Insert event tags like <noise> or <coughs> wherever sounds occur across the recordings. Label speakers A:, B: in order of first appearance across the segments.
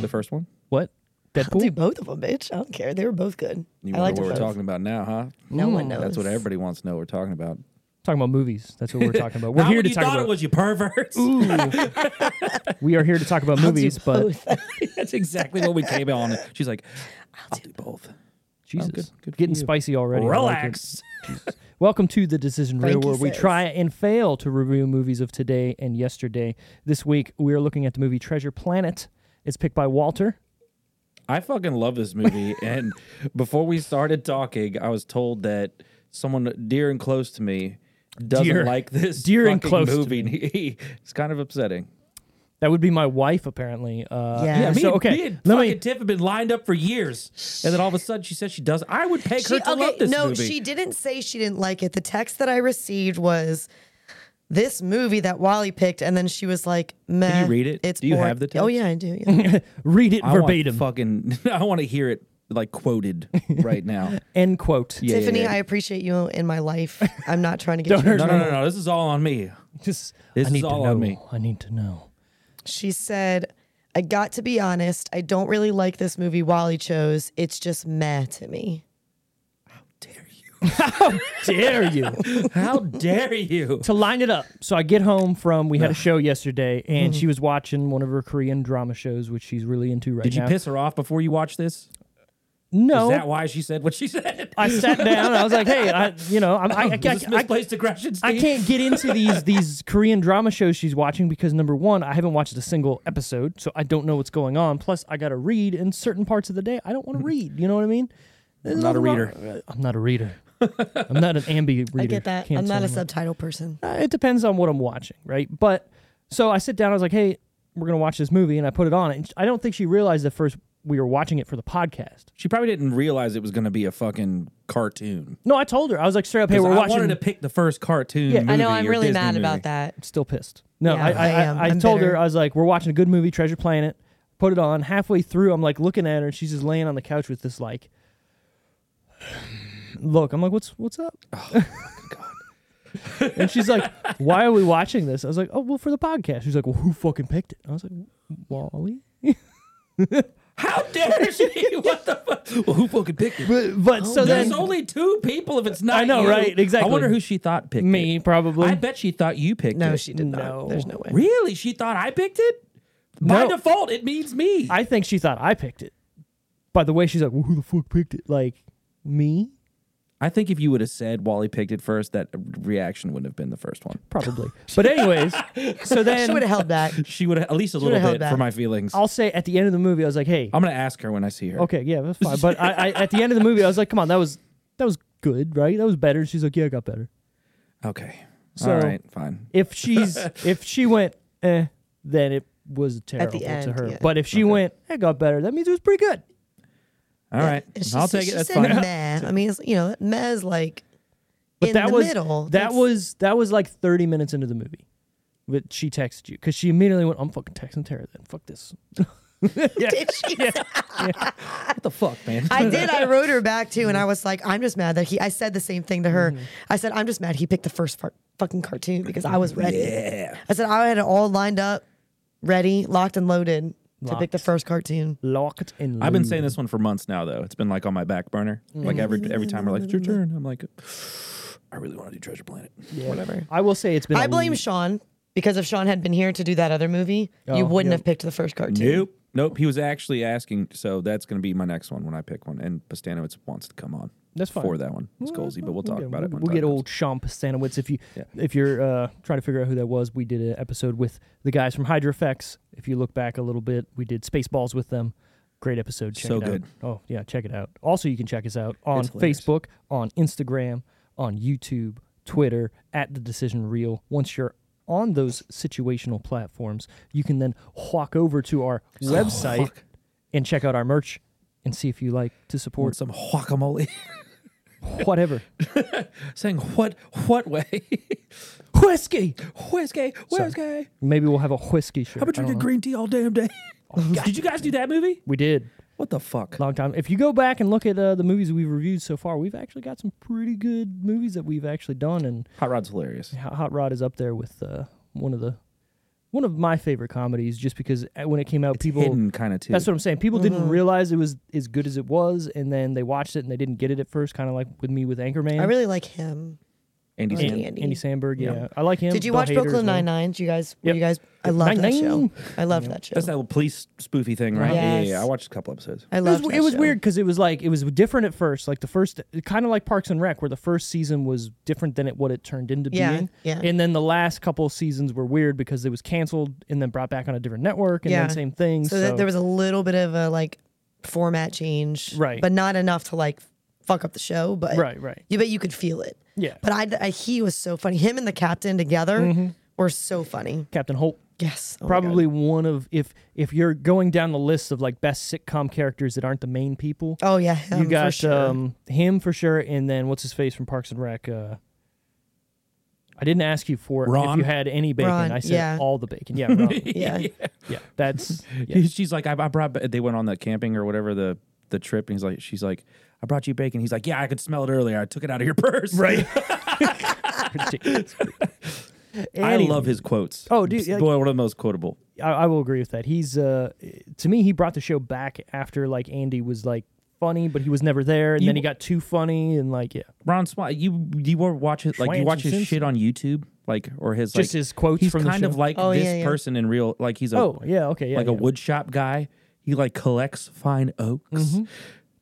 A: The first one?
B: What?
A: Deadpool?
C: Do both of them, bitch. I don't care. They were both good.
A: You
C: I
A: wonder
C: liked
A: what
C: them
A: we're
C: both.
A: talking about now, huh?
C: No one knows.
A: That's what everybody wants to know. What we're talking about.
B: Talking about movies. That's what we're talking about. We're
D: Not
B: here
D: what
B: to
D: you
B: talk
D: thought
B: about.
D: it was, you perverts.
B: we are here to talk about movies, but
C: Both.
D: That's exactly what we came on. She's like, I'll do both.
B: Jesus,
A: good- good for
B: getting
A: you.
B: spicy already. I like it.
D: Relax.
B: Welcome to the Decision Reel,
C: Frankie
B: where we
C: says.
B: try and fail to review movies of today and yesterday. This week, we are looking at the movie Treasure Planet. It's picked by Walter.
A: I fucking love this movie. <laughs> and before we started talking, I was told that someone dear and close to me doesn't
B: Dear-
A: like this
B: dear and
A: fucking
B: close to
A: movie. He- <laughs> it's kind of upsetting.
B: That would be my wife, apparently. Uh,
C: Yeah. Yeah,
D: Me,
B: so,
D: and-
B: okay,
D: me and
B: let
D: fucking
B: me.
D: Tiff have been lined up for years, and then all of a sudden she says she does. I would peg her
C: She,
D: to
C: okay,
D: love this
C: no,
D: movie.
C: she didn't say she didn't like it. The text that I received was this movie that Wally picked, and then she was like, "Meh."
A: you read it?
C: It's
A: Do you
C: boring."
A: have the
C: Oh
A: text?
C: yeah, I do. Yeah.
B: Read it
A: I Want
B: verbatim.
A: fucking, <laughs> I want to hear it like quoted
D: <laughs>
A: right now.
B: End
A: <laughs>
B: quote. <laughs>
A: Yeah, yeah,
C: Tiffany,
A: yeah.
C: I appreciate you in
A: <laughs>
C: my life. I'm not trying to get
B: Don't
C: you. in
B: hurt
A: No,
C: trouble.
A: no, no, no. This is all on me.
B: Just,
A: This
B: I
A: is
B: need
A: all
B: to know.
A: on me.
B: I need to know.
C: She said, "I got to be honest. I don't really like this movie Wally chose. It's just meh to me."
B: Dare you? <laughs>
D: How dare you?
B: to line it up. So I get home from we had a show yesterday, and she was watching one of her Korean drama shows, which she's really into
D: <laughs>
B: right
D: Did you
B: now.
D: piss her off before you watched this? Is
B: No,
D: that why she said what she said?
B: I sat down. and I was like, hey, I, you know,
A: <laughs>
B: I'm, <laughs> I, I,
D: Was this
B: I, I,
D: misplaced aggression,
B: I
D: Steve?
B: can't get into these these Korean drama shows she's watching because number one, I haven't watched a single episode, so I don't know what's going on. Plus, I got to read in certain parts of the day. I don't want to read. You know what I mean? There's
A: not a
B: nothing
A: reader.
B: wrong- uh, I'm not a reader. I'm not an ambi reader.
C: I get that.
B: Can't
C: I'm not
B: tell
C: a
B: you.
C: subtitle person.
B: Uh, it depends on what I'm watching, right? But so I sit down, I was like, hey, we're going to watch this movie. And I put it on. And sh- I don't think she realized at first we were watching it for the podcast.
A: She probably didn't realize it was going to be a fucking cartoon.
B: No, I told her. I was like, straight up, hey,
A: 'Cause
B: we're
A: I
B: watching.
A: wanted to pick the first cartoon.
B: Yeah, I
A: movie or Disney movie.
C: that.
B: Still pissed. No,
C: Yeah,
B: I, I,
C: I
B: I,
C: am.
B: I
C: I'm
B: told her,
C: bitter.
B: I was like, we're watching a good movie, Treasure Planet. Put it on. Halfway through, I'm like looking at her, and she's just laying on the couch with this, like, <sighs> look. I'm like, what's what's up? <laughs> and she's like, why are we watching this? I was like, oh, well, for the podcast. She's like, well, who fucking picked it? I was like, Wally.
D: How dare she? <laughs> What the fuck? Well, who fucking picked it?
B: But, but
C: Oh,
B: so
D: There's
B: then
D: only two people if it's not
B: I know,
D: you.
B: right? Exactly.
D: I wonder who she thought picked
B: me
D: it.
B: probably.
D: I bet she thought you picked it.
C: No, she did
B: No.
C: not. There's no way.
D: Really? She thought I picked it? By
B: No.
D: default, it means me.
B: I think she thought I picked it. By the way, she's like, well, who the fuck picked it? Like me,
A: I think if you would have said Wally picked it first, that reaction wouldn't have been the first one.
C: <laughs>
B: probably. but anyways, so then
C: She would have held back.
A: She would have, at least a
C: would've
A: little
C: held
A: bit
C: back.
A: for my feelings. i
B: I'll say at the end of the movie, I was like, hey,
A: am going to ask her when I see her.
B: okay, yeah, that's fine. But I, I at the end of the movie, I was like, come on, that was that was good, right? That was better. She's like, yeah, I got better.
A: Okay.
B: So-
A: All right. Fine.
B: If
C: <laughs>
B: she's if she went, eh, then it was terrible to
C: end,
B: her.
C: yeah.
B: But if she went, it got better. That means it was pretty good.
A: <laughs> All right.
C: And she
A: I'll
C: said-
A: take it.
C: she
A: That's
C: said
A: fine.
C: Meh. I mean, it's, you know, meh
A: <laughs>
C: is like
B: But
C: in
B: that
C: the
B: was
C: middle.
B: that
C: That's-
B: was that was like 30 minutes into the movie. But she texted you because she immediately went, "I'm fucking texting Tara. Then fuck this."
C: <laughs> Did she?
A: What the fuck, man?
C: I did. I wrote her back too, and I was like, I'm just mad that he. I said the same thing to her.
A: Mm-hmm.
C: I said, I'm just mad he picked the first part, fucking cartoon because I was ready.
A: yeah.
C: I said I had it all lined up, ready, locked and loaded to pick
B: Locked.
C: the first cartoon.
B: Locked and
A: I've been
B: loaded.
A: saying this one for months now, though. It's been like on my back burner. Like every every time we're like, it's your turn. I'm like, I really want to do Treasure Planet.
C: Whatever.
B: I will say it's been.
C: I
B: a
C: blame
B: l-
C: Sean because if Sean had been here to do that other movie,
B: Oh,
C: you wouldn't
B: yeah.
C: have picked the first cartoon.
A: Nope. Nope. He was actually asking. So that's going to be my next one when I pick one. And Pastanowitz wants to come on.
B: That's fine.
A: For that one. It's Golsey, but we'll talk
B: Yeah,
A: about
B: we'll,
A: it when
B: we'll
A: time
B: get
A: comes.
B: old Sean Pastanowitz. If you if you're uh, trying to figure out who that was, we did an episode with the guys from Hydra Effects. If you look back a little bit, we did Spaceballs with them. Great episode. Check
A: So
B: it
A: good.
B: Out. Oh yeah, check it out. Also, you can check us out on
A: It's hilarious.
B: Facebook, on Instagram, on YouTube, Twitter at the Decision Reel. Once you're on those situational platforms, you can then walk over to our website and check out our merch and see if you like to
A: Want <laughs>
B: support
A: some guacamole? <laughs>
B: whatever.
A: Saying what? What way? <laughs>
B: Whiskey!
A: Whiskey, whiskey.
B: Maybe we'll have a whiskey shirt.
A: I've been
B: I
A: drinking
B: don't know.
A: green tea all damn day. Oh, Did you guys do that movie?
B: We did.
A: What the fuck?
B: Long time. If you go back and look at uh, the movies we've reviewed so far, we've actually got some pretty good movies that we've actually done, and
A: Hot Rod's hilarious.
B: Hot Hot Rod is up there with uh, one of the one of my favorite comedies, just because uh, when it came out,
A: It's
B: people
A: hidden kind of too. Mm-hmm.
B: That's what I'm saying. People didn't realize it was as good as it was, and then they watched it and they didn't get it at first, kind of like with me with Anchorman.
C: I really like him.
A: Andy
C: Andy.
A: Sam.
B: Andy Sandberg. Yeah. I like him.
C: Did you
B: Bill
C: watch
B: Hader as
C: Brooklyn
B: well.
C: Nine Nine? You guys, were
B: Yep.
C: you guys, I love that
B: Nine-Nine.
C: show. I love that show.
A: That's that little police spoofy thing, right? Yeah, yeah,
C: Yes.
A: yeah. I watched a couple episodes.
C: I
B: It was,
C: love that
B: it was
C: show.
B: weird because it was like it was different at first. Like the first, kind of like Parks and Rec, where the first season was different than it what it turned into
C: Yeah,
B: being.
C: yeah.
B: And then the last couple of seasons were weird because it was canceled and then brought back on a different network and
C: Yeah.
B: then same thing.
C: So,
B: So,
C: th- there was a little bit of a like format change,
B: Right.
C: But not enough to like fuck up the show, but
B: Right, right.
C: You bet you could feel it.
B: Yeah.
C: But I, I he was so funny. Him and the captain together were so funny.
B: Captain Holt.
C: Yes, Oh my God.
B: Mm-hmm. Probably one of if if you're going down the list of like best sitcom characters that aren't the main people,
C: Oh yeah, him
B: you got
C: for sure.
B: um him for sure, and then what's his face from Parks and Rec? Uh, I didn't ask you for if
A: Ron?
B: you had any bacon.
C: Ron,
B: I said
C: yeah.
B: all the bacon. Yeah, Ron.
C: <laughs> yeah.
A: <laughs>
B: yeah,
C: <laughs>
B: that's yeah.
A: She's like, I, I brought. They went on the camping or whatever the the trip, and he's like, she's like, I brought you bacon. He's like, Yeah, I could smell it earlier. I took it out of your <laughs> purse. Right.
C: <laughs>
B: ridiculous.
A: I
B: Anyway.
A: love his quotes.
B: Oh, dude,
A: It's
B: like-
A: boy, one of the most quotable.
B: I, I will agree with that. He's uh, to me, he brought the show back after like Andy was like funny, but he was never there, and then he got too funny, and like yeah,
A: Ron Swan, you you were watch his like you
B: Schwanz
A: watch his
B: and Simpson.
A: shit on YouTube, like or his
B: Just
A: like,
B: his quotes
A: He's
B: from the
A: kind of
B: show?
A: like
C: Oh,
A: this
C: yeah, yeah.
A: person in real, like he's a
B: Oh, yeah, okay, yeah,
A: like a
B: yeah.
A: wood shop guy. He like collects fine oaks
B: Mm-hmm.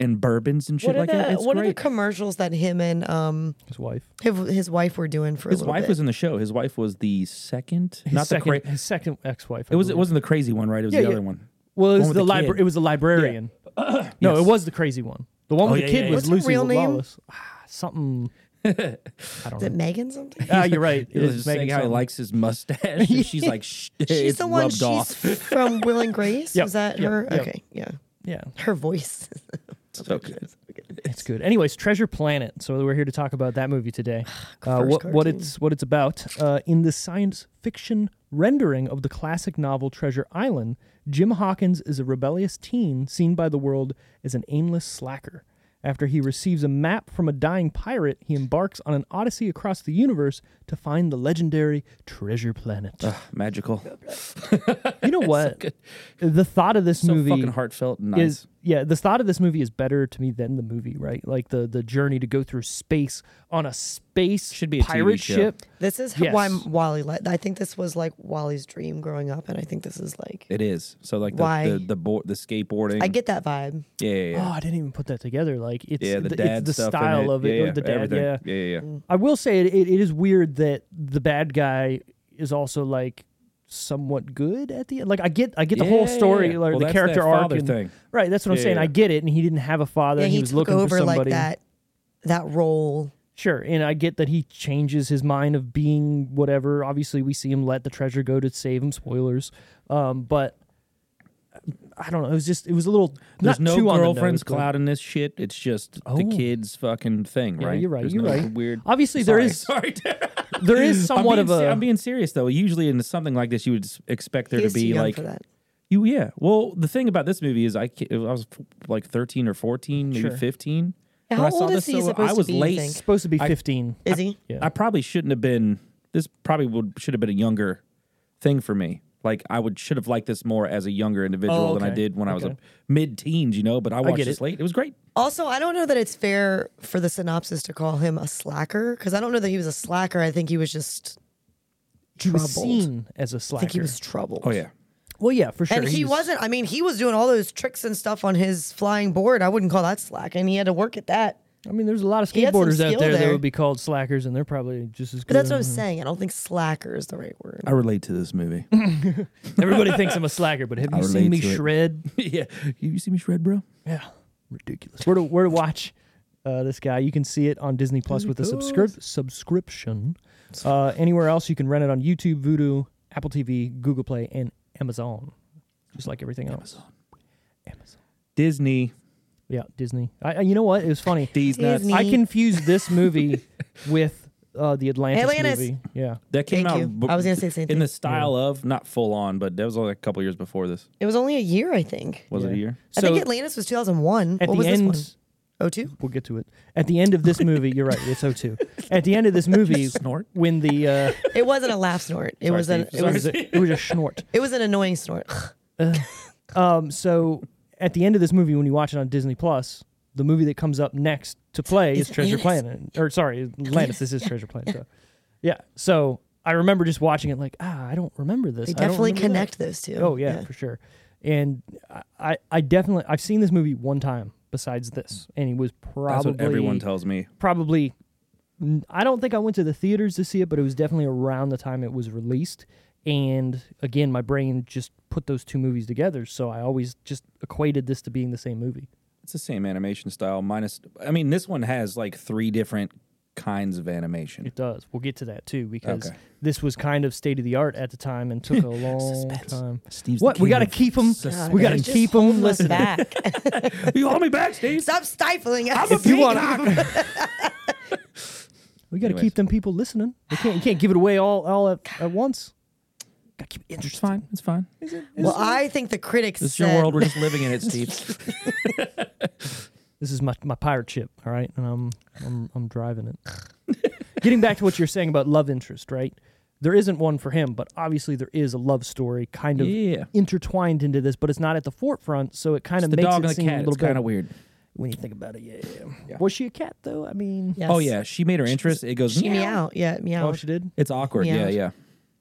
A: and bourbons and shit
C: What are,
A: like that.
C: the,
A: It's
C: what are the
A: great.
C: commercials that him and um
B: his wife.
C: his, his wife were doing for
A: his
C: a little
A: wife
C: bit?
A: was in the show. His wife was the second,
B: His
A: not
B: second,
A: the cra-
B: his second ex-wife. I
A: It was it
B: believe.
A: wasn't the crazy one, right? It was
B: Yeah,
A: the
B: yeah.
A: other one.
B: Well, it
A: The
B: was
A: one
B: the,
A: with the
B: libra-
A: kid.
B: It was the librarian.
A: <clears throat>
B: no, it was the crazy one. The one with
A: Oh, yeah,
B: the kid
A: yeah, yeah.
B: was
C: What's her
B: Lucy
C: real name?
B: Lawless. Ah,
A: <laughs>
B: something. I don't
C: Is
B: know.
C: it Megan something?
B: <laughs> Ah, you're right.
A: It was just saying how he likes his mustache. and she's
B: <laughs>
A: like, Shh,
C: She's
A: it's
C: the one.
A: rubbed
C: She's
A: off. <laughs>
C: from Will and Grace.
B: Yep,
C: Was that
B: yep,
C: her?
B: yep.
C: Okay, yeah.
B: Yeah,
C: Her voice.
A: So
B: <laughs>
A: good.
B: it's good. Anyways, Treasure Planet. So we're here to talk about that movie today. Uh, what,
C: First
B: what
C: cartoon.
B: it's what it's about uh, in the science fiction rendering of the classic novel Treasure Island. Jim Hawkins is a rebellious teen seen by the world as an aimless slacker. After he receives a map from a dying pirate, he embarks on an odyssey across the universe to find the legendary Treasure Planet.
A: Magical.
B: you know what? the thought of this
A: So
B: movie
A: fucking heartfelt and nice.
B: is yeah the thought of this movie is better to me than the movie right like the the journey to go through space on a space
A: Should be a TV
B: pirate
A: show.
B: ship
C: This is
B: Yes.
C: why Wally. Le- I think this was like Wally's dream growing up, and I think this is like
A: It is. So like
C: Why?
A: the the the, board, the skateboarding.
C: I get that vibe.
A: Yeah, yeah,
B: oh
A: yeah.
B: i didn't even put that together like it's
A: yeah, the
B: the,
A: dad
B: it's the
A: stuff in
B: style of it
A: Yeah,
B: or
A: yeah,
B: the dad
A: everything.
B: yeah Mm.
A: yeah, yeah. yeah.
B: i will say it, it, it is weird that the bad guy is also like somewhat good at the end like i get i get the whole
A: Yeah.
B: story like
A: Well,
B: the
A: that's
B: character
A: that
B: arc
A: father
B: and-
A: thing.
B: right that's what i'm
A: Yeah,
B: saying
A: yeah.
B: i get it and he didn't have a father
C: Yeah,
B: and
C: he,
B: he was
C: took
B: looking for
C: over like
B: somebody
C: that that role.
B: Sure, and I get that he changes his mind of being whatever. Obviously, we see him let the treasure go to save him. Spoilers, um, but uh, I don't know. It was just it was a little.
A: There's
B: not
A: no
B: too on the
A: girlfriends
B: nose, but-
A: cloud in this shit. It's just the
B: Oh.
A: kids' fucking thing,
B: Yeah,
A: right?
B: You're right.
A: There's
B: you're
A: no
B: right.
A: Weird.
B: Obviously, there is
A: <laughs> Sorry. Sorry.
B: there
C: <clears throat>
B: is somewhat
A: I'm
B: of
A: being se-
B: a.
A: I'm being serious though. Usually in something like this, you would s- expect there
C: He
A: to
C: was too
A: be
C: young
A: like
C: for that.
A: you. Yeah. Well, the thing about this movie is, I ca- I was f- like 13 or 14, maybe
B: Sure.
A: 15.
C: Yeah,
A: when
C: how
A: I saw
C: old is
A: this,
C: he
A: so
C: supposed
A: I
C: to
A: was
C: be, you
A: late.
C: think?
B: supposed to be 15.
C: Is he?
B: Yeah.
A: I probably shouldn't have been. This probably would should have been a younger thing for me. Like I would should have liked this more as a younger individual
B: Oh,
A: than I
B: okay.
A: did when I was
B: Okay.
A: a mid-teens, you know. But I watched
B: get
A: this
B: it.
A: late. It was great.
C: Also, I don't know that it's fair for the synopsis to call him a slacker because I don't know that he was a slacker. I think he was just
B: He was
C: troubled.
B: seen as a
C: I
B: slacker.
C: think he was troubled.
A: Oh yeah,
B: well, yeah, for sure.
C: And he wasn't. I mean, he was doing all those tricks and stuff on his flying board. I wouldn't call that slack, and he had to work at that.
B: I mean, there's a lot of
C: had some
B: skateboarders out
C: skill
B: there, that
C: there.
B: would be called slackers, and they're probably just as good.
C: But that's what I'm
B: as-
C: saying. I don't think slacker is the right word.
A: I relate to this <laughs>
C: <laughs>
A: movie.
B: Everybody thinks I'm a slacker, but have
A: I
B: you seen me
A: relate to it.
B: shred?
A: yeah, you, you see me shred, bro.
B: Yeah, ridiculous. Where to where to watch? Uh, this guy, you can see it on Disney Plus with a subscrip- subscription. Uh, anywhere else, you can rent it on YouTube, Vudu, Apple TV, Google Play, and Amazon, just like everything else.
A: Disney.
B: Yeah, Disney. I, I, you know what? It was funny.
A: Disney.
C: Disney.
B: I confused this <laughs> movie with uh, the Atlantis,
C: Atlantis.
B: movie. Yeah.
A: That came
C: Thank
A: out.
C: you.
A: b-
C: I was gonna say the same
A: in the
C: thing.
A: style of not full on, but that was like a couple years before this.
C: It was only a year, I think.
A: Was it
B: Yeah.
A: a year?
C: I think Atlantis was 2001.
B: At
C: what
B: the
C: was
B: end,
C: this one? 02?
B: we'll get to it. At the end of this movie, you're right. It's
C: <laughs>
B: 02. At the end of this movie,
A: Snort.
B: when the uh,
C: It wasn't a laugh snort. It was an it
B: it,
C: was
B: was a, it was a snort.
C: it was an
B: <sighs>
C: annoying snort.
B: Um, so at the end of this movie, when you watch it on Disney Plus, the movie that comes up next to play is,
C: Is
B: Treasure
C: Atlantis.
B: Planet, or
C: <laughs>
B: sorry, Atlantis. This is Treasure Planet. So. Yeah. So I remember just watching it, like, ah, I don't remember this.
C: They
B: I don't
C: definitely
B: remember that.
C: connect those two.
B: Oh yeah, for sure. And I- I, I definitely, I've seen this movie one time besides this, and it was probably
A: That's what everyone tells me.
B: probably I don't think I went to the theaters to see it, but it was definitely around the time it was released. And again, my brain just put those two movies together, so I always just equated this to being the same movie.
A: It's the same animation style minus I mean this one has like three different kinds of animation.
B: It does. We'll get to that too because
A: Okay.
B: this was kind of state of the art at the time and <laughs> took a long time.
A: Steve's
B: what
A: the
B: we
A: king
B: got to
A: <laughs> of
B: keep them.
A: suspense.
B: We got to
C: Just
B: keep
C: hold
B: them
C: us
B: listening. <laughs>
C: back.
A: you hold me back, Steve.
C: Stop stifling us.
B: If you want, we got to
A: Anyways.
B: keep them people listening. We can't. You can't give it away all all at, at once. Got to keep it
A: <laughs> It's
B: interesting.
A: fine. It's fine. This
C: well, I think the critics
A: is
C: said,
A: your world. We're just living in it, <laughs> Steve.
B: This is my, my pirate ship, all right, and I'm I'm I'm driving it. <laughs> Getting back to what you're saying about love interest, right? There isn't one for him, but obviously there is a love story kind of
A: Yeah.
B: intertwined into this, but it's not at the forefront, so it kind
A: It's
B: of
A: the
B: makes
A: dog
B: it
A: and the
B: seem a
A: cat.
B: little
A: It's
B: bit
A: kind of weird.
B: when you think about it. Yeah. Was she a cat though? I mean,
C: yes.
A: Oh yeah, she made her interest. It goes.
C: She
A: meow.
C: meow. Yeah, meow.
B: oh, she did.
A: It's awkward. Yeah, yeah.
C: Yeah.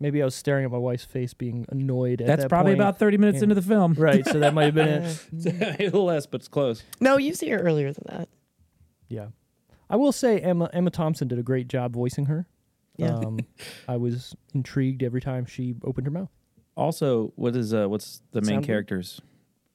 B: Maybe I was staring at my wife's face, being annoyed at
A: That's
B: that
A: probably
B: point.
A: about thirty minutes into the <laughs> film.
B: <laughs> right. So that might have been
A: <laughs>
B: it.
A: a little less, but it's close.
C: No, you see her earlier than that.
B: Yeah. I will say Emma Emma Thompson did a great job voicing her.
C: Yeah.
B: Um, I was intrigued every time she opened her mouth.
A: Also, what is uh, what's the main
B: Sound good?
A: character's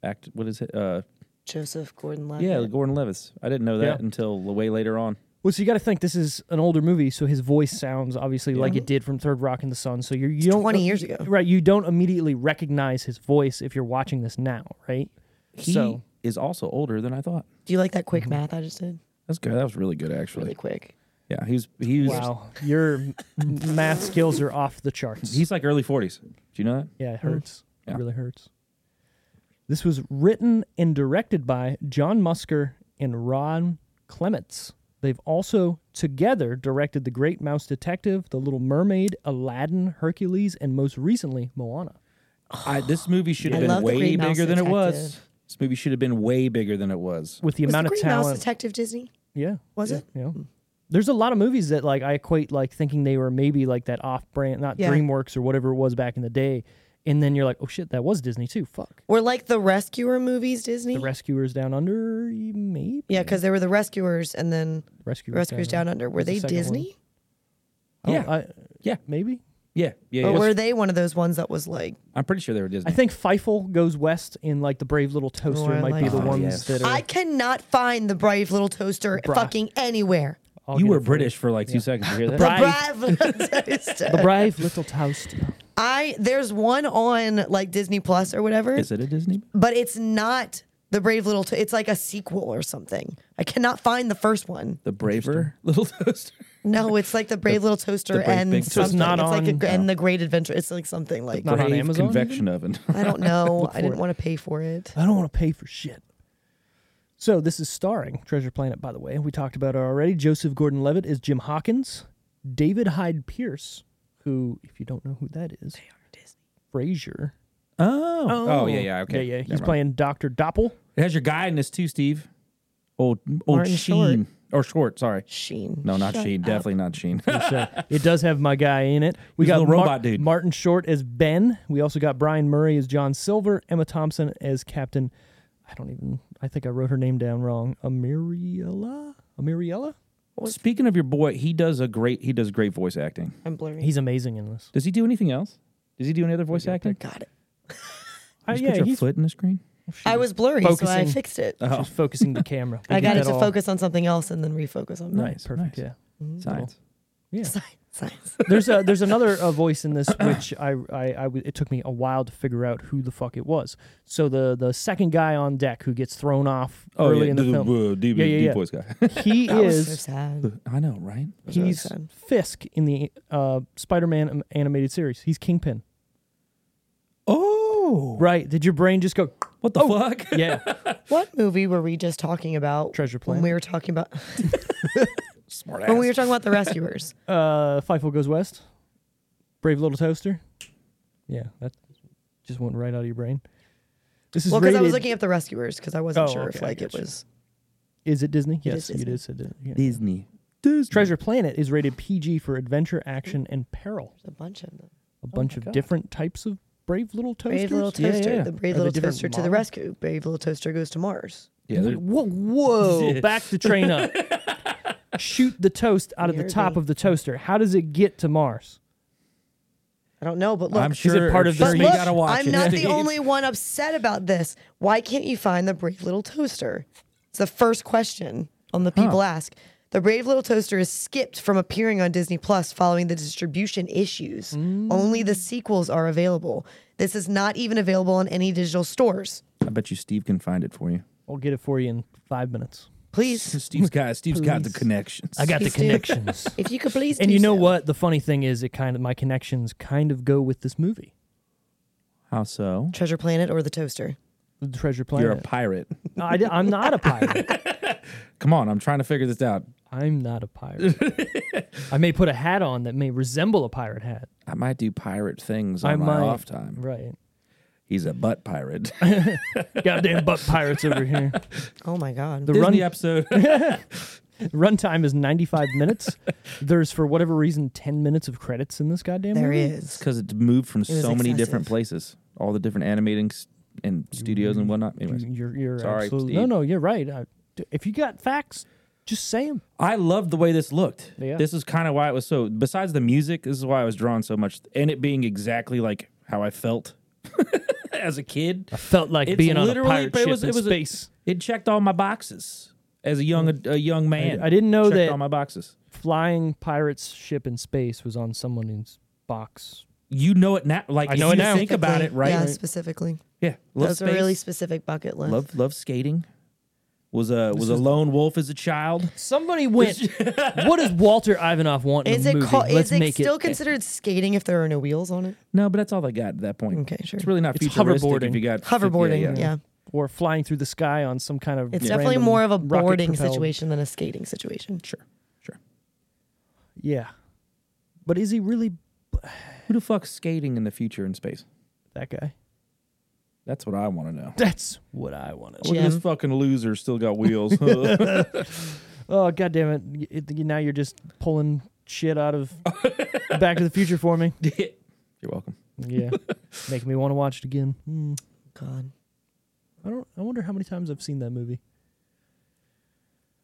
A: act? What is it? Uh,
C: Joseph Gordon-Levitt.
A: yeah, Gordon Levis. I didn't know that
B: Yeah.
A: until way later on.
B: Well, so you got to think this is an older movie, so his voice sounds obviously like it did from Third Rock in the Sun. So you're, you don't uh,
C: 20 years ago.
B: right? You don't immediately recognize his voice if you're watching this now, right?
A: He
B: so
A: is also older than I thought.
C: Do you like that
B: Mm-hmm.
C: quick math I just did?
A: That's good. That was really good, actually.
C: Really quick.
A: Yeah, he's he's
B: wow, your m- math skills are off the charts.
A: he's like early forties. Do you know that?
B: yeah, it hurts.
A: Yeah.
B: It really hurts. This was written and directed by John Musker and Ron Clements. They've also together directed The Great Mouse Detective, The Little Mermaid, Aladdin, Hercules, and most recently Moana.
A: I, this movie should have
C: I
A: been
C: love The
A: way
C: Green
A: bigger
C: Mouse
A: than it was.
C: Detective.
A: This movie should have been way bigger than it was.
B: With the
C: Was
B: amount
C: the
B: of
C: Green
B: talent,
C: Mouse Detective Disney?
B: yeah,
C: Was it? Hmm.
B: yeah. There's a lot of movies that like I equate like thinking they were maybe like that off-brand, not
C: Yeah.
B: DreamWorks or whatever it was back in the day, and then you're like, oh shit, that was Disney too. Fuck.
C: Or like the Rescuer movies, Disney?
B: The Rescuers Down Under, maybe.
C: yeah, because there were the Rescuers and then
B: Rescuers,
C: Rescuers Down Under. Were
B: was the
C: they
B: second one.
C: Disney?
B: Oh,
A: Yeah.
B: I-
A: Yeah.
B: maybe.
A: Yeah, yeah.
C: Or
A: yeah.
C: were they one of those ones that was like,
A: I'm pretty sure they were Disney.
B: I think Feifel goes west, and like the Brave Little Toaster
C: I
B: might be
C: like
B: the
C: that.
B: ones
A: Yes.
B: that are.
C: I cannot find the Brave Little Toaster
B: Bra-
C: fucking anywhere.
B: I'll
A: you
B: get
A: were
B: it for
A: British for like two seconds. You hear that?
B: Bra-
C: The Brave Little Toaster.
B: The Brave Little Toaster.
C: I there's one on like Disney Plus or whatever,
A: Is it a Disney?
C: but it's not the Brave Little. To- it's like a sequel or something. I cannot find the first one.
A: The braver <laughs> little toaster.
C: No, it's like the Brave Little Toaster
A: Brave
C: and
A: Big Toaster. So
B: it's
C: something.
B: not
C: like
B: on-
C: a, and the Great Adventure. It's like something
B: <laughs>
C: like
B: Not on
A: Brave
B: Amazon?
A: Convection oven. <laughs>
C: I don't know. I
B: it. Uh,
C: didn't want to pay for it.
B: I don't want to pay for shit. So this is starring Treasure Planet, by the way. We talked about it already. Joseph Gordon-Levitt is Jim Hawkins. David Hyde Pierce, who, if you don't know who that is, Frasier.
A: oh. oh. yeah, yeah. Okay.
B: Yeah, yeah. He's
A: Never mind.
B: playing Doctor Doppel.
A: It has your guy in this too, Steve. Old old
C: Martin
A: Sheen or Short. Sorry.
C: Sheen.
A: No, not
C: Shut
A: Sheen.
C: up.
A: Definitely not Sheen.
B: So uh, it does have my guy in it. We
A: He's a
B: got
A: little
B: Mar-
A: robot dude.
B: Martin Short as Ben. We also got Brian Murray as John Silver. Emma Thompson as Captain. I don't even. I think I wrote her name down wrong. Amiriella. Amiriella.
A: Speaking of your boy, he does a great. He does great voice acting.
C: I'm blurry.
B: He's amazing in this.
A: Does he do anything else? Does he do any other voice acting?
C: got it.
B: Uh,
A: Just
B: yeah,
A: put your
B: he's
A: foot in the screen.
C: I was blurry, so I
B: Focusing.
C: fixed it.
B: She was focusing the camera.
C: I
B: They
C: got
B: did
C: it
B: that
C: to
B: all.
C: focus on something else and then refocus on that.
A: Nice,
B: Perfect.
A: nice.
B: Yeah.
A: Science.
B: Yeah.
C: <laughs> Science. Science.
B: there's a <laughs> there's another uh, voice in this which I, I I w- it took me a while to figure out who the fuck it was. So the the second guy on deck who gets thrown off
A: Oh,
B: early in Oh, the, film.
D: deep,
B: Yeah, yeah,
D: deep
B: yeah.
D: voice guy. <laughs>
B: <laughs> He
C: That was so
B: is <laughs>
C: sad.
A: <laughs> I know, right?
C: was really
B: he's
C: sad.
B: Fisk in the uh, Spider-Man am- animated series. He's Kingpin.
A: Oh,
B: Right? Did your brain just go?
A: what the fuck?
B: <laughs> Yeah.
C: What movie were we just talking about?
B: Treasure
C: When
B: Planet.
C: we were talking about
A: <laughs>
C: <laughs>
A: Smart
C: when we were talking about
B: <laughs>
C: the rescuers.
B: uh, Fifo goes west. Brave little toaster. Yeah, that just went right out of your brain. This is
C: well, because I was
B: rated-
C: looking up the rescuers because I wasn't
B: Oh,
C: sure if
B: okay, I
C: like it
B: gotcha.
C: was.
B: Is it Disney? yes,
C: is Disney.
B: it is. It is
A: <laughs>
B: yeah.
A: Disney.
B: Treasure Planet is rated PG for adventure, action, and peril.
C: A bunch of them.
B: A bunch of different types of brave little toasters.
C: Oh Brave little
B: Yeah, yeah,
C: toaster.
B: yeah.
C: The brave
B: Are they
C: little
B: different
C: toaster to the
B: models?
C: rescue. Brave little toaster goes to Mars.
A: Yeah, they're-
B: Whoa, whoa, <laughs> back the train
C: <laughs>
B: up. Shoot the toast out of the
C: Weird,
B: top
C: eh?
B: of the toaster. How does it get to Mars?
C: I don't know, but look.
A: I'm sure
B: part
A: I'm
B: of the-
A: sure
C: But
A: you
C: look,
A: gotta watch
C: I'm
A: it. <laughs>
C: not
A: Steve.
C: the only one upset about this. Why can't you find the brave little toaster? It's the first question on the people ask. The Brave Little Toaster is skipped from appearing on Disney Plus following the distribution issues.
A: Mm.
C: Only the sequels are available. This is not even available on any digital stores.
A: I bet you Steve can find it for you.
B: I'll get it for you in five minutes.
C: Please,
A: <laughs> Steve's got Steve's got the connections.
B: I got the
C: Please do.
B: connections.
C: if you could
A: <laughs>
C: <laughs> please.
B: and
C: do
B: you know
C: so.
B: what? The funny thing is, it kind of my connections kind of go with this movie,
A: How so?
C: Treasure Planet or the toaster?
B: The Treasure
A: You're a
C: <laughs>
B: Planet.
A: pirate.
B: I, am not a pirate.
A: Come on, I'm trying to figure this out.
B: I'm not a pirate. I may put a hat on that may resemble a pirate hat.
A: I might do pirate things on
B: I
A: my
B: might.
A: off time.
B: Right.
A: He's a butt pirate.
B: Goddamn butt pirates over here.
C: Oh my God.
B: The
A: Disney
B: run
A: episode. <laughs>
B: runtime is 95 minutes. There's for whatever reason 10 minutes of credits in this goddamn
C: there
B: movie.
A: It's
C: is.
A: because it moved from
C: was
A: so many different
C: excessive.
A: places, all the different animating s- and studios and whatnot. Anyways,
B: You're, you're
A: Sorry,
B: absolutely,
A: Steve.
B: no, no, you're right. I, if you got facts, just say them.
A: I love the way this looked.
B: Yeah.
A: This is kind of why it was so. Besides the music, this is why I was drawn so much, and it being exactly like how I felt <laughs> as a kid.
B: I felt like
A: It's
B: being on a
A: literally-
B: pirate
A: but it
B: ship
A: was-
B: in
A: it was a-
B: space.
A: It checked all my boxes as a young a, young man.
B: Mm. I didn't know
A: checked
B: that-
A: all my boxes.
B: Flying pirates ship in space was on someone's box.
A: You know it now. Like
B: I
A: if
B: know it
A: you
B: now.
A: Think about it, right?
C: Yeah, specifically.
A: Yeah. Love
C: That's a
A: space,
C: really specific bucket list.
A: Love love skating. Was a was a lone wolf as a child.
B: Somebody went. what does Walter Ivanov want in
C: Is
B: a
C: it
B: movie?
C: called?
B: Let's
C: Is it
B: make
C: still
B: it.
C: considered skating if there are no wheels on it?
A: No, but that's all they got at that point.
C: Okay, sure.
A: It's really not
B: It's
A: futuristic
B: hoverboarding.
A: if you got
C: Hoverboarding, yeah.
B: or flying through the sky on some kind of.
C: It's definitely
B: random
C: more of a
B: rocket
C: boarding
B: propelled-
C: situation than a skating situation. Sure.
A: Sure.
B: Yeah, but is he really
A: Who the fuck's skating in the future in space?
B: that guy?
A: That's what I want to know.
B: That's what I want to.
A: Look at this
C: Jim.
A: fucking loser still got <laughs> wheels.
B: Oh god damn it. Y- it! y- Now you're just pulling shit
A: <laughs>
B: out of Back to the Future for me.
A: You're welcome.
B: Yeah, making me want to watch it again. Hmm.
C: God,
B: I don't. I wonder how many times I've seen that movie.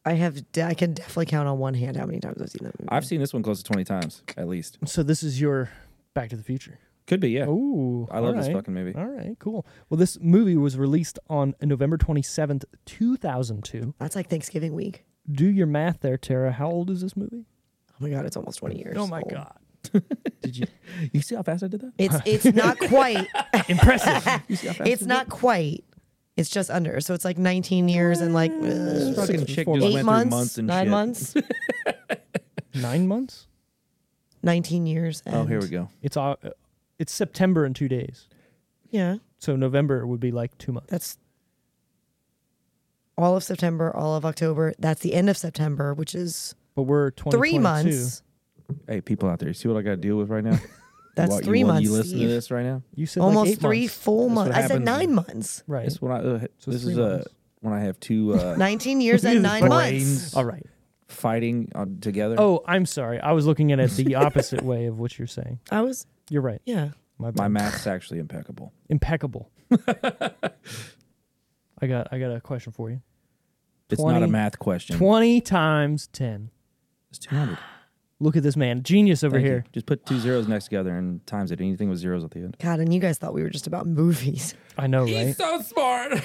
C: I have. De- I can definitely count on one hand how many times I've seen that movie.
A: I've seen this one close to 20 times at least.
B: So this is your Back to the Future.
A: Could be, yeah.
B: Ooh,
A: I love
B: all
A: this
B: right.
A: fucking movie.
B: All right, cool. Well, this movie was released on November twenty seventh, two thousand two.
C: That's like Thanksgiving week.
B: Do your math there, Tara. How old is this movie?
C: Oh my god, it's almost twenty years.
B: Oh
C: old.
B: <laughs> Did you
A: You see how fast I did that?
C: It's it's not quite.
B: impressive?
A: <laughs> You see how fast
C: it's not quite. It's just under. So it's like nineteen years and like
A: This
C: uh,
A: fucking chick just went
C: eight
A: through
C: months,
A: months and
C: nine
A: shit.
C: months,
B: Nine months.
C: nineteen years. And,
A: Oh, here we go.
B: It's uh, it's September in two days.
C: Yeah,
B: So November would be like two months.
C: that's all of September, all of October. That's the end of September, which is
B: But we're twenty
C: three months.
A: Hey, people out there, you see what I got to deal with right now?
C: <laughs> That's
A: What, you
C: three
A: want-
C: months.
A: You listen
C: Steve.
A: to this right now?
B: You said
C: Almost
B: like eight
C: three
B: months.
A: That's
C: full
A: what
C: months. I said
A: happens.
C: nine <laughs> months.
B: right.
A: This, when I, uh,
B: So
A: this
B: three
A: is uh,
B: months.
A: when I have two
C: <laughs>
A: uh,
C: Nineteen years and nine months.
A: brains
B: All right.
A: fighting on, together.
B: Oh, I'm sorry. I was looking at it
C: <laughs>
B: the opposite way of what you're saying.
C: I was
B: You're right.
C: yeah.
A: My
B: My, bad.
A: math's actually impeccable.
B: impeccable.
C: <laughs>
B: I got I got a question for you.
A: It's not a
B: 20
A: math question.
B: Twenty times ten.
A: It's 200.
B: Look at this man, genius over
A: Thank you.
B: here.
A: Just put two zeros next together and times it. Anything with zeros at the end.
C: God, and you guys thought we were just about movies. <laughs>
B: I know, right?
D: He's so smart.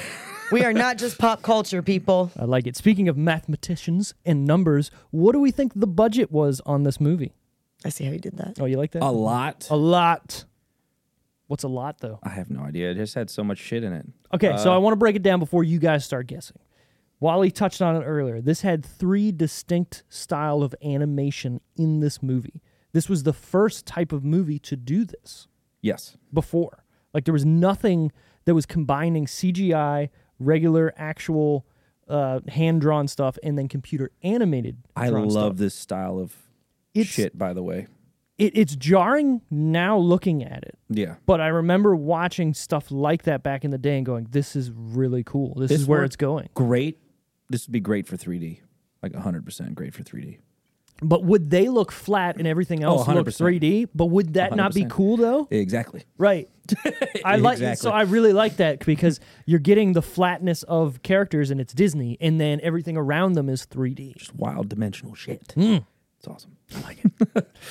C: We are not just pop culture people.
B: I like it. Speaking of mathematicians and numbers, what do we think the budget was on this movie?
C: I see how you did that.
B: Oh, you like that?
A: A lot.
B: A lot. What's a lot though?
A: I have no idea. It just had so much shit in it.
B: Okay,
A: Uh,
B: so I want to break it down before you guys start guessing. Wally touched on it earlier. This had three distinct style of animation in this movie. This was the first type of movie to do this
A: Yes.
B: before. Like there was nothing that was combining CGI, regular, actual, uh, hand drawn stuff, and then computer animated.
A: I
B: drawn
A: love
B: stuff.
A: this style of
B: It's-
A: shit, by the way.
B: It, it's jarring now looking at it.
A: Yeah.
B: But I remember watching stuff like that back in the day and going, "This is really cool. This,
A: This
B: is where
A: worked
B: it's going."
A: Great. This would be great for 3D. Like 100% great for 3D.
B: But would they look flat and everything else look
A: 100%.
B: 3D? But would that not be
A: 100%.
B: cool though?
A: Exactly.
B: Right. I like so
A: Exactly.
B: I really like that because you're getting the flatness of characters and it's Disney and then everything around them is 3D.
A: Just wild dimensional shit. It's awesome.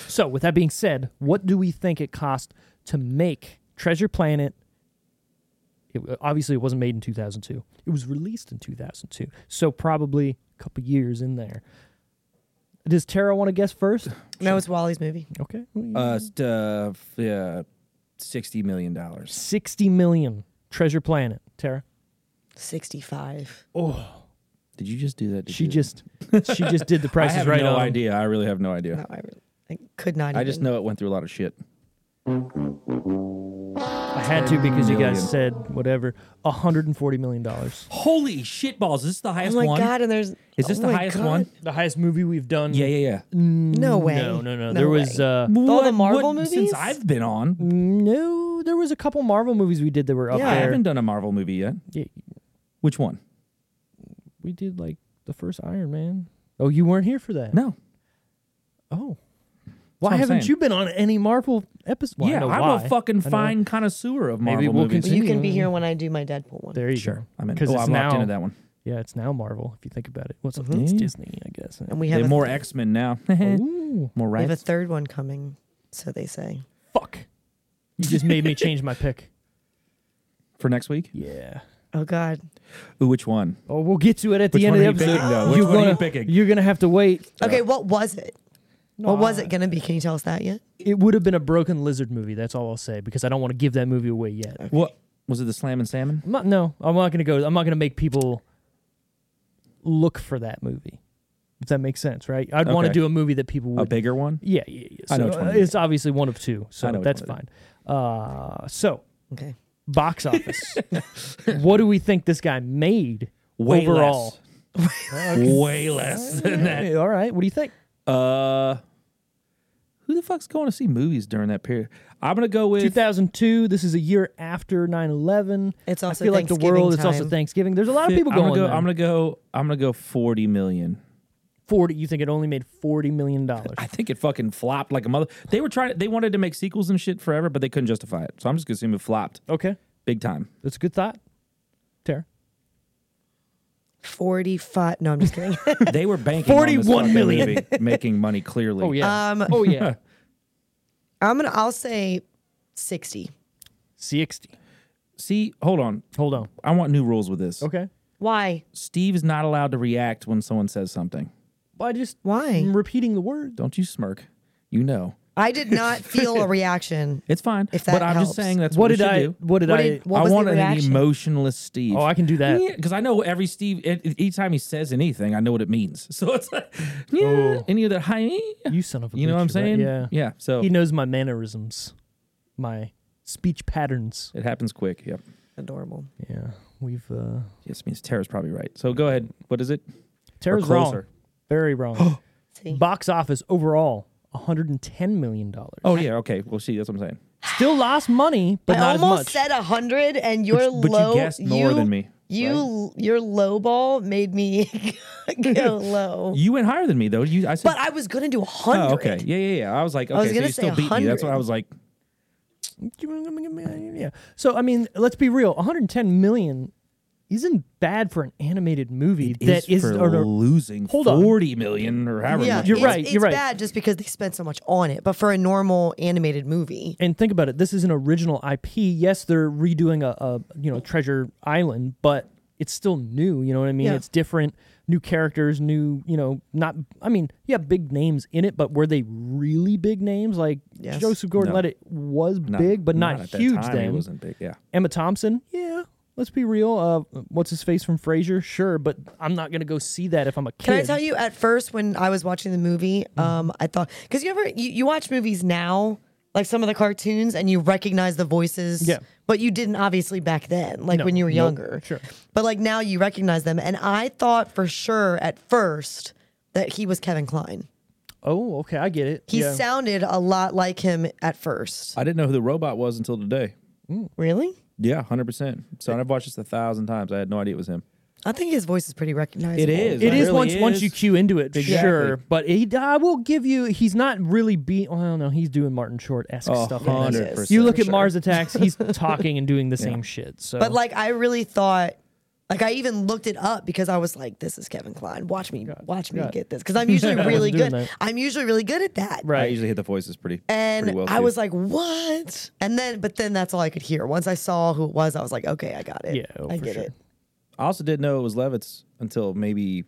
B: So with that being said, what do we think it cost to make Treasure Planet? It, obviously it wasn't made in 2002. It was released in 2002. So probably a couple years in there. Does Tara want to
A: <sighs>
B: guess first?
C: No, it's Wally's movie.
B: Okay.
A: Uh, st- uh, f- yeah, $60 million.
B: 60 million Treasure Planet. Tara.
C: 65.
A: Did you just do that? Did
B: She
A: you- <laughs>
B: just she just did the
A: I
B: prices
A: have
B: right
A: no
B: on.
A: idea. I really have no idea.
C: No, I, really, I could not even.
A: I just know it went through a lot of shit.
B: I had to because you guys
A: Million.
B: said whatever. 140 million dollars.
D: Holy shit balls! Is this the
C: Oh
D: highest
C: my
D: one?
C: God, and there's.
D: Is this
C: oh
D: the
C: my
D: highest
C: God.
D: one?
B: The highest movie we've done.
A: Yeah, yeah, yeah.
C: No way.
B: Mm, No, no, no. there was
C: way.
B: uh
C: With all the
A: What-
C: Marvel
A: what-
C: movies?
A: Since I've been on,
B: no, there was a couple Marvel movies we did that were up
C: Yeah.
A: I
C: Fair.
A: haven't done a Marvel movie yet.
B: there.
A: Which one?
B: We did like the first Iron Man. Oh, you weren't here for that.
A: No.
B: Oh. Why
A: I'm
B: haven't
A: saying.
B: you been on any Marvel episode? Well, I
A: yeah,
B: know
A: I'm
B: why.
A: a
B: I
A: fucking
B: know.
A: fine connoisseur of Marvel
B: Maybe we'll
A: movies.
C: Well, you can be here when I do my Deadpool one.
B: There you
A: Sure,
B: go.
A: I'm in.
B: 'Cause
A: Oh,
B: it's
A: I'm locked
B: now-
A: into that one.
B: Yeah, it's now Marvel if you think about it. Mm-hmm. What's
A: Mhm.
B: it's Disney, I guess.
C: And we
A: They
C: have,
A: have
C: a,
A: more X Men now.
B: Oh. Ooh,
A: <laughs> more
C: we have a
A: rights.
C: third one coming, so they say.
B: fuck. You just made me change my pick.
A: for next week.
B: <laughs> Yeah.
C: Oh, God.
A: Ooh, which one?
B: Oh, we'll get to it at
A: Which
B: the end
A: one
B: of the
A: are you
B: episode.
A: picking, though? Which
B: you're
A: one are you
B: gonna,
A: picking?
B: You're gonna have to wait.
C: Okay, what was it? what was it going to be? Can you tell us that yet?
B: It would have been a broken lizard movie. That's all I'll say because I don't want to give that movie away yet. I'm
A: What was it? The Slam and Salmon?
B: not, no, I'm not gonna go. I'm not gonna make people look for that movie. If that makes sense, right? I'd want to
A: Okay.
B: do a movie that people
A: A
B: would.
A: bigger one?
B: yeah, yeah, yeah. So
A: I know which one
B: uh,
A: it is.
B: it's obviously one of two, so
A: I know which
B: that's
A: one
B: fine. Uh, so
C: Okay.
A: <laughs>
B: box office. what do we think this guy made
A: Way
B: overall?
D: Way less.
B: Hey, all right, what do you think?
A: Uh, who the fuck's going to see movies during that period? I'm gonna go with.
B: 2002. This is a year after 9/11.
C: It's also
B: I feel like the
C: Thanksgiving
B: world. It's also
C: time.
B: Thanksgiving. There's a lot of
A: I'm
B: people going.
A: gonna go.
B: there.
A: I'm gonna go. I'm gonna go 40 million.
B: 40. You think it only made 40 million dollars?
A: I think it fucking flopped like a mother. They were trying. They wanted to make sequels and shit forever, but they couldn't justify it. So I'm just gonna assume it flopped
B: Okay,
A: big
B: <laughs>
A: time.
B: that's a good thought. Tara,
C: 45. No, I'm just <laughs> kidding.
A: They were banking 41
B: 41 million.
A: movie, making money clearly.
B: <laughs> Oh yeah.
C: Um,
B: oh yeah. <laughs>
C: I'm going to, I'll say 60.
B: 60.
A: See, hold on.
B: Hold on.
A: I want new rules with this.
B: Okay.
C: Why?
A: Steve's not allowed to react when someone says something.
B: Well, I just
C: Why?
B: I'm repeating the word.
A: Don't you smirk. You know.
C: I did not feel a reaction.
A: It's fine.
C: If that
A: but I'm
C: helps.
A: just saying that's
B: What
A: what, we
B: did
A: should
B: I?
A: do.
B: What did
C: What
B: I?
C: did- what was
A: I
C: the
A: wanted an
C: reaction?
A: emotionless Steve.
B: Oh, I can do that.
A: Because I know every Steve, e- e- each time he says anything, I know what it means. <laughs> So it's like, yeah, any of that, hi,
B: You son of a.
A: you know
B: bitch,
A: what I'm
B: you're
A: saying?
B: right. Yeah.
A: Yeah. So
B: He knows my mannerisms, my speech patterns.
A: it happens quick. Yep.
C: <laughs> Adorable.
B: Yeah. We've. uh
A: Yes, means Tara's probably right. So go ahead. What is it?
B: Tara's
A: Or
B: wrong.
A: closer.
B: Very
C: <gasps>
B: wrong.
C: See?
B: Box office overall, 110 million dollars.
A: Oh yeah. Okay. Well, see, that's what I'm saying.
B: Still lost money, but
C: I
B: not as
C: almost
B: much.
C: said a hundred, and your
A: But you
C: low.
A: guessed more than me,
C: You your low ball made me <laughs>
A: <laughs>
C: go low.
A: You went higher than me though. You, I said.
C: But I was gonna do a hundred.
A: oh, okay. Yeah, yeah, yeah. I was like, okay,
C: was
A: so
C: gonna
A: you
C: say
A: still beat me. That's
C: 100.
A: what I was like.
B: yeah. So I mean, let's be real. 110 million isn't bad for an animated movie
A: It
B: that
A: is
B: is
A: for
B: or no,
A: losing
B: Hold on.
A: forty million or however
C: Yeah,
A: much.
B: You're
A: it
C: it's-
A: was.
B: right,
C: It's
B: you're right.
C: bad just because they spent so much on it. But for a normal animated movie,
B: and think about it this is an original ip yes they're redoing a, a you know treasure island but it's still new you know what i mean
C: Yeah.
B: it's different new characters new you know not i mean yeah big names in it but were they really big names like
C: Yes.
B: joseph gordon-levitt was
A: No,
B: big but not,
A: at that
B: huge
A: time,
B: then
A: It wasn't big. Yeah.
B: emma thompson yeah let's be real uh what's his face from frasier sure but i'm not gonna go see that if i'm a kid
C: Can I tell you? At first, when I was watching the movie,
B: Mm-hmm.
C: um, I thought because you ever you, you watch movies now, like some of the cartoons, and you recognize the voices.
B: Yeah.
C: But you didn't obviously back then, like
B: No,
C: when you were
B: nope,
C: younger.
B: sure.
C: But like now, you recognize them, and I thought for sure at first that he was Kevin Klein.
B: oh okay i get it
C: He
B: yeah.
C: sounded a lot like him at first.
A: I didn't know who the robot was until today.
C: Really?
A: Yeah, hundred percent. So I've watched this a thousand times. I had no idea it was him.
C: I think his voice is pretty recognizable.
A: It is.
B: It
A: It
B: is
A: really
B: once once
A: is.
B: you cue into it,
A: Exactly.
B: sure. But he, I will give you, he's not really being. Well, no, he's doing Martin Short esque
A: A
B: stuff. in this.
A: Oh, hundred
C: is.
A: percent.
B: You look
C: for
B: at
C: sure.
B: Mars Attacks;
A: <laughs>
B: he's talking and doing the same shit. So,
C: But like, I really thought. Like I even looked it up because I was like, "This is Kevin Klein. Watch me, watch me
B: God.
C: get this." Because I'm
B: <laughs>
C: usually really
B: doing
C: good.
B: that.
C: I'm usually really good at that.
A: I
B: right,
A: usually hit the voices pretty.
C: And
A: pretty well
C: I
A: too.
C: was like, "What?" And then, but then that's all I could hear. Once I saw who it was, I was like, "Okay, I got it.
B: Yeah, oh,
C: I
B: for
C: get
B: sure.
C: it."
A: I also didn't know it was Levitz until maybe,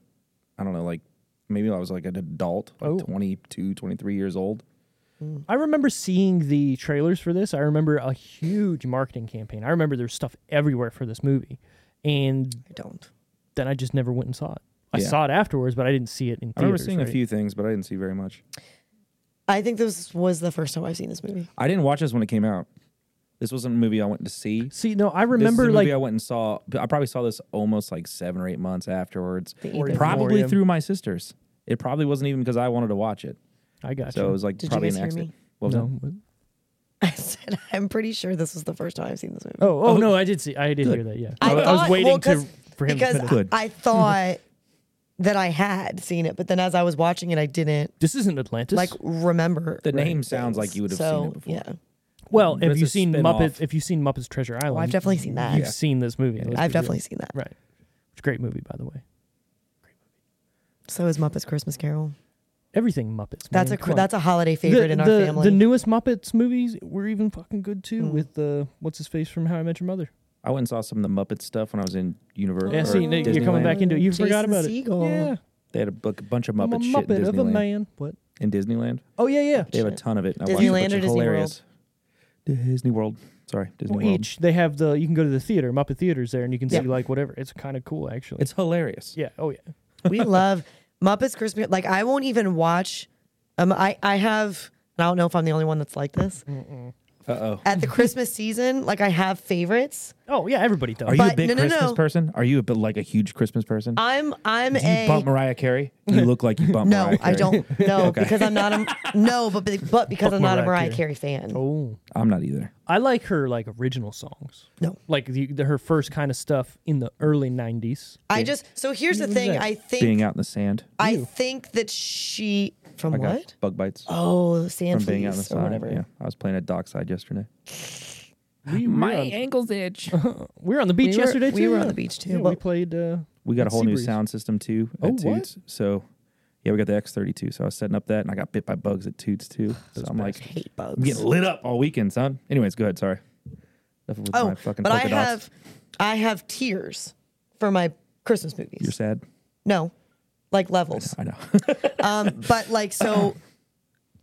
A: I don't know, like maybe I was like an adult, like
B: Oh.
A: 22, 23 years old.
B: I remember seeing the trailers for this. I remember a huge marketing campaign. I remember there's stuff everywhere for this movie, and
C: I don't.
B: then I just never went and saw it. I
A: Yeah.
B: saw it afterwards, but I didn't see it in
A: I remember
B: theaters.
A: seeing
B: right?
A: a few things, but I didn't see very much.
C: I think this was the first time I've seen this movie. <laughs>
A: I didn't watch this when it came out. This wasn't a movie I went to see.
B: See, no, I
A: This is
B: remember
A: a
B: like
A: movie I went and saw. I probably saw this almost like seven or eight months afterwards.
C: Or even
A: Probably
B: more.
A: through my sisters. It probably wasn't even because I wanted to watch it.
B: I got
A: So it
B: you.
A: was like
C: Did you
A: probably
C: guys
A: an
C: hear
A: accident.
C: me?
A: What was that?
B: No.
C: I said, "I'm pretty sure this was the first time I've seen this movie."
B: Oh, oh, no, I did see. I did hear that. Yeah,
C: I,
B: wa-
C: thought,
B: was waiting
C: well,
B: to
C: 'cause-
B: for him
C: because
B: to finish.
A: Good.
C: I, I thought that I had seen it, but then as I was watching it, I didn't
B: This isn't Atlantis.
C: like remember.
A: The name sounds like you would have
C: so,
A: seen it before.
C: Yeah,
B: well,
A: But
B: if
A: it's
B: you've
A: a
B: seen
A: spin-off.
B: Muppets, if you've seen Muppets Treasure Island,
C: I've definitely seen that.
B: You've seen this movie. let's
C: I've
B: be real.
C: definitely seen that.
B: right. It's a great movie, by the way.
C: So is Muppets Christmas Carol.
B: Everything Muppets.
C: That's
B: man, come
C: a cr-
B: on.
C: that's a holiday
B: The-
C: favorite in our
B: the-
C: family. Mm.
B: The newest Muppets movies were even fucking good too. With the what's his face from How I Met Your Mother.
A: I went and saw some of the Muppet stuff when I was in Universal.
B: Yeah, see, Nick, you're coming
A: Disneyland.
B: back into it. You forgot
C: Jason
B: about
C: Segel.
B: it. Yeah,
A: They had a, bu- bunch of
B: I'm a
A: Muppet shit in
B: Muppet of a
A: Disneyland.
B: man. What?
A: in Disneyland.
B: Oh yeah, yeah.
A: They have a <laughs>
C: Shit.
A: ton of it. and I watched a
C: Disneyland
A: bunch
C: or
A: of
C: Disney World?
A: hilarious- Disney World. Sorry, Disney
B: Well,
A: World.
B: each they have the. You can go to the theater, Muppet theaters there, and you can
C: Yeah.
B: see like whatever. It's kind of cool actually.
A: It's hilarious.
B: yeah. Oh yeah.
C: we love Muppets Christmas. Like I won't even watch. Um, I I have. and I don't know if I'm the only one that's like this.
A: Uh oh.
C: At the <laughs> Christmas season, like I have favorites.
B: Oh yeah. Everybody does.
A: Are you a
C: But-
A: big
C: no, no,
A: Christmas
C: no.
A: person? Are you a bit like a huge Christmas person?
C: I'm I'm
A: Do
C: a
A: you bump Mariah Carey? You look like you bump
C: <laughs> no,
A: Mariah Carey.
C: I don't. No,
A: Okay.
C: because I'm not a no, but be- but because I'm not a
B: Mariah
C: Mariah Carey fan.
B: Oh,
A: <laughs> I'm not either.
B: I like her like original songs.
C: No.
B: like the, the, her first kind of stuff in the early '90s.
C: I just so here's the thing. I
A: Being
C: think
A: out in the sand.
C: I think that she from
A: I got
C: what?
A: bug bites
C: Oh, sand
A: from being out in the
C: fleas or
A: sand.
C: whatever.
A: Yeah, I was playing at dockside yesterday.
B: We, we, were, on,
D: ankles itch.
B: <laughs> we were on the beach
C: were-
B: yesterday too.
C: we were on
B: yeah.
C: the beach, too,
B: Yeah, we
C: but-
B: played. Uh,
A: We got a
B: at
A: whole new
B: Seabreeze.
A: sound system too at
B: Oh, what?
A: Toots. So yeah, we got the X32. So I was setting up that, and I got bit by bugs at Toots too. So I'm like,
C: Hate
A: I'm
C: bugs.
A: getting lit up all weekend, son. Anyways, go ahead. Sorry. Enough with
C: Oh,
A: my fucking
C: but I
A: polka dots.
C: have I have tears for my Christmas movies.
A: You're sad.
C: No, like levels.
A: I know. <laughs>
C: Um, but
A: <coughs>
C: like so,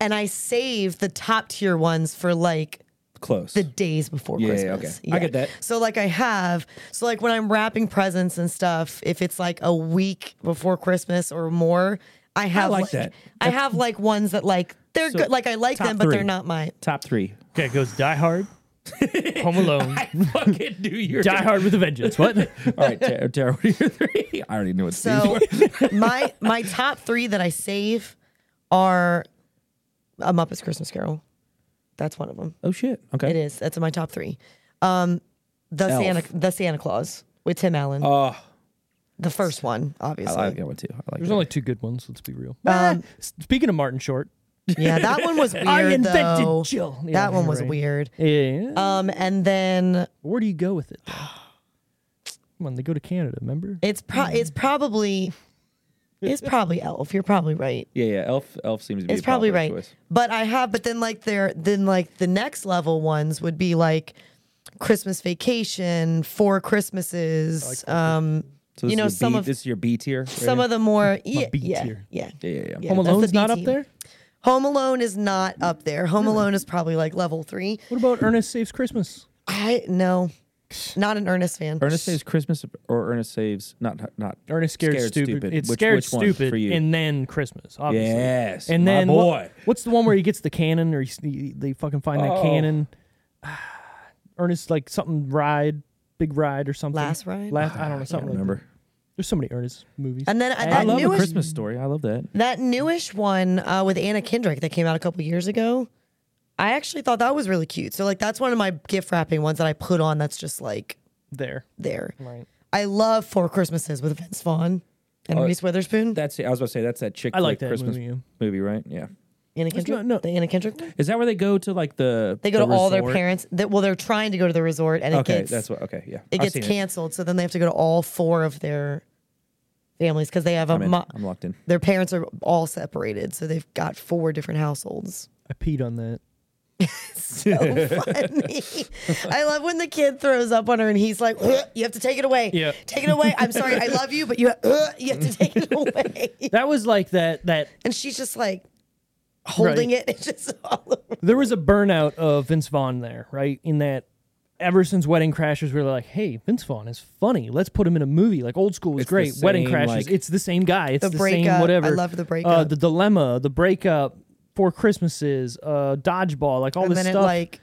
C: and I save the top tier ones for like
A: Close.
C: the days before
A: Yeah, yeah,
C: Christmas.
A: okay. I get that.
C: So like I have so like when I'm wrapping presents and stuff, if it's like a week before Christmas or more, I have
A: like that.
C: I have like ones that like they're
A: So,
C: good. Like I like
A: top
C: them, but
A: three.
C: they're not my.
A: Top
C: <laughs>
A: three.
B: okay, it goes Die <laughs> Hard, Home Alone,
A: Fucking do your
B: Die Hard with a Vengeance. <laughs> What?
A: <laughs> All right, Tara, Tara, what are your three? <laughs> I already knew what these
B: <laughs>
C: So
A: were.
C: my my top three that I save are a Muppets Christmas Carol. That's one of them.
A: Oh shit. Okay.
C: It is. That's in my top three. Um, the
A: Elf.
C: Santa, the Santa Claus with Tim Allen.
B: Ah.
A: Oh,
C: the first one,
A: I
C: obviously.
A: like that one too. I like
B: There's
A: that.
B: only two good ones. Let's be real.
A: Um,
B: Ah, s- speaking of Martin Short,
C: yeah, that one was
B: <laughs>
C: weird.
B: I invented
C: though.
B: Jill. Yeah,
C: that one
B: you're
C: was
A: Uh,
B: right.
C: weird.
B: Yeah.
C: Um, and then
B: Where do you go with it? though? when they go to Canada, remember?
C: It's pro- it's probably it's probably Elf. You're probably right.
A: Yeah, yeah. Elf, Elf seems to be.
C: It's
A: a
C: probably
A: popular
C: right.
A: Choice.
C: But I have but then like there then like the next level ones would be like Christmas Vacation, Four Christmases, um
A: So this
C: you know
A: is your
C: some
A: B,
C: of
A: this is your B tier. Right
C: some of
A: <laughs>
C: the more yeah,
B: B
C: yeah,
B: tier.
C: yeah.
A: here? yeah, yeah, yeah.
C: yeah,
B: Home
C: that's the
B: Alone's not
C: B
B: up
C: tier.
B: there.
C: Home Alone is not up there.
A: Hmm.
C: Home Alone is probably like level 3.
B: What about Ernest Saves Christmas?
C: I no. Not an Ernest fan.
A: Ernest saves Christmas or Ernest saves not not
B: Ernest Scared, Stupid. It's
A: Which-
B: Scared
A: which one
B: Stupid,
A: for you.
B: and then Christmas, obviously.
A: Yes,
B: and
A: my
B: then
A: boy.
B: what- what's the one where he gets the cannon, or he's- he, they fucking find that
A: Oh.
B: cannon? <sighs> Ernest like something ride, big ride or something.
C: Last Ride?
B: Last <sighs> I don't know
A: I
B: something.
A: don't
B: like
A: remember.
B: that. There's so many Ernest movies.
C: And then uh,
A: I
C: that
A: love a
C: newest
A: Christmas story. I love that.
C: That newish one uh, with Anna Kendrick that came out a couple years ago, I actually thought that was really cute. So like that's one of my gift wrapping ones that I put on. That's just like
B: there,
C: there.
B: right?
C: I love Four Christmases with Vince Vaughn and Reese Witherspoon.
A: That's the, I was about to say that's that chick.
B: I
A: flick
B: like that
A: Christmas
B: movie, yeah.
A: right? Yeah.
C: Anna Kendrick.
B: not- no.
C: The Anna Kendrick. one?
A: Is that where they go to like the?
C: They go
A: the
C: to all their
A: resort?
C: parents. That well, they're trying to go to the resort and it
A: Okay,
C: gets
A: that's what. Okay, yeah.
C: it
A: I've
C: gets
A: seen
C: canceled. So then they have to go to all four of their families because they have a
A: I'm, in.
C: mo-
A: I'm locked in.
C: their parents are all separated. So they've got four
A: <laughs>
C: different households.
B: I peed on that.
C: so funny. I love when the kid throws up on her and he's like, "Ugh, "You have to take it away.
B: Yeah.
C: Take it away. I'm sorry. I love you, but you ugh, you have to take
A: <laughs>
C: it away."
B: That was like that. That
C: And she's just like holding
B: Right.
C: it. <laughs> It's just all over.
B: there was a burnout of Vince Vaughn there, right? In that, ever since Wedding Crashers, we were like, hey, Vince Vaughn is funny. Let's put him in a movie. Like old school was
A: It's the
B: great. Wedding
A: same,
B: Crashers,
A: like-
B: it's the same guy. It's
C: The
B: the,
C: breakup.
B: same whatever.
C: I love the
B: Uh,
C: breakup.
B: the dilemma, the breakup, Four Christmases, uh, dodgeball, like all
C: And
B: this
C: then
B: stuff.
C: it like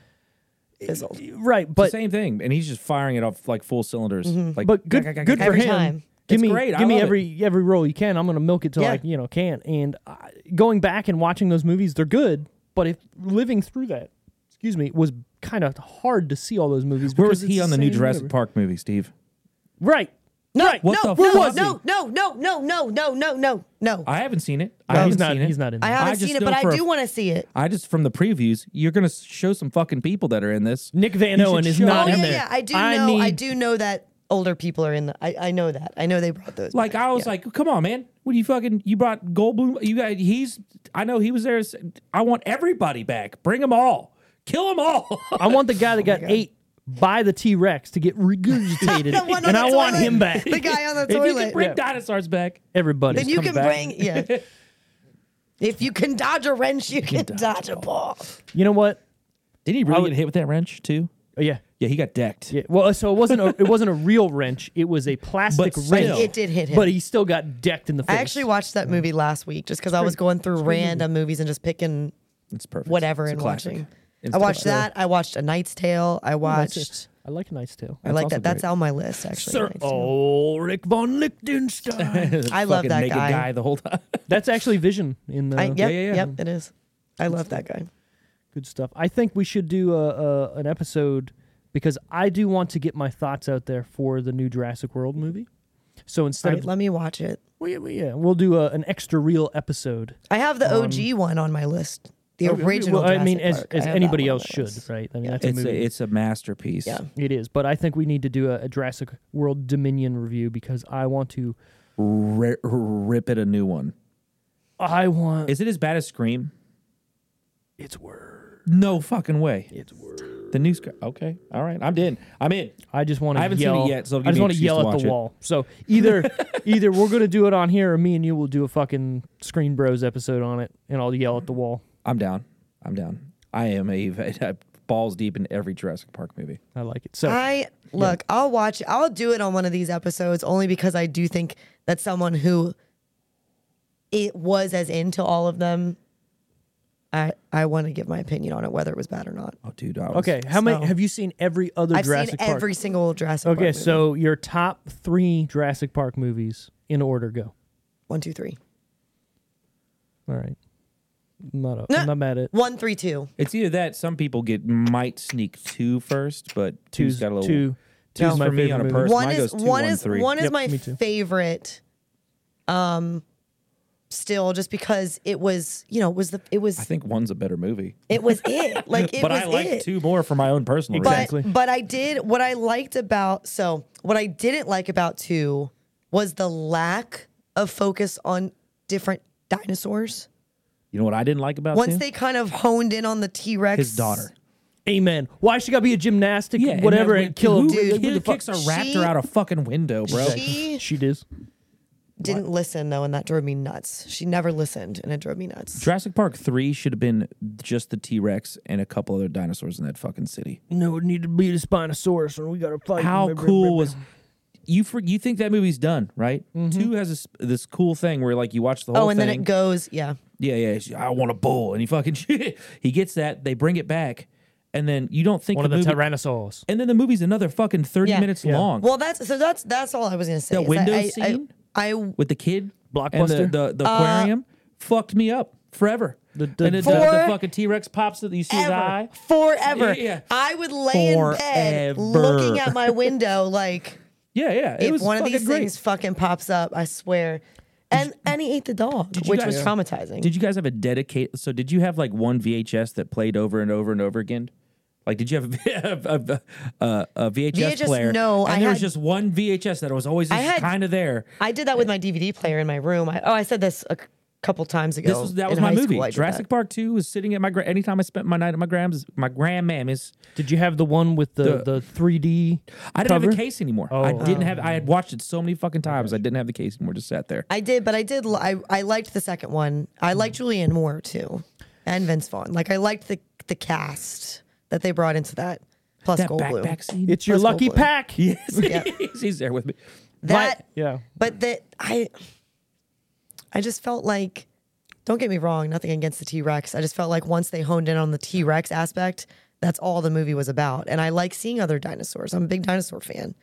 C: fizzled.
B: right, but
A: Same thing, and he's just firing it off like full cylinders.
C: Mm-hmm.
A: Like,
B: but good, good for
C: Every
B: him.
C: time.
B: Give
A: It's
B: me,
A: great. I
B: give me
A: love
B: every every role you can. I'm gonna milk it till
C: Yeah.
B: I you know can. And uh, going back and watching those movies, they're good. But if living through that, excuse me, was kind of hard to see all those movies.
A: where was
B: because
A: he
B: it's
A: on the new
B: same
A: Jurassic
B: universe.
A: Park movie, Steve?
B: Right.
C: No,
B: right.
A: what
C: no,
A: the fuck
C: no,
A: was
C: no, no, no, no, no, no, no, no, no.
A: I haven't seen it. I
B: No,
A: haven't
B: he's not.
A: seen it.
B: He's not in.
C: I
B: There.
C: haven't
A: I just
C: seen it,
A: know
C: but I
A: for a-
C: do want to see it.
A: I just from the previews, you're gonna show some fucking people that are in this.
B: Nick Van
A: You should
B: Owen is
A: show-
B: not
C: Oh
B: in
C: yeah,
B: there.
C: yeah. I do
B: I
C: know. I
B: need-
C: do know that older people are in the. I, I know that. I know they brought those.
A: Like
C: back.
A: I was like, come on, man. What do you fucking? You brought Goldblum. You got he's. I know he was there. I want everybody back. Bring them all. Kill them all.
B: I want the guy that
A: Oh
B: got ate by the T Rex to get regurgitated,
C: <laughs> The one on
B: and
A: <laughs>
C: the
B: I want
C: toilet.
B: him back.
C: The guy on the
A: if you can
C: toilet.
A: bring dinosaurs back,
B: Everybody.
C: then you
B: come
C: can
B: back.
C: bring yeah. if you can dodge a wrench, you, can, dodge, a ball.
B: You know what?
A: did he
B: I
A: really
B: would-
A: get hit with that wrench too?
B: Oh, yeah.
A: Yeah, he got decked.
B: Yeah. Well, so it wasn't a it wasn't a real wrench. It
C: <laughs>
B: was a plastic
A: But
B: wrench.
A: still.
C: It did hit him.
B: But he still got decked in the face.
C: I actually watched that movie last week just because I was going through random movies and just picking
A: It's perfect.
C: whatever
A: It's a
C: and
A: classic.
C: watching.
A: It's
C: I watched
A: classic.
C: that. I watched A Knight's Tale. I
B: That's
C: watched.
B: it. I like a nice tale.
C: I like
A: also
C: that. That's
A: great.
C: on my list actually.
B: Sir,
C: Knight's Tale.
B: oh, Rick von
C: <laughs>
B: Lichtenstein.
C: I love
A: Fucking
C: that
A: naked
C: guy.
A: the whole time. <laughs>
B: That's actually Vision in uh, the
C: I, yep,
A: yeah, yeah.
C: yep, it is. I love that guy.
B: good stuff. I think we should do a, a, an episode because I do want to get my thoughts out there for the new Jurassic World movie. So instead
C: All right,
B: of
C: let me watch it.
B: we, we- yeah, we'll do a, an extra real episode.
C: I have the OG one on my list. The
B: Um, Well,
C: original.
B: I mean,
C: Jurassic
B: as,
C: Park. I
B: as
C: have that
B: anybody
C: one on
B: else
C: my
B: should,
C: list.
B: right? I mean,
C: Yeah.
B: that's a
A: It's
B: movie.
A: a, it's a masterpiece.
C: Yeah.
B: It is, but I think we need to do a, a Jurassic World Dominion review because I want to.
A: Ri- rip it a new one.
B: I want
A: Is it as bad as Scream?
B: it's word.
A: No fucking way.
B: It's word.
A: The new Scream. Okay. All right. I'm in. I'm in.
B: I just want
A: I
B: to
A: haven't seen it
B: yell.
A: yet, so it'll
B: I
A: give
B: just
A: me an excuse to
B: want to yell at
A: watch
B: the
A: it.
B: wall. So either
A: <laughs>
B: either we're gonna do it on here, or me and you will do a fucking Screen Bros episode on it, and I'll yell at the wall.
A: I'm down. I'm down. I am a <laughs> balls deep in every Jurassic Park movie.
B: I like it. So
C: I look, I'll watch I'll do it on one of these episodes only because I do think that someone who it was as into all of them I I want to give my opinion on it whether it was bad or not.
A: Oh, dude. I was,
B: okay, how many
C: So-
B: have you seen? Every other
C: I've
B: Jurassic
C: seen
B: Park.
C: every single Jurassic Park.
B: okay,
C: movie.
B: so your top three Jurassic Park movies in order. Go.
C: one, two, three.
B: All right. I'm not.
C: No.
B: I'm
A: <laughs>
B: not mad at.
C: One, three, two.
A: It's either that some people get might sneak two first, but two's got a little.
B: two. Two's
A: Two's
B: my
A: for me
B: favorite
A: on a
B: movie.
A: person.
C: One
A: Mine
C: is
A: goes two,
C: one
A: one,
C: is
A: three.
C: one is
B: Yep,
C: my
B: me too.
C: favorite um still just because it was, you know, it was the it
A: I
C: was
A: think one's a better movie.
C: it was
A: <laughs>
C: it. Like it
A: but
C: was
A: I like
C: it.
A: two more for my own personal
C: But
A: reasons.
B: Exactly.
C: but I did what I liked about so what I didn't like about two was the lack of focus on different dinosaurs.
A: You know what I didn't like about
C: Once
A: two?
C: they kind of honed in on the T Rex,
A: His daughter.
B: Amen. Why she gotta be a gymnastic,
A: and
B: whatever,
A: that-
B: and kill him?
A: who-
C: Dude,
A: who
C: what
B: the fuck-
A: kicks a raptor
C: She-
A: out a fucking window, bro?
C: She
B: She does.
C: didn't listen though, and that drove me nuts. She never listened, and it drove me nuts.
A: Jurassic Park 3 should have been just the T Rex and a couple other dinosaurs in that fucking city.
B: No, it needed to be the Spinosaurus, and we gotta fight.
A: How cool was. You for, you think that movie's done, right? Two has this, this cool thing where like you watch the whole
C: Oh, and
A: thing.
C: then it goes, yeah.
A: yeah, yeah. it's, I want a bull, and he fucking <laughs> he gets that. They bring it back, and then you don't think
B: One of
A: the
B: the
A: movie,
B: Tyrannosaurs.
A: and then the movie's another fucking thirty
C: Yeah.
A: minutes long.
C: Well, that's so that's that's all I was gonna say.
A: The
C: is that
A: window
C: I, I-
A: scene?
C: I, Uh,
A: with the kid
B: Blockbuster?
A: and the, the, the aquarium fucked me up forever.
B: The- the-
A: and it, the, the
C: For-
A: fucking T Rex pops up. You see his eye.
C: ever, forever.
A: Yeah, yeah.
C: I would lay in bed
A: Forever.
C: looking at my window like
A: Yeah, yeah. <laughs> It
C: if
A: was
C: one of
A: fucking
C: these
A: great.
C: things fucking pops up, I swear. And and he ate the dog,
A: you
C: which
A: guys-
C: was traumatizing.
A: Did you guys have a dedicate? So did you have like one VHS that played over and over and over again? Like, did you have <laughs> a, a, a, a VHS,
C: VHS
A: player?
C: no,
A: and
C: I
A: there was
C: had-
A: just one VHS that was always
C: I
A: just
C: had-
A: kind of there.
C: I did that with my DVD player in my room. I, oh, I said this a c- couple times ago.
A: This was that was
C: in
A: my
C: high
A: movie.
C: school, I did
A: Jurassic
C: that.
A: Park Two was sitting at my gra- anytime I spent my night at my grams my grandmammy's.
B: Did you have the one with the the three D?
A: I didn't have the case anymore. I
B: Oh.
A: didn't have. I had watched it so many fucking times. I didn't have the case anymore. Just sat there.
C: Oh I did, but I did. li- I I liked the second one. I liked
A: Mm.
C: Julianne Moore too, and Vince Vaughn. Like I liked the the cast that they brought into that. Plus
A: that
C: Goldblum.
A: backpack scene.
B: It's your
C: Let's go
B: lucky
C: blue. <laughs>
B: pack. <laughs>
A: yes.
C: Yeah.
A: <laughs> He's there with me.
C: That
B: Yeah.
C: But that I I just felt like don't get me wrong, nothing against the T-Rex. I just felt like once they honed in on the T-Rex aspect, that's all the movie was about. And I like seeing other dinosaurs. I'm a big dinosaur fan.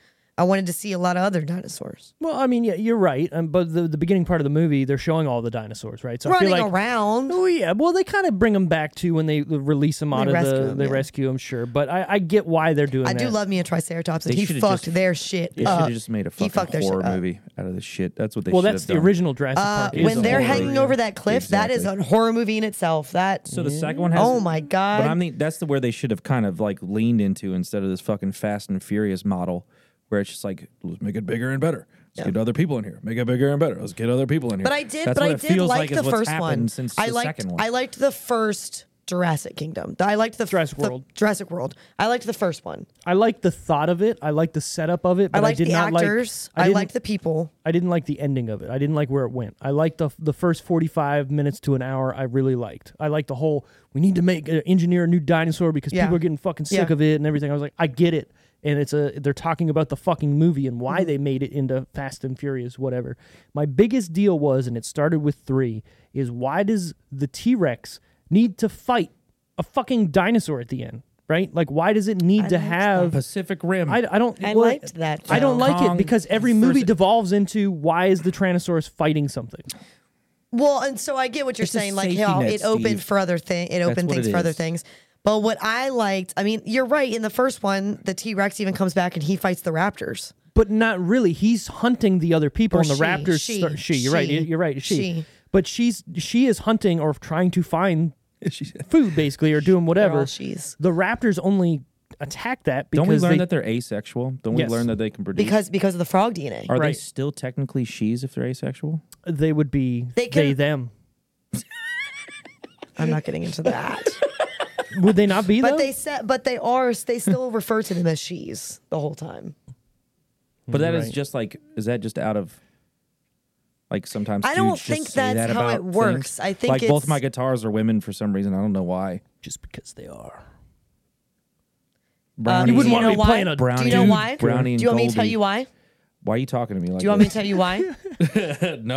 C: I wanted to see a lot of other dinosaurs
B: Well, I mean, yeah, you're right. Um, but the, the beginning part of the movie, they're showing all the dinosaurs, right? So I
C: running
B: feel like,
C: around.
B: Oh yeah, well they kind of bring them back to when they release them out of
C: rescue
B: the
C: 'em,
B: they
C: yeah.
B: rescue them, sure. But I, I get why they're doing
C: I
B: that.
C: do love me a Triceratops, and
A: They
C: he
A: should've
C: fucked
A: just-
C: their shit
A: They should
C: up.
A: have just made a
C: Uh, He fucked
A: fucking
C: their shit
A: horror
C: up.
A: movie out of this shit. That's what they.
B: Well,
A: should
B: that's
A: have
B: the
A: done.
B: original Jurassic
C: Uh,
B: Park. is
C: when
B: a
C: they're
B: horror
C: hanging
B: movie.
C: over that cliff, that is a
A: Exactly.
C: horror movie in itself. That
A: So the second one has.
C: Oh my God.
A: But I mean, that's the where they should have kind of like leaned into instead of this fucking Fast and Furious model, where it's just like let's make it bigger and better. Let's get other people in here. Make it bigger and better. Let's get other people in here. <laughs>
C: But I did.
A: That's
C: but
A: what
C: I
A: it
C: did
A: feels
C: like,
A: is
C: the
A: what's
C: first one.
A: happened Since
C: I
A: the
C: liked.
A: second one.
C: I liked the first Jurassic Kingdom. I liked the
B: Jurassic
C: the-
B: World.
C: Jurassic World. I liked the first one.
B: I like the thought of it. I like the setup of it. But
C: I
B: I,
C: liked
B: did
C: the
B: not
C: actors.
B: like.
C: I,
B: didn't-
C: liked the people.
B: I didn't like the ending of it. I didn't like where it went. I liked the the first 45 minutes to an hour I really liked. I liked the whole we need to make uh, engineer a new dinosaur because
C: Yeah.
B: people are getting fucking sick
C: Yeah.
B: of it and everything. I was like, I get it. And it's a they're talking about the fucking movie and why they made it into Fast and Furious whatever. My biggest deal was and it started with 3 is why does the T-Rex need to fight a fucking dinosaur at the end, right? Like why does it need to
C: liked
B: have
A: Pacific Rim.
B: I, I don't.
C: I
B: well,
C: liked that,
B: I don't
C: though.
B: like it
A: Kong
B: because every movie devolves into why is the Tyrannosaurus fighting something?
C: Well, and so I get what you're
A: It's a
C: saying. Like
A: safety
C: how
A: net,
C: it opened
A: Steve.
C: for other things. It opened
A: what
C: things
A: it
C: for other
A: is.
C: things. But what I liked, I mean, you're right. In the first one, the T Rex even comes back and he fights the Raptors.
B: But not really. He's hunting the other people,
C: Or
B: and the
C: she,
B: Raptors.
C: she,
B: start- she. You're right.
C: she,
B: You're right. She.
C: she.
B: But she's she is hunting or trying to <laughs> find
A: She-
B: food, basically, or doing whatever.
C: all she's.
B: The Raptors only attack that because
A: Don't we learn
B: they,
A: that they're asexual? Don't
B: Yes.
A: we learn that they can produce?
C: Because because of the frog DNA.
A: Are they
B: Right.
A: still technically she's if they're asexual?
B: they would be
C: They
B: they,
C: could-
B: them?
C: I'm not getting
A: <laughs>
C: into that.
B: Would they not be?
C: but
B: though?
C: they said but they are they still refer to them as she's the whole time.
A: But that is
B: Right.
A: just like is that just out of like sometimes
C: I don't
A: dudes just
C: think
A: say
C: that's
A: that
C: how
A: about
C: it works.
A: things.
C: I think
A: like both
C: it's- Um,
A: my guitars are women for some reason. I don't know why.
B: just because they are.
A: Brownie,
B: You wouldn't
C: do
B: want to
C: know
B: be
C: why?
B: playing a
A: Brownie
C: Do you know
A: and-
C: why?
A: Brownie and
C: Do you want me to tell
A: Goldie.
C: you why?
A: Why are you talking to me like
C: Do you want me to
A: this?
C: tell
A: <laughs>
C: you why?
A: no,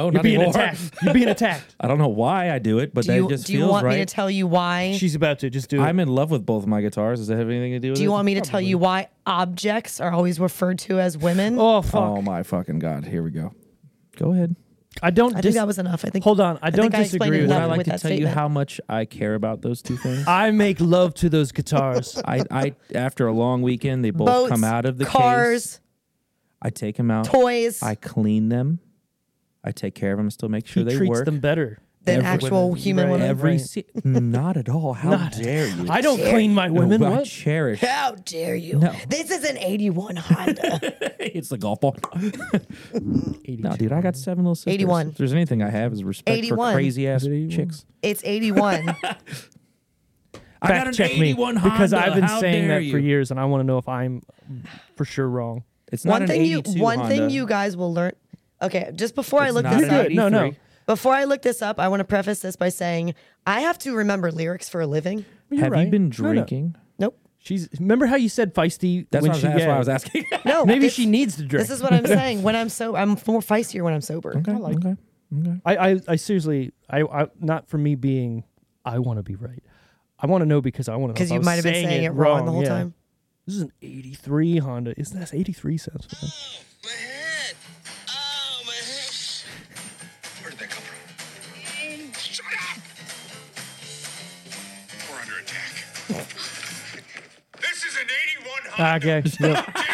B: You're
A: not
B: being
A: anymore.
B: attacked. You're being
C: <laughs>
B: attacked.
A: <laughs> I don't know why I do it, but
C: Do
A: that
C: you,
A: just
C: do you
A: feels
C: want
A: right.
C: me to tell you why?
B: She's about to just do it.
A: I'm in love with both my guitars. Does that have anything to do with it?
C: do you want me to tell you why objects are always referred to as women?
B: oh fuck!
A: Oh my fucking god! Here we go. Go ahead.
B: I don't.
C: I think
B: dis-
C: that was enough. I think.
B: Hold on, I don't
C: think I
B: disagree
C: explained
B: with
A: Would
C: enough
A: I like
C: with
A: to tell
C: that
A: you
C: statement.
A: how much I care about those two
C: <laughs>
A: things?
B: I make love to those
A: <laughs>
B: guitars.
A: I, I after a long weekend, they both
C: boats,
A: come out of the
C: cars,
A: case. I take them out.
C: toys.
A: I clean them. I take care of them. Still make sure
B: He
A: they
B: treats
A: work.
B: them better.
C: Than
A: Every-
C: actual human
B: Right.
C: women.
A: Every
B: Right.
A: se- not at all. How
B: Not-
A: dare you?
B: I don't clean my
A: No,
B: women.
A: I
B: what?
A: cherish.
C: How dare you?
A: No.
C: This is an
A: <laughs>
C: 81 Honda.
A: it's the golf <laughs> ball. no, dude, I got seven little sisters.
C: 81.
A: If there's anything I have is respect
C: 81.
A: for crazy ass
B: Is it 81?
A: chicks.
C: it's 81.
A: I
B: Fact
A: got an
B: check me
A: 81
B: because
A: Honda.
B: I've been
A: How
B: saying
A: dare
B: that for
A: you?
B: years, and I want to know if I'm for sure wrong.
A: It's not
C: one
A: an
C: thing you
A: 82
C: one thing
A: Honda.
C: you guys will learn. Okay, just before I
A: It's
C: look
A: not
C: this
A: an
C: up.
B: No, no.
A: 83.
C: Before I look this up, I want to preface this by saying I have to remember lyrics for a living.
B: You're
A: Have
B: right.
A: you been
B: No, no.
A: drinking?
C: Nope.
B: She's remember how you said feisty
A: That's, what
B: when
A: I was,
B: she
A: that's why
B: yeah.
A: I was <laughs> asking.
C: No.
B: Maybe
C: this-
B: she needs to drink.
C: This is what
B: <laughs>
C: I'm saying. When I'm so I'm more feistier when I'm sober.
A: okay, okay.
B: I, I, I seriously, I, I, not for me being, I want to be right. I want to know because I want to know.
C: Because
B: if I
C: you
B: was
C: might have been saying it wrong the whole
B: yeah.
C: time.
B: This is an 83 Honda. Isn't that 83 sounds? Fun.
E: My head. Oh, my head. Where did that come from? Shut up! We're under attack. this is an 81
B: Ah,
E: Honda.
B: <laughs> okay. Look.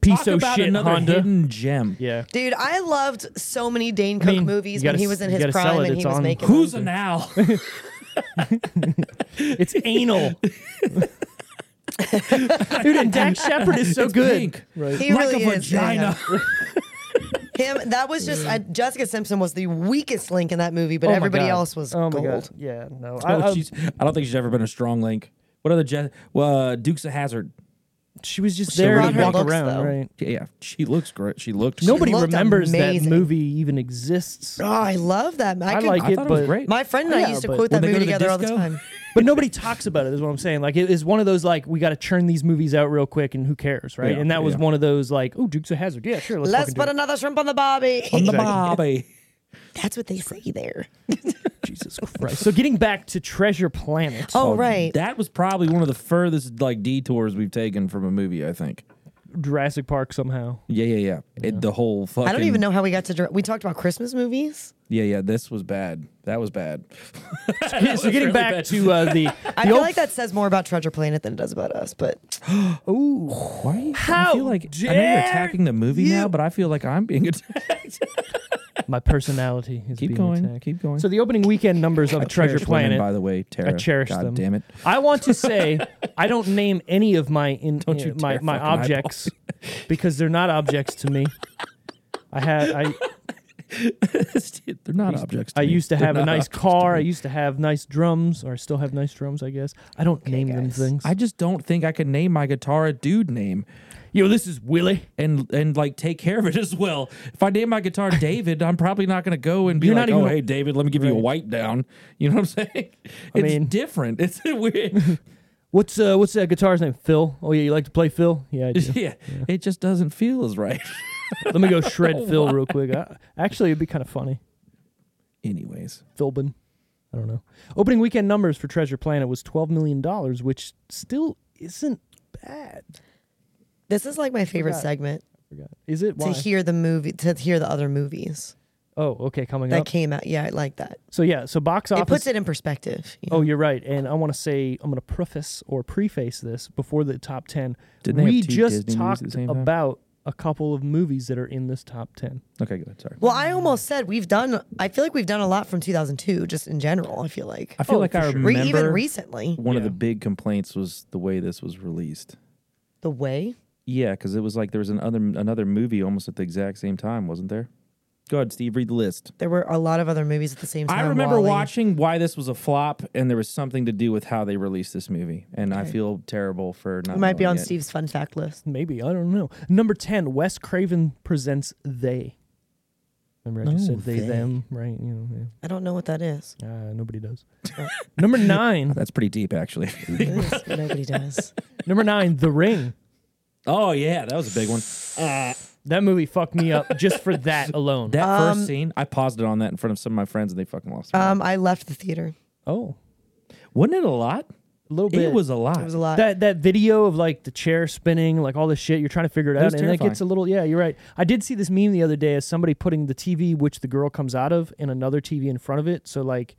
B: Piece
A: Talk
B: of
A: about
B: shit
A: another
B: Honda.
A: hidden gem.
B: Yeah.
C: Dude, I loved so many Dane Cook
B: mean,
C: movies
B: you gotta
C: when he
B: s-
C: was in
B: you
C: his
B: gotta sell
C: prime
B: it,
C: and
B: it's
C: he was
B: on
C: making
B: Hulu.
A: Who's a <laughs> now?
B: It's <laughs> anal. Dude, and Dak Shepard is so good.
A: Pink.
C: them.
B: Right.
C: He
A: Like
C: really
A: a
C: is.
A: vagina.
C: Yeah. Him that was just uh, Jessica Simpson was the weakest link in that movie, but
B: Oh my
C: everybody
B: God.
C: else was
B: oh my
C: gold.
B: God. Yeah, no.
A: <laughs> Oh,
B: I, I,
A: she's- I don't think she's ever been a strong link. What other Je- well, uh, Dukes of Hazard?
B: she was just there
C: brought
B: to
C: her
B: walk
C: looks,
B: around,
C: though.
B: right?
A: Yeah, yeah, she looks great. She looked.
B: Nobody
C: looked
B: remembers
C: amazing.
B: that movie even exists.
C: Oh, I love that. I,
B: I
C: could,
B: like
A: I
B: it,
A: thought it
B: but-
A: was great.
C: My friend and
B: Yeah,
C: I used to
B: but-
C: quote
A: When
C: that
A: they go
C: movie
A: to the
C: together all the
A: disco?
C: time.
B: But nobody talks about it. Is what I'm saying. Like it is one of those like we got to churn these movies out real quick, and who cares, right?
A: Yeah,
B: and that was
A: yeah.
B: one of those like, oh, Dukes of Hazard, yeah, sure, <laughs> let's,
C: Let's
B: fucking
C: put
B: do it. Um,
C: another shrimp on the
B: <laughs>
C: bobby.
A: on the Bobby.
C: That's what they say there.
B: Jesus Christ. so getting back to Treasure Planet.
C: Oh, right.
A: That was probably one of the furthest like detours we've taken from a movie. I think.
B: Jurassic
A: <laughs>
B: Park somehow.
A: Yeah, yeah, yeah. It, the whole fucking.
C: I don't even know how we got to. dir- We talked about Christmas movies.
A: Yeah, yeah. This was bad. That was bad.
B: Yeah, so getting back to
A: <laughs>
B: uh, the,
C: I
B: the
C: feel
B: old
C: like that says more about Treasure Planet than it does about us. But
A: Why? Are you,
B: How
A: I feel like I know
B: dare
A: you're attacking the movie now, but I feel like I'm being attacked.
B: my personality is
A: keep
B: being
A: going.
B: attacked.
A: Keep going.
B: So the opening weekend numbers of
A: I
B: Treasure
A: cherish women,
B: Planet.
A: by the way, Tara.
B: I cherish
A: God
B: them. <laughs>
A: Damn it.
B: I want
A: <laughs>
B: to say I don't name any of my in,
A: Don't you
B: my
A: dare
B: my
A: fucking
B: objects <laughs> because they're not objects
A: <laughs>
B: to me. I had I
A: They're not objects. To
B: I
A: me.
B: used to
A: They're
B: have a
A: not
B: nice
A: objects to
B: car. I
A: me.
B: used to have nice drums, or I still have nice drums, I guess. I don't name them
C: guys.
B: things.
A: I just don't think I could name my guitar a dude name
B: yo, this is Willie.
A: and and like take care of it <laughs> as well. If I name my guitar David, I'm probably not going to go and be
B: You're
A: like,
B: not even-
A: "Oh, hey David, let me give you a wipe down." You know what I'm saying? It's
B: mean-
A: different. It's <laughs>
B: <laughs>
A: weird.
B: What's uh what's that guitar's name? Phil. Oh yeah, you like to play Phil?
A: <laughs>
B: Yeah, I do.
A: yeah, it just doesn't feel as right. <laughs>
B: Let me go
A: Oh,
B: shred Phil real quick. I, actually, it'd be kind of funny.
A: Anyways,
B: Philbin. I don't know. Opening weekend numbers for Treasure Planet was twelve million dollars, which still isn't bad.
C: this is like my favorite segment
B: Is it? Why?
C: to hear the movie, to hear the other movies
B: Oh, okay, coming
C: that
B: up.
C: came out. Yeah, I like that.
B: So yeah, so box office.
C: It puts it in perspective. you know?
B: Oh, you're right. And I want to say I'm going to preface or preface this before the top 10.
A: Didn't they
B: we
A: have two
B: just
A: Disney movies at
B: talked
A: the same time?
B: about a couple of movies that are in this top 10.
A: okay, good. Sorry.
C: Well, I almost said we've done. I feel like we've done a lot from 2002, just in general. I feel like
A: I feel
B: oh,
A: like
B: for
A: I
B: sure.
A: remember
C: Re- even recently,
A: one of
B: Yeah.
A: the big complaints was the way this was released.
C: the way
A: Yeah, because it was like there was another another movie almost at the exact same time, wasn't there? Go ahead, Steve. Read the list.
C: there were a lot of other movies at the same time.
A: I remember
C: Wally.
A: watching why this was a flop, and there was something to do with how they released this movie, and I feel terrible for not.
C: It might be
A: knowing
C: on
A: it.
C: Steve's fun fact list.
B: Maybe, I don't know. Number 10, Wes Craven presents They. Remember I just
A: No,
B: said they,
A: They.
B: them, right? You know,
C: I don't know what
A: <laughs>
C: that is.
B: yeah. uh, nobody does. <laughs> number 9,
A: That's pretty deep, actually.
C: It is.
A: <laughs>
C: Nobody does.
B: number 9, The Ring.
A: oh yeah, that was a big one.
B: That movie fucked me up just
A: <laughs>
B: for that alone.
A: That first scene, I paused it on that in front of some of my friends, and they fucking lost. me.
C: Um, I left the theater.
B: oh,
A: Wasn't it a lot?
B: a little bit.
A: It was a lot.
C: It was a lot.
B: that that video of like the chair spinning, like all this shit. You're trying to figure it out,
A: was
B: and it gets a
A: terrifying.
B: little. Yeah, you're right. I did see this meme the other day as somebody putting the TV, which the girl comes out of, and another TV in front of it. So like,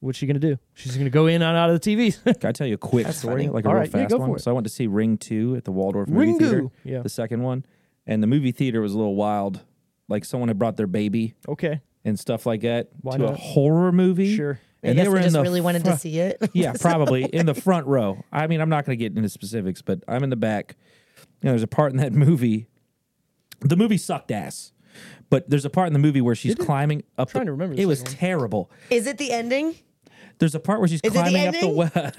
B: what's she gonna do? She's gonna go in and out of the TV.
A: Can I tell you a quick story,
C: funny.
A: like a
B: All
A: real
B: right, yeah,
A: fast
B: go for
A: one?
B: it.
A: So I went to see Ring Two at the Waldorf
B: Ringu.
A: movie theater,
B: Yeah.
A: the second one, and the movie theater was a little wild Like someone had brought their baby
B: <laughs> Okay.
A: and stuff like that
B: Why
A: to a
B: not?
A: horror movie.
B: Sure.
C: I guess they just really wanted to
A: fro-
C: see it. <laughs>
A: yeah, probably in the front row. I mean, I'm not going to get into specifics, but I'm in the back. You know, there's a part in that movie. The movie sucked ass, but there's a part in the movie where she's climbing up.
B: trying
A: the-
B: to remember the
A: It was
B: second one.
A: terrible.
C: Is it the ending?
A: There's a part where she's
C: Is it the
A: climbing up the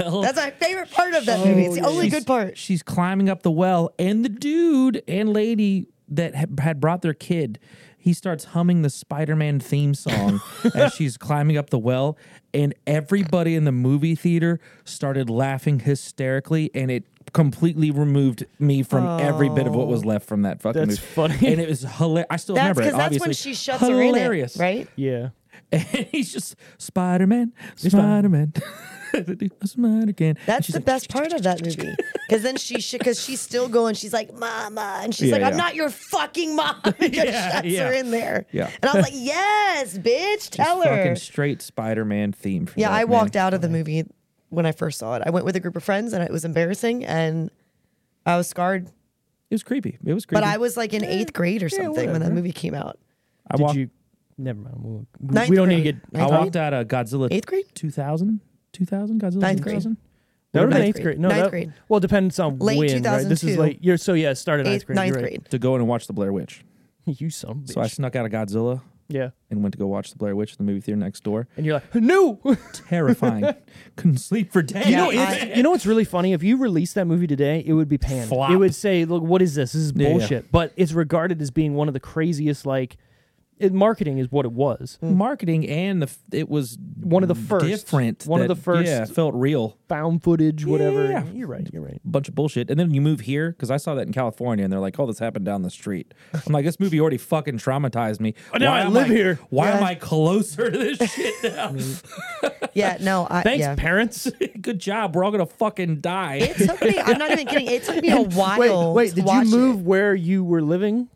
A: well.
C: That's my favorite part of
A: Oh,
C: that movie. It's the only
A: She's-
C: good part.
A: She's climbing up the well, and the dude and lady that ha- had brought their kid, he starts humming the Spider-Man theme
C: <laughs>
A: song as she's climbing up the well, and everybody in the movie theater started laughing hysterically, and it completely removed me from every bit of what was left from that fucking
B: That's
A: movie.
B: funny.
A: and it was hilarious. I still
C: Oh. That's
A: remember it.
C: because that's when
A: obviously.
C: she shuts
A: hilarious.
C: her in it, right?
B: Yeah.
A: <laughs> And he's just Spider-Man, Spider-Man. <laughs> Spider-Man. And
C: That's
A: she's
C: the
A: like,
C: best part of
A: <laughs>
C: that movie. Because then she because she's still going. She's like, "Mama," and she's
A: Yeah,
C: like, "I'm
A: yeah.
C: not your
A: <laughs>
C: fucking mom." <laughs> And just
A: Yeah,
C: shuts
A: yeah.
C: her in there.
A: Yeah.
C: And I
A: <laughs>
C: was like, "Yes, bitch,
A: Just
C: tell her."
A: fucking straight Spider-Man theme. For
C: Yeah,
A: that,
C: I
A: man.
C: walked out of the movie when I first saw it. I went with a group of friends, and it was embarrassing, and I was scarred.
A: It was creepy. It was creepy.
C: But I was like in eighth grade or something when that
B: whatever.
C: movie came out.
A: I
B: Did
A: walked.
B: you? Never mind. We'll, we-
C: Ninth
B: we don't need to
C: grade.
B: get.
A: I
C: Ninth
A: walked out of Godzilla.
C: Eighth grade?
A: 2000? 2000? Godzilla.
C: Ninth grade.
A: 2000?
B: That would have been
C: Ninth
B: eighth grade.
C: grade.
B: No,
C: Ninth
B: that,
C: grade.
B: Well, it depends on
C: Late
B: when. Right? This is
C: 2002.
B: like you're. So yeah, it started ninth
C: Eighth,
B: grade.
C: ninth
B: you're right.
C: grade.
A: To go in and watch the Blair Witch.
B: <laughs> you son of a bitch.
A: So I snuck out of Godzilla
B: yeah.
A: and went to go watch the Blair Witch in the movie theater next
C: <laughs>
A: door.
B: And you're like, no. <laughs>
A: Terrifying. Couldn't sleep for days.
C: Yeah,
A: it-
C: I-
B: you know what's really funny? If you released that movie today, it would be panned.
A: Flop.
B: It would say, "Look, what is this? This is
A: Yeah, yeah.
B: bullshit." But it's regarded as being one of the craziest. Like, it, marketing is what it was.
A: marketing and the f- it was
B: One of the first.
A: Mm, different.
B: One of
A: that-
B: the first.
A: Yeah, it felt real.
B: Found footage, whatever.
A: Yeah.
B: You're right. You're right.
A: bunch of bullshit. And then you move here because I saw that in California, and they're like, "Oh, this happened down the street." I'm like, "This movie already fucking traumatized me.
B: now Oh, I
A: am
B: live here."
A: Why am I closer to this shit now? <laughs>
C: Yeah, no, I
B: Thanks,
C: yeah.
B: parents. <laughs>
A: Good job. We're all gonna fucking die.
C: It took me. I'm not even kidding. It took
A: <laughs>
C: me a while.
B: wait, wait.
C: to
B: Did you
C: watch
B: move
C: it.
B: where you were living?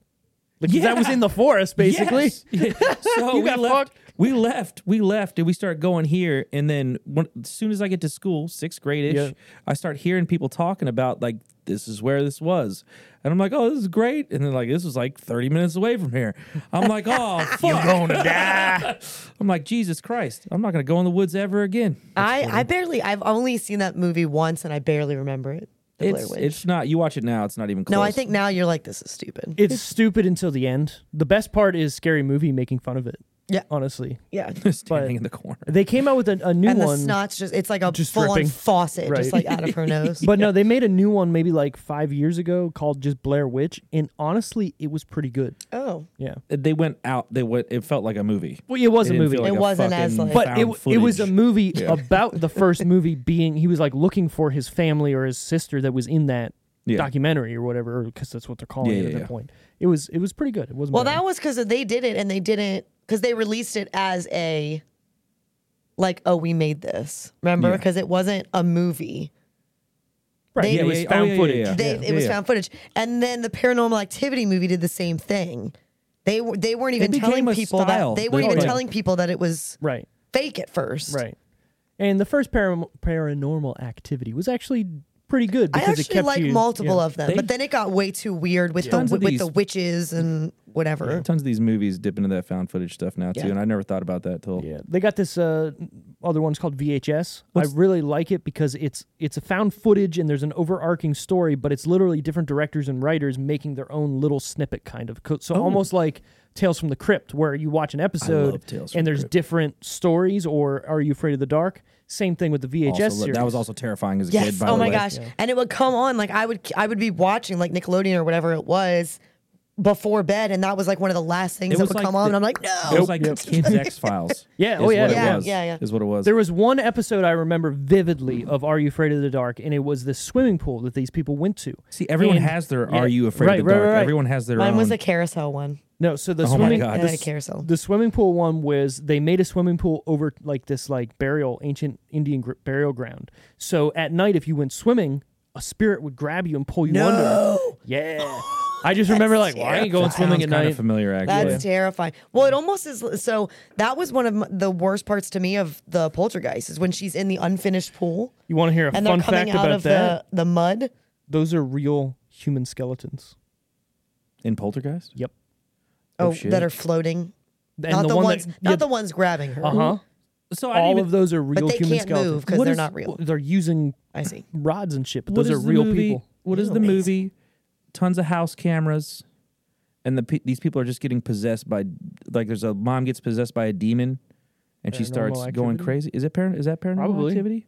B: Like, 'cause that was
A: Yeah.
B: in the forest, basically. <laughs>
A: Yes. Yeah. so
B: You
A: we
B: got
A: left.
B: fucked.
A: We left. We left, and we start going here. And then when, as soon as I get to school, sixth grade ish,
B: Yeah.
A: I start hearing people talking about like this is where this was, and I'm like, oh, this is great. And then like this was like 30 minutes away from here. I'm like,
B: <laughs>
A: oh, fuck. you're gonna die. <laughs> I'm like, Jesus Christ, I'm not gonna go in the woods ever again.
C: I I barely. I've only seen that movie once, and I barely remember it. The Blair
A: It's
C: Witch.
A: it's not. You watch it now, it's not even close.
C: no, I think now you're like this is stupid.
B: It's stupid until the end. The best part is scary movie making fun of it.
C: Yeah.
B: honestly,
A: <laughs>
C: yeah.
A: standing in the corner.
B: they came out with a, a new
C: And the
B: one.
C: snot's just, it's like a
B: Just
C: full
B: dripping.
C: on faucet,
B: Right.
C: just like out
A: <laughs>
C: of her nose.
B: But no, they made a new one maybe like five years ago called just Blair Witch, and honestly, it was pretty good.
C: oh.
B: Yeah,
A: They went out. They went. It felt like a movie.
B: well, it was a
A: didn't
B: movie,
A: feel
C: It
A: a
C: wasn't as,
A: fucking
C: like-
B: but it,
A: found
B: w- it was a
A: footage.
B: movie about the first movie being he was like looking for his family or his sister that was in that
A: Yeah.
B: documentary or whatever, because that's what they're calling
A: Yeah,
B: it at
A: yeah,
B: that
A: yeah.
B: point. It was it was pretty good. It was
C: Well, that was because they did it and they didn't, because they released it as a, like, oh, we made this. Remember?
A: Yeah.
C: Because it wasn't a movie.
B: right.
C: they-
B: it was
A: Yeah, yeah, oh,
B: found
A: yeah, yeah,
B: footage.
A: yeah.
C: They, it was
A: yeah.
C: found footage. And then the Paranormal Activity movie did the same thing. They, were they weren't even
A: became
C: telling
A: a
C: people
A: style.
C: that they weren't
A: They-
C: even
A: Right.
C: telling people that it was
B: Right,
C: fake at first.
B: right. And the first param- paranormal activity was actually pretty good
C: I
B: because it
C: actually
B: kept
C: like
B: you-
C: multiple
B: yeah.
C: of them, but then it got way too weird with
A: Tons
C: the
A: of
C: with
A: these-
C: the witches and whatever.
A: Tons of these movies dip into that found footage stuff now too,
C: Yeah.
A: and I never thought about that till
B: Yeah, they got this uh, other one's called VHS. I really like it because it's it's a found footage and there's an overarching story, but it's literally different directors and writers making their own little snippet kind of. Co- so almost like Tales from the Crypt, where you watch an episode
A: Oh. love Tales from
B: and
A: the
B: there's
A: Crypt.
B: different stories. Or Are You Afraid of the Dark? Same thing with the VHS
A: Also,
B: series.
A: that was also terrifying as a kid.
C: Yes.
A: By
C: Oh
A: the
C: my
A: way.
C: gosh. And it would come on like I would I would be watching like Nickelodeon or whatever it was before bed, and that was like one of the last things
A: It
C: that
A: was
C: would
A: like
C: come on.
A: the-
C: and I'm like,
A: It
C: no.
A: was like kids
B: <laughs>
A: X Files.
B: Yeah, oh, yeah,
C: yeah,
A: it was,
C: yeah, yeah.
A: Is what it was.
B: There was one episode I remember vividly of Are You Afraid of the Dark, and it was this swimming pool that these people went to.
A: See, everyone
B: And-
A: has their
B: Yeah,
A: "Are You Afraid
B: right,
A: of the
B: right,
A: Dark."
B: right, right.
A: Everyone has their
C: Mine
A: own.
C: was a carousel one.
B: No, so the
A: Oh my
B: swimming
A: God.
C: And I
B: the
C: had
B: s-
C: a carousel.
B: The swimming pool one was they made a swimming pool over like this like burial ancient Indian gr- burial ground. So at night, if you went swimming, a spirit would grab you and pull you under.
C: <gasps>
B: Yeah, I just remember like, well, I ain't going swimming at
A: kind
B: night.
A: of familiar actually.
C: That's terrifying. Well, it almost is. So that was one of m- the worst parts to me of the poltergeist is when she's in the unfinished pool
B: You want to hear a
C: and
B: fun
C: they're coming
B: fact
C: out
B: about
C: of
B: that?
C: the the mud.
B: Those are real human skeletons.
A: In Poltergeist,
B: Yep.
C: Oh,
A: shit.
C: that are floating.
B: And
C: not
B: the
C: the,
B: one that-
C: ones,
B: yeah.
C: not the ones grabbing her.
A: Uh-huh.
B: Uh huh.
A: So I
B: All
A: didn't
B: of those are real
C: they
B: human
C: can't
B: skeletons.
C: move 'cause
B: What
C: they're
B: is-
C: not real.
B: They're using
C: I see.
B: rods and shit, but
A: what
B: those are
A: is the
B: real
A: movie-
B: people.
A: What is
C: Ew,
A: the
C: amazing.
A: movie? Tons of house cameras, and the pe- these people are just getting possessed by like there's a mom gets possessed by a demon, and she starts
B: Paranormal
A: going
B: activity?
A: crazy. Is it parent? Is that paranormal
B: Probably.
A: activity?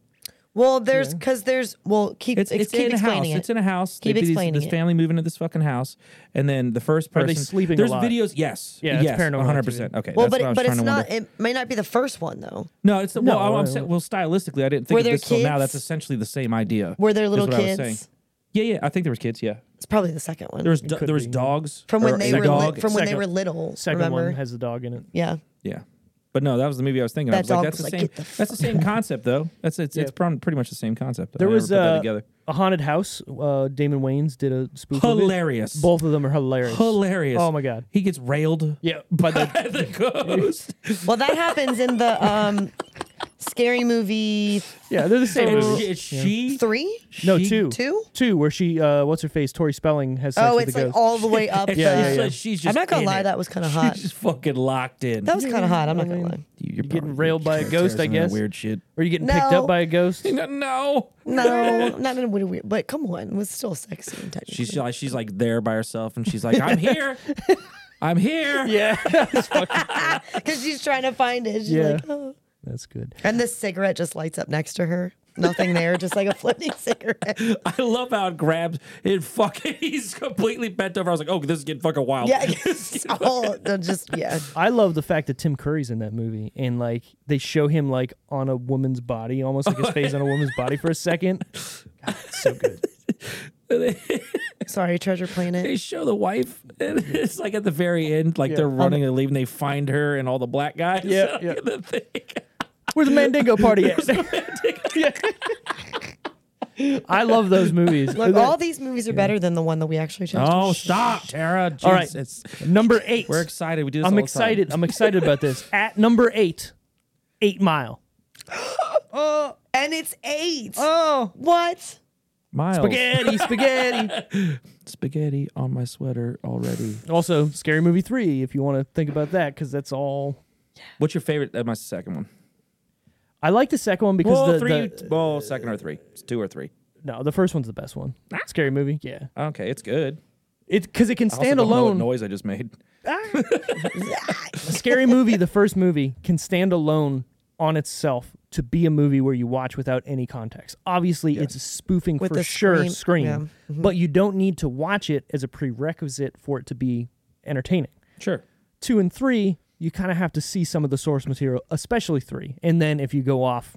C: Well, there's because there's well keep
A: It's,
C: ex-
A: it's
C: keep
A: in a house.
C: explaining
A: It's
C: it.
A: in a house.
C: Keep
A: They- these-
C: explaining
A: This
C: it.
A: family move into this fucking house, and then the first person.
B: they sleeping a
A: There's
B: lot?
A: videos. Yes.
B: Yeah, it's
A: Yes.
B: paranormal
A: One hundred percent. Okay.
C: well,
A: that's
C: but
A: what I was
C: it, but
A: trying
C: it's
A: to wonder.
C: not. It may not be the first one though.
A: No, it's the,
B: No,
A: well. I'm
B: I-
A: saying, well, stylistically, I didn't think
C: Were
A: of
C: there
A: this till now.
C: kids?
A: That's essentially the same idea.
C: Were there
A: is
C: little
A: what I was saying.
C: kids?
A: Yeah, yeah. I think there was kids. Yeah,
C: It's probably the second one.
A: there was do-
B: could
A: there was
B: be.
A: dogs
C: from
A: or
C: when they
A: a
C: were
A: dog.
C: li- from when they
B: Second-
C: were little.
B: Second
C: remember?
B: one has a dog in it.
C: yeah.
A: Yeah. But no, that was the movie I was thinking.
C: That
A: I was like,
C: dog
A: that's
C: was
A: the same.
C: like, "Get the
A: <laughs> that's the same concept, though. That's it's, it's prom- pretty much the same concept.
B: There
A: I
B: was
A: never put that
B: uh,
A: together.
B: a haunted house. Uh, Damon Wayans did a spoof. of it.
A: Hilarious.
B: Both of them are hilarious.
A: Hilarious.
B: Oh my god.
A: He gets railed.
B: <laughs> Yeah, by the
A: by the <laughs>
B: <laughs>
A: ghost.
C: Well, that happens in the um, scary movie
B: yeah, they're the <laughs> same.
A: and
B: movie.
A: she, she
C: three.
B: no,
A: she-
B: two,
C: two?
B: two, where she, uh, what's her face? Tori Spelling has sex
C: Oh,
B: with
C: it's
B: the
C: like
B: ghost.
C: all the way
A: <laughs>
C: up.
B: Yeah,
C: the-
B: yeah, yeah.
A: So she's just
C: I'm not gonna
A: in
C: lie,
A: it.
C: that was kind of hot.
A: She's just fucking locked in.
C: That was kind of hot. I'm not gonna lie.
A: You're
B: getting railed by a ghost, I guess.
A: Weird shit.
B: Or you getting
C: No.
B: picked up by a ghost?
A: No, <laughs> no. <laughs>
C: No, not in a weird, weird. But come on, it was still sexy. and technically.
A: She's like she's like there by herself, and she's like, "I'm
C: <laughs>
A: here, I'm here."
B: <laughs> Yeah,
C: Because she's trying to find it. She's
B: Yeah.
C: like, oh.
B: that's good.
C: And this cigarette just lights up next to her. Nothing there, just like a floating <laughs> cigarette.
A: <laughs> I love how it grabs it. Fucking, <laughs> he's completely bent over. I was like, "Oh, this is getting fucking wild." <laughs>
C: Yeah, <laughs> it's all they're just yeah.
B: I love the fact that Tim Curry's in that movie, and like they show him like on a woman's body, almost
A: <laughs> Oh,
B: like his face on a woman's body for a second. God, it's so good.
C: Sorry, Treasure
A: they
C: Planet.
A: show the wife, and it's like at the very end, like they're running and leaving. They find her and all the black guys. <laughs>
B: Yeah, yeah.
A: in the thing.
B: Where's the Mandingo party at? Yeah. <laughs> I love those movies.
C: Look, all these movies are better than the one that we actually chose.
A: Oh, stop, Tara! <laughs> Jeez,
B: All right.
A: it's, <laughs>
B: Number 8
A: we're excited. We do. This all
B: I'm
A: the time.
B: excited. I'm excited
A: <laughs>
B: about this. At number eight, Eight Mile.
C: And it's eight.
B: Oh,
C: What?
A: Miles,
B: spaghetti, spaghetti.
A: <laughs> spaghetti on my sweater already.
B: also, Scary Movie three. If you want to think about that, because that's all.
A: What's your favorite? That's my second one.
B: I like the second one because
A: Well,
B: the,
A: three.
B: the-
A: well, second or three. It's two or three.
B: no, the first one's the best one. Scary Movie, yeah.
A: Okay, it's good.
B: It because it can
A: I also
B: stand
A: don't know what
B: alone.
A: noise I just made.
B: Scary Movie, the first movie, can stand alone on itself to be a movie where you watch without any context. Obviously, it's spoofing
C: With
B: for
C: the
B: sure
C: scream-
B: Scream,
C: yeah. mm-hmm.
B: but you don't need to watch it as a prerequisite for it to be entertaining.
A: Sure.
B: two and three, you kind of have to see some of the source material, especially three. And then if you go off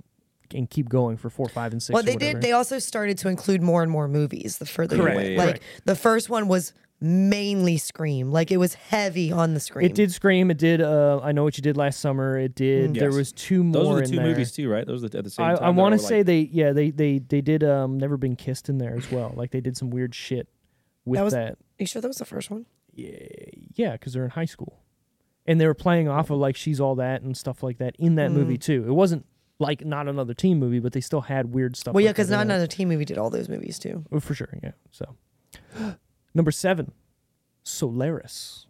B: and keep going for four, five, and six,
C: Well,
B: or
C: they
B: whatever.
C: did. They also started to include more and more movies the further
A: Correct,
C: you went.
A: yeah,
C: Like the first one was mainly Scream. Like it was heavy on the Scream.
B: It did scream. It did. Uh, I know what you did last summer. It did. There
A: Mm. Yes.
B: was two more.
A: Those were the
B: in
A: two
B: there.
A: movies too, right? Those were the, at the same
B: I,
A: time.
B: I
A: that
B: want
A: were
B: to say
A: like-
B: they yeah they they they did um never been kissed in there as well. Like they did some weird shit with
C: That
B: that.
C: was- Are you sure that was the first one?
B: Yeah, because they're in high school, and they were playing off of like she's all that and stuff like that in
C: Mm-hmm.
B: that movie too. It wasn't like not another teen movie, but they still had weird stuff.
C: Well, yeah,
B: like that
C: because
B: in
C: not
B: there.
C: another team movie did all those movies too.
B: Oh, for sure. Yeah. So, <gasps> number seven, Solaris.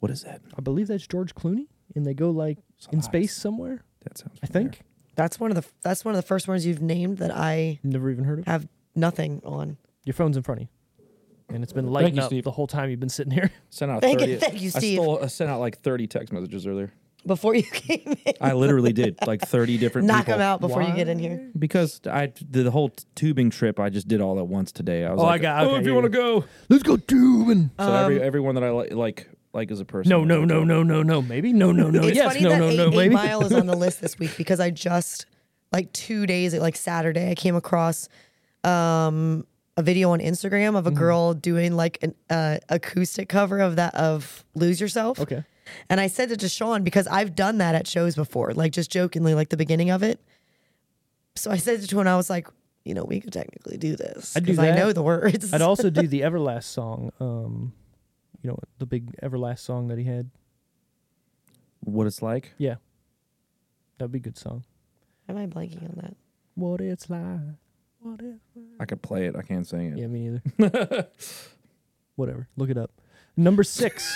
A: What is that?
B: I believe that's George Clooney, and they go like in space somewhere.
A: That sounds.
B: I think.
C: That's one of the that's one of the first ones you've named that I
B: Never even heard of. it.
C: have nothing on.
B: Your phone's in front of you, and it's been lighting
A: you,
B: up
A: Steve.
B: the whole time you've been sitting here.
A: Sent out
C: Thank
A: 30,
C: you- thank you, Steve.
A: I, stole, I sent out like thirty text messages
C: <laughs>
A: earlier.
C: Before you came in,
A: I literally did like thirty different.
C: knock
A: people.
C: them out before you get in here.
A: because I the whole t- tubing trip I just did all at once today. I was
B: <laughs> Oh, I
A: like,
B: got-
A: oh,
B: okay,
A: if
B: yeah,
A: you want to
B: yeah.
A: go.
B: Let's go tubing.
A: So every
C: Um,
A: everyone that I li- like like as a person.
B: No, no, no, no, no, no. Maybe no, no, no.
C: <laughs> it's
B: yes,
C: funny
B: no,
C: that
B: no,
C: eight,
B: no.
C: Eight
B: Maybe.
C: Mile is on the list this week because I just like two days, like Saturday, I came across um, a video on Instagram
B: Mm-hmm.
C: of a girl doing like an uh, acoustic cover of that of "Lose Yourself."
B: Okay.
C: and I said it to Sean because I've done that at shows before, like just jokingly, like the beginning of it. So I said it to him, and I was like, you know, we could technically do this
B: I'd do
C: because I
B: that.
C: know the
B: <laughs>
C: words.
B: I'd also do the Everlast song. Um, you know the big Everlast song that he had.
A: What it's like?
B: Yeah, that'd be a good song.
C: Why am I blanking on that?
B: What it's like. What it's
A: I could play it. I can't sing it.
B: <laughs> <laughs> Yeah, me neither. Whatever. Look it up. Number six,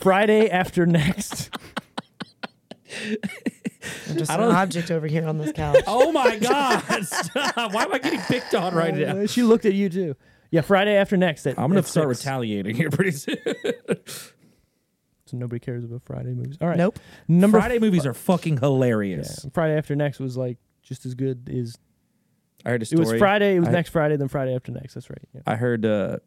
B: Friday after next.
A: <laughs>
C: I'm just an object over here on this couch.
A: Oh my God! Stop. Why am I getting picked on right now?
B: <laughs> Uh, she looked at you too. Yeah, Friday after next. At,
A: I'm gonna
B: at
A: start
B: six.
A: retaliating here pretty soon.
B: So nobody cares about Friday movies. All right.
C: Nope.
B: Number
A: Friday movies are fucking hilarious.
B: Friday after next was like just as good as
A: I heard a
B: it
A: story.
B: was Friday. It was
A: I-
B: next Friday, then Friday after next. That's right. Yeah.
A: I heard uh,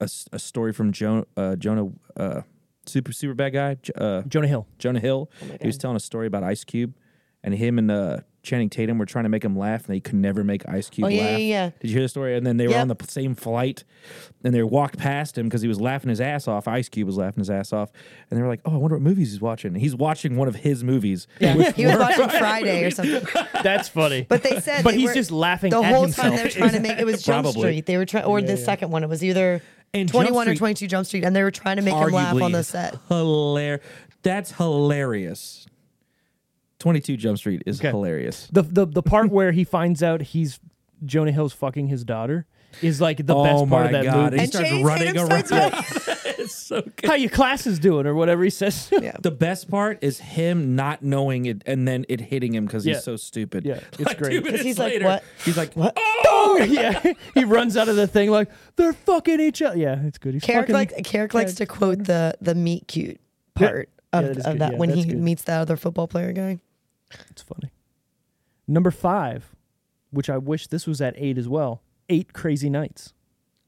A: a, s- a story from jo- uh, Jonah, uh, super super bad guy, J- uh,
B: Jonah Hill.
A: Jonah Hill.
C: Oh
A: he was telling a story about Ice Cube, and him and uh, Channing Tatum were trying to make him laugh, and they could never make Ice Cube
C: Oh, yeah,
A: laugh.
C: yeah, yeah.
A: Did you hear the story? And then they were
C: Yep.
A: on the p- same flight, and they walked past him because he was laughing his ass off. Ice Cube was laughing his ass off, and they were like, "Oh, I wonder what movies he's watching." And he's watching one of his movies.
C: Yeah, <laughs> he was
A: <laughs>
C: watching Friday
B: <laughs>
C: or something.
B: That's funny.
C: But they said,
B: But
C: they
B: he's
C: were-
B: just laughing
C: the
B: at
C: whole
B: himself.
C: time. They were trying to
B: <laughs>
C: make it was Jump
A: Probably.
C: Street. They were trying, or the second one. It was either
A: And Jump
C: 21 or
A: Street-
C: 22 Jump Street, and they were trying to make him laugh on the set.
A: Hilarious. That's hilarious. 22 Jump Street is
B: Okay.
A: hilarious.
B: the the the part where he finds out he's Jonah Hill's fucking his daughter is like the
A: oh
B: best part
A: my
B: of that
A: god.
B: movie.
A: He
C: And
A: starts
C: Channing
A: running
C: Tatum
A: around.
C: starts
A: <laughs> it's so good.
B: How your class is doing or whatever he <laughs> says.
C: Yeah.
A: The best part is him not knowing it and then it hitting him because
B: Yeah.
A: he's so stupid.
B: Yeah, it's
A: Like, two
B: great. 'Cause
A: minutes
C: he's like,
A: later,
C: "What?"
A: He's like,
B: <laughs>
C: What?
B: yeah, he runs out of the thing like they're fucking each other. Yeah, it's good. He's
C: Carrick,
B: fucking.
C: like, Carrick likes to quote the the meet cute
B: Yeah.
C: part
B: Yeah,
C: of,
B: that is
C: of
B: good.
C: that
B: Yeah,
C: when
B: that's
C: he
B: good.
C: meets that other football player guy.
B: it's funny. Number five, which I wish this was at eight as well. Eight Crazy Nights.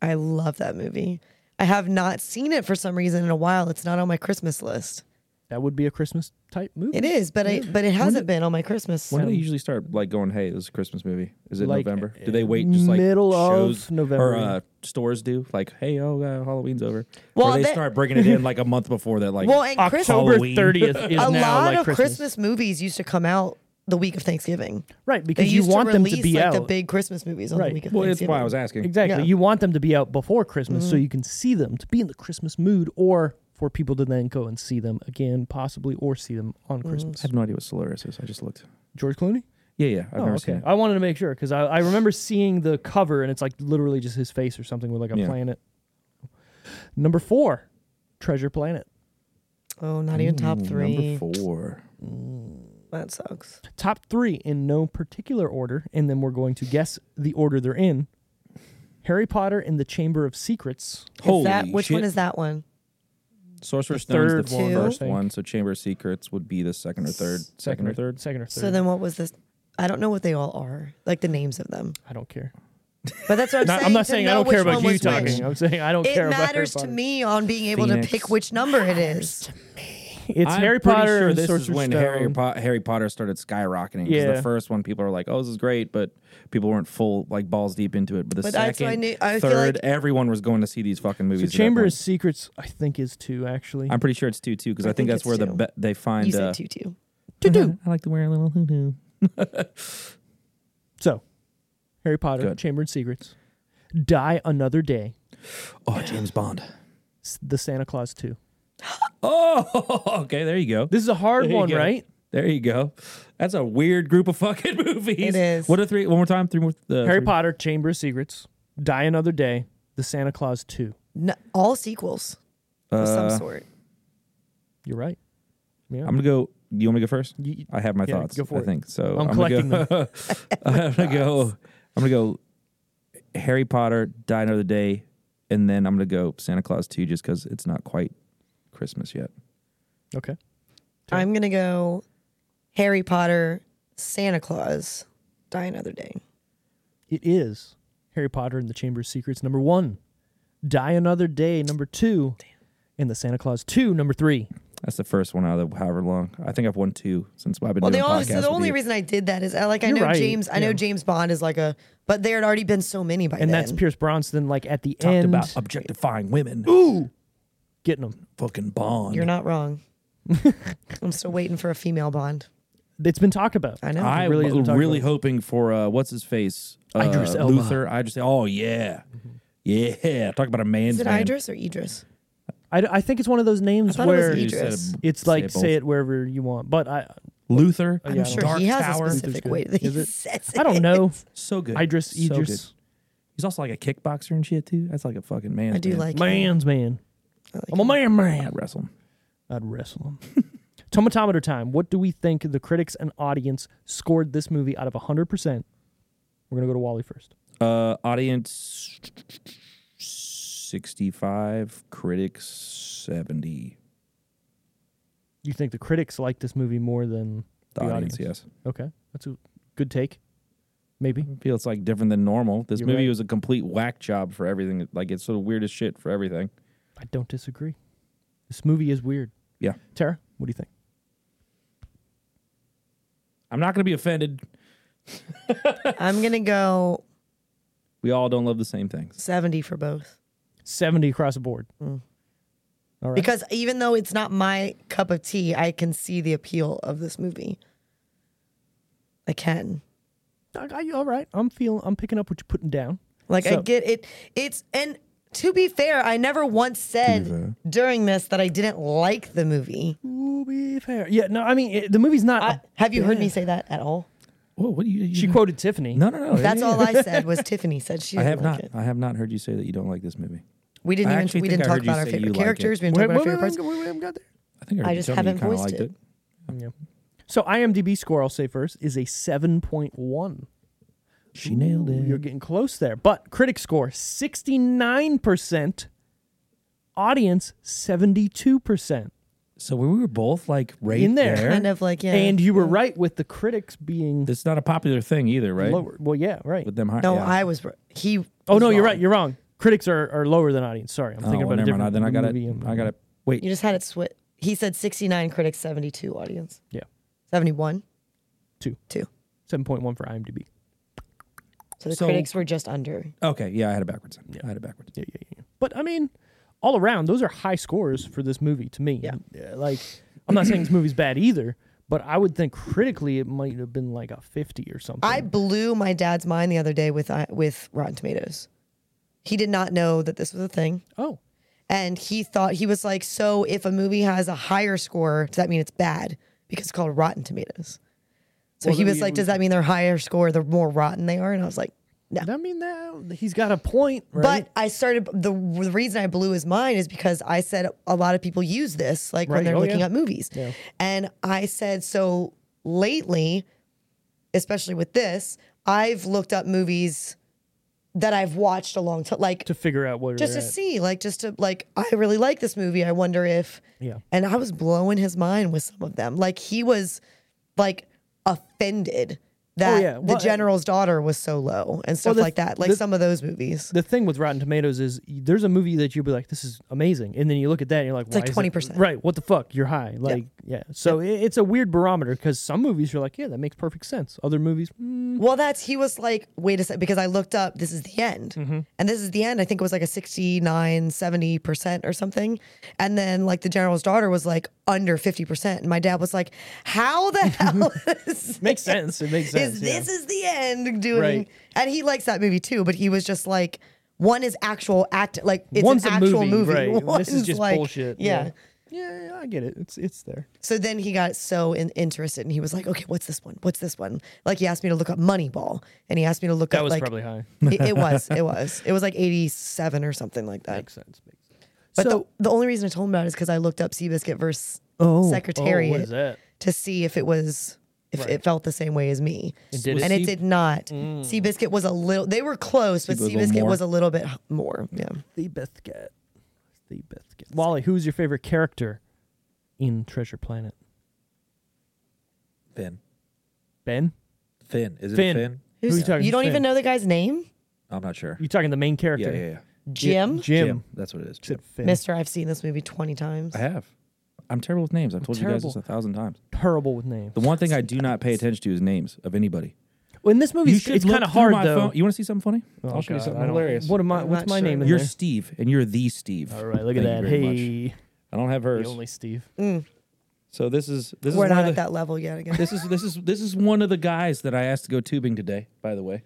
C: I love that movie. I have not seen it for some reason in a while. It's not on my Christmas list.
B: That would be a Christmas type movie.
C: It is, but I but it hasn't been on my Christmas.
A: when do they usually start like going, hey, this is a Christmas movie? Is it
B: Like,
A: November? Do they wait just like
B: middle of
A: shows
B: November,
A: or
B: yeah.
A: uh, stores do? Like, hey, oh, uh, Halloween's over.
C: Well,
A: or they
C: that-
A: start bringing it in like a month before that. Like, "Ah,
C: Well, and Christmas,
A: October
B: October
A: Halloween. <laughs>
B: thirtieth is now
C: a lot
B: like
C: of Christmas.
B: Christmas.
C: movies used to come out the week of Thanksgiving.
B: Right,
C: They
B: because you
C: used
B: want
C: to
B: them
C: release
B: to be
C: like
B: out.
C: the big Christmas movies on
B: Right.
C: the week of
A: well, that's
C: Thanksgiving.
A: why I was asking.
B: Exactly.
C: Yeah. Mm-hmm.
B: You want them to be out before Christmas so you can see them to be in the Christmas mood or for people to then go and see them again, possibly, or see them on
C: Mm-hmm.
B: Christmas.
A: I have no idea what Solaris is. I just looked.
B: George Clooney?
A: Yeah, yeah. I've
B: Oh,
A: never
B: okay.
A: seen it.
B: I wanted to make sure because I, I remember seeing the cover and it's like literally just his face or something with like a
A: Yeah.
B: planet. Number four, Treasure Planet.
C: Oh, not even top
B: Mm,
C: three.
A: Number four.
C: That sucks.
B: Top three in no particular order, and then we're going to guess the order they're in. Harry Potter and the Chamber of Secrets.
A: Holy
C: is that which
A: shit.
C: one is that one?
A: Sorcerer's
B: The
A: Stone's
B: third
A: the
C: one, I
A: first
B: think.
A: one, so Chamber of Secrets would be the second or third. Second or third?
B: Second or third.
C: So then what was this? I don't know what they all are, like the names of them.
B: I don't care.
C: But that's
B: <laughs>
C: what I'm
B: Not-
C: saying.
B: I'm not
C: to
B: saying I
C: know
B: don't care
C: which
B: about
C: one
B: you
C: was which.
B: talking. I'm saying I don't
C: It
B: care about Harry
C: matters to
B: Potter.
C: me on being able
A: Phoenix.
C: to pick which number it is.
B: It's
A: I'm
B: Harry
A: pretty
B: Potter
A: sure
B: and
A: this is
B: Sorcerer's
A: when
B: Stone.
A: Harry, po- Harry Potter started skyrocketing. 'cause
B: Yeah.
A: The first one, people are like, "Oh, this is great," but people weren't full like balls deep into it. But the
C: But that's
A: second,
C: why I knew- I feel
A: third,
C: like-
A: everyone was going to see these fucking movies.
B: So
A: at that
B: Chamber
A: point.
B: of Secrets, I think, is two actually.
A: I'm pretty sure it's two two because I,
C: I
A: think,
C: think
A: that's
C: it's
A: where the
C: two.
A: be- they find.
C: You
A: uh,
C: said two two.
A: <laughs> I like to wear a little hoo hoo.
B: so, Harry Potter,
A: Good.
B: Chamber of Secrets, Die Another Day,
A: Oh, James Bond.
B: S- The Santa Claus Two.
A: <laughs> Oh, okay. There you go.
B: This is a hard
A: There you
B: one,
A: go.
B: right?
A: There you go. That's a weird group of fucking <laughs> movies.
C: It is.
A: What are three? One more time. Three more. The
B: Harry
A: three-
B: Potter, Chamber of Secrets, Die Another Day, The Santa Claus Two.
C: No, all sequels of
B: Uh,
C: some sort.
B: You're right.
A: I'm gonna go. You want me to go first?
B: You-
A: I have my
B: yeah,
A: thoughts.
B: go for
A: I
B: it.
A: think so.
B: I'm
A: gonna
B: collecting
A: go, <laughs>
B: <laughs>
A: I'm gonna go. I'm gonna go. Harry Potter, Die Another Day, and then I'm gonna go Santa Claus 2 just because it's not quite Christmas yet.
B: Okay.
C: I'm gonna go Harry Potter, Santa Claus, Die Another Day.
B: It is Harry Potter and the Chamber of Secrets number one, Die Another Day number two, and The Santa Claus Two number three.
A: That's the first one out of the- however long. I think I've won two since I've been
C: Well,
A: doing
C: the only
A: podcasts
C: so the
A: with
C: only
A: you.
C: reason I did that is I like I
B: You're
C: know
B: right,
C: James. I
B: yeah.
C: know James Bond is like a, but there had already been so many by
B: And
C: then.
B: that's Pierce Bronson, like at the
A: talked
B: end,
A: about um, objectifying women.
B: getting them.
A: Fucking Bond.
C: You're
B: <laughs>
C: not wrong. I'm still waiting for a female Bond.
B: It's been talked about.
C: I know.
A: I'm
B: really
A: really,
B: isn't talked about.
A: hoping for uh, what's his face? Uh,
B: Idris Elba. Mm-hmm.
A: Luther. Idris. Oh yeah, yeah. Talk about a man's
C: is it
A: man.
C: Idris or Idris?
B: I, I think it's one of those names
C: thought it was
B: where
A: You said
C: Idris.
A: a-
B: it's like
A: both.
B: say it wherever you want. But I
A: Luther.
B: yeah, I
C: I'm sure
A: Dark
C: he has
A: Tower.
C: a specific
B: Luther's
C: way
B: good.
C: that he
B: Is it?
C: says it.
B: I don't know.
A: So good.
B: Idris
A: So good.
B: Idris,
A: He's also like a kickboxer and shit too. That's like a fucking man.
C: I do like him.
B: man's man. I'm a man, man.
A: wrestle him.
B: I'd wrestle him. Tomatometer time. What do we think the critics and audience scored this movie out of 100%? We're going to go to Wally first.
A: Uh, audience 65, critics 70.
B: You think the critics like this movie more than
A: The, audience, yes.
B: Okay. That's a good take. Maybe.
A: Feels like different than normal. This
B: You're
A: movie
B: right.
A: was a complete whack job for everything. Like it's sort of weirdest shit for everything.
B: I don't disagree. This movie is weird.
A: Yeah.
B: Tara, what do you think?
A: I'm not going to be offended.
C: <laughs> I'm gonna go
A: We all don't love the same things.
C: 70 for both
B: 70 across the board. All right.
C: because even though it's not my cup of tea, I can see the appeal of this movie. I can.
B: I got you. All right. I'm feeling, I'm picking up what you're putting down.
C: Like I
B: So-
C: get it. It's and to be fair, I never once said during this that I didn't like the movie.
B: To be fair. Yeah. No, I mean, it, the movie's not.
C: I, have you heard me say that at all?
A: Whoa, what do you? you
B: she quoted Tiffany.
A: no, no, no.
C: That's
A: yeah,
C: all I
B: <laughs>
C: said was Tiffany said she
A: yeah. I
C: didn't
A: have
C: like
A: not.
C: it.
A: I have not heard you say that you don't like this movie.
C: We didn't
A: I
C: even
A: actually
C: we
A: think
C: didn't
A: I
C: talk
A: heard you
C: about our
A: say
C: favorite
A: you like it.
C: characters. we didn't
B: Wait,
C: talk about our
B: wait, wait,
C: favorite parts.
B: wait, wait, wait, got there.
A: I think I, heard
C: I
A: you
C: just
A: tell me you
C: haven't
A: kinda
C: voiced
A: liked
C: it.
B: So IMDb score, I'll say first, is a 7.1.
A: She nailed it.
B: You're getting close there. But critic score 69%, audience 72%.
A: So we were both like right
B: In there.
C: Kind of like yeah.
B: And you were right with the critics being
A: It's not a popular thing either, right?
B: lower. Well, yeah, right.
A: With them high.
C: no,
A: yeah.
C: I was r- he.
B: oh,
C: was
B: no, you're
C: wrong.
B: right. You're wrong. Critics are, are lower than audience. Sorry. I'm
A: Oh,
B: thinking
A: well,
B: about
A: never
B: a different
A: mind. Then I got
B: movie
A: it.
B: and-
A: I got it. Wait,
C: You just had it switch. He said 69, critics 72, audience
B: Yeah.
C: 71,
B: Two.
C: two.
B: 7.1 for IMDb.
C: So the
A: So-
C: critics were just under.
A: okay, yeah, I had it backwards. I had it backwards.
B: yeah, yeah, yeah. But I mean, all around, those are high scores for this movie to me.
C: Yeah.
B: Like, I'm not saying this movie's bad either, but I would think critically it might have been like a 50 or something.
C: I blew my dad's mind the other day with uh, with Rotten Tomatoes. He did not know that this was a thing,
B: oh,
C: and he thought he was like, "So if a movie has a higher score, does that mean it's bad because it's called Rotten Tomatoes?" So
B: Well,
C: he
B: then
C: was
B: we-
C: like, "Does that mean their higher score, the more rotten they are?" And I was like, "No."
B: I mean, that, he's got a point, right?
C: But I started the, the reason I blew his mind is because I said a lot of people use this like
B: Right.
C: when they're
B: Oh,
C: looking
B: yeah.
C: up movies. And I said so lately especially with this, I've looked up movies that I've watched a long time like
B: to figure out what
C: just to
B: they're at.
C: see like just to like I really like this movie. I wonder if
B: Yeah.
C: And I was blowing his mind with some of them. Like he was like offended that
B: Oh, yeah.
C: the
B: Well,
C: general's daughter was so low and stuff
B: the-
C: like that. Like
B: the-
C: some of those movies.
B: the thing with Rotten Tomatoes is y- there's a movie that you'll be like, this is amazing. And then you look at that and you're like,
C: like
B: "Why is it-"
C: 20%.
B: Right. What the fuck? You're high. Like, yeah. So i- it's a weird barometer because some movies you're like, yeah, that makes perfect sense. Other movies, mm,
C: Well, that's he was like, wait a second, because I looked up, this is the end.
B: Mm-hmm.
C: And this is the end. I think it was like a 69, 70% or something. And then like the general's daughter was like under 50%. And my dad was like,
B: <laughs>
C: how the hell is,
B: makes sense. It makes sense.
C: is
B: yeah.
C: this is the end doing?
B: Right.
C: And he likes that movie too, but he was just like, one is actual act, like it's
B: One's
C: an
B: a
C: actual
B: movie,
C: movie.
B: right.
C: <laughs>
B: This is
C: One's
B: just
C: like-
B: bullshit,
C: Yeah.
B: yeah. Yeah, yeah, I get it. It's it's there.
C: So then he got so in- interested, and he was like, "Okay, what's this one? What's this one?" Like he asked me to look up Moneyball, and he asked me to look up like
B: high. <laughs>
C: it, it was. It was. It was like 87 or something like that.
B: Makes sense. Makes sense.
C: But
B: so,
C: the, the only reason I told him about it is because I looked up Seabiscuit versus
B: Oh.
C: Secretariat
B: Oh, what is that?
C: to see if it was. If it felt the same way as me,
B: did it?
C: and it
A: Sea-
C: did not. Seabiscuit was a little; they were close, but
A: Mm. Seabiscuit was a little more.
C: Seabiscuit was a little bit h- more. Yeah,
B: the best cat. The best cat. Wally, who's your favorite character in Treasure Planet?
D: Finn.
B: Ben?
D: Finn. Is it
B: Finn.
D: Finn?
B: Who are you talking
C: you don't
B: Finn?
C: even know the guy's name,
D: I'm not sure.
B: You're talking the main
D: Yeah,
B: character.
D: yeah, yeah.
C: Jim.
B: Jim.
D: Jim. That's what it is. Jim.
B: Said Finn.
C: Mister, I've seen this movie twenty times.
A: I have. I'm terrible with names. I've told you guys
B: terrible.
A: this a thousand times.
B: Terrible with names.
A: The one thing I do not pay attention to is names of anybody.
B: Well, in this movie, it's, it's
A: look
B: kind of
A: through
B: hard
A: my
B: though.
A: phone- You want to see something funny?
B: Oh,
A: I'll show you
B: God,
A: something
B: I don't-
A: hilarious.
B: What am I?
C: I'm
B: What's
C: not
B: my
C: sure.
B: name in
A: You're
B: there?
A: Steve, and you're the Steve.
B: All right, look at
A: Thank
B: that.
A: you very much.
B: Hey,
A: I don't have
B: the
A: hers.
B: only Steve.
A: So this is this
C: We're
A: is one
C: not
A: of
C: at
A: the,
C: that level yet. Again,
A: This is this is this is one of the guys that I asked to go tubing today. By the way,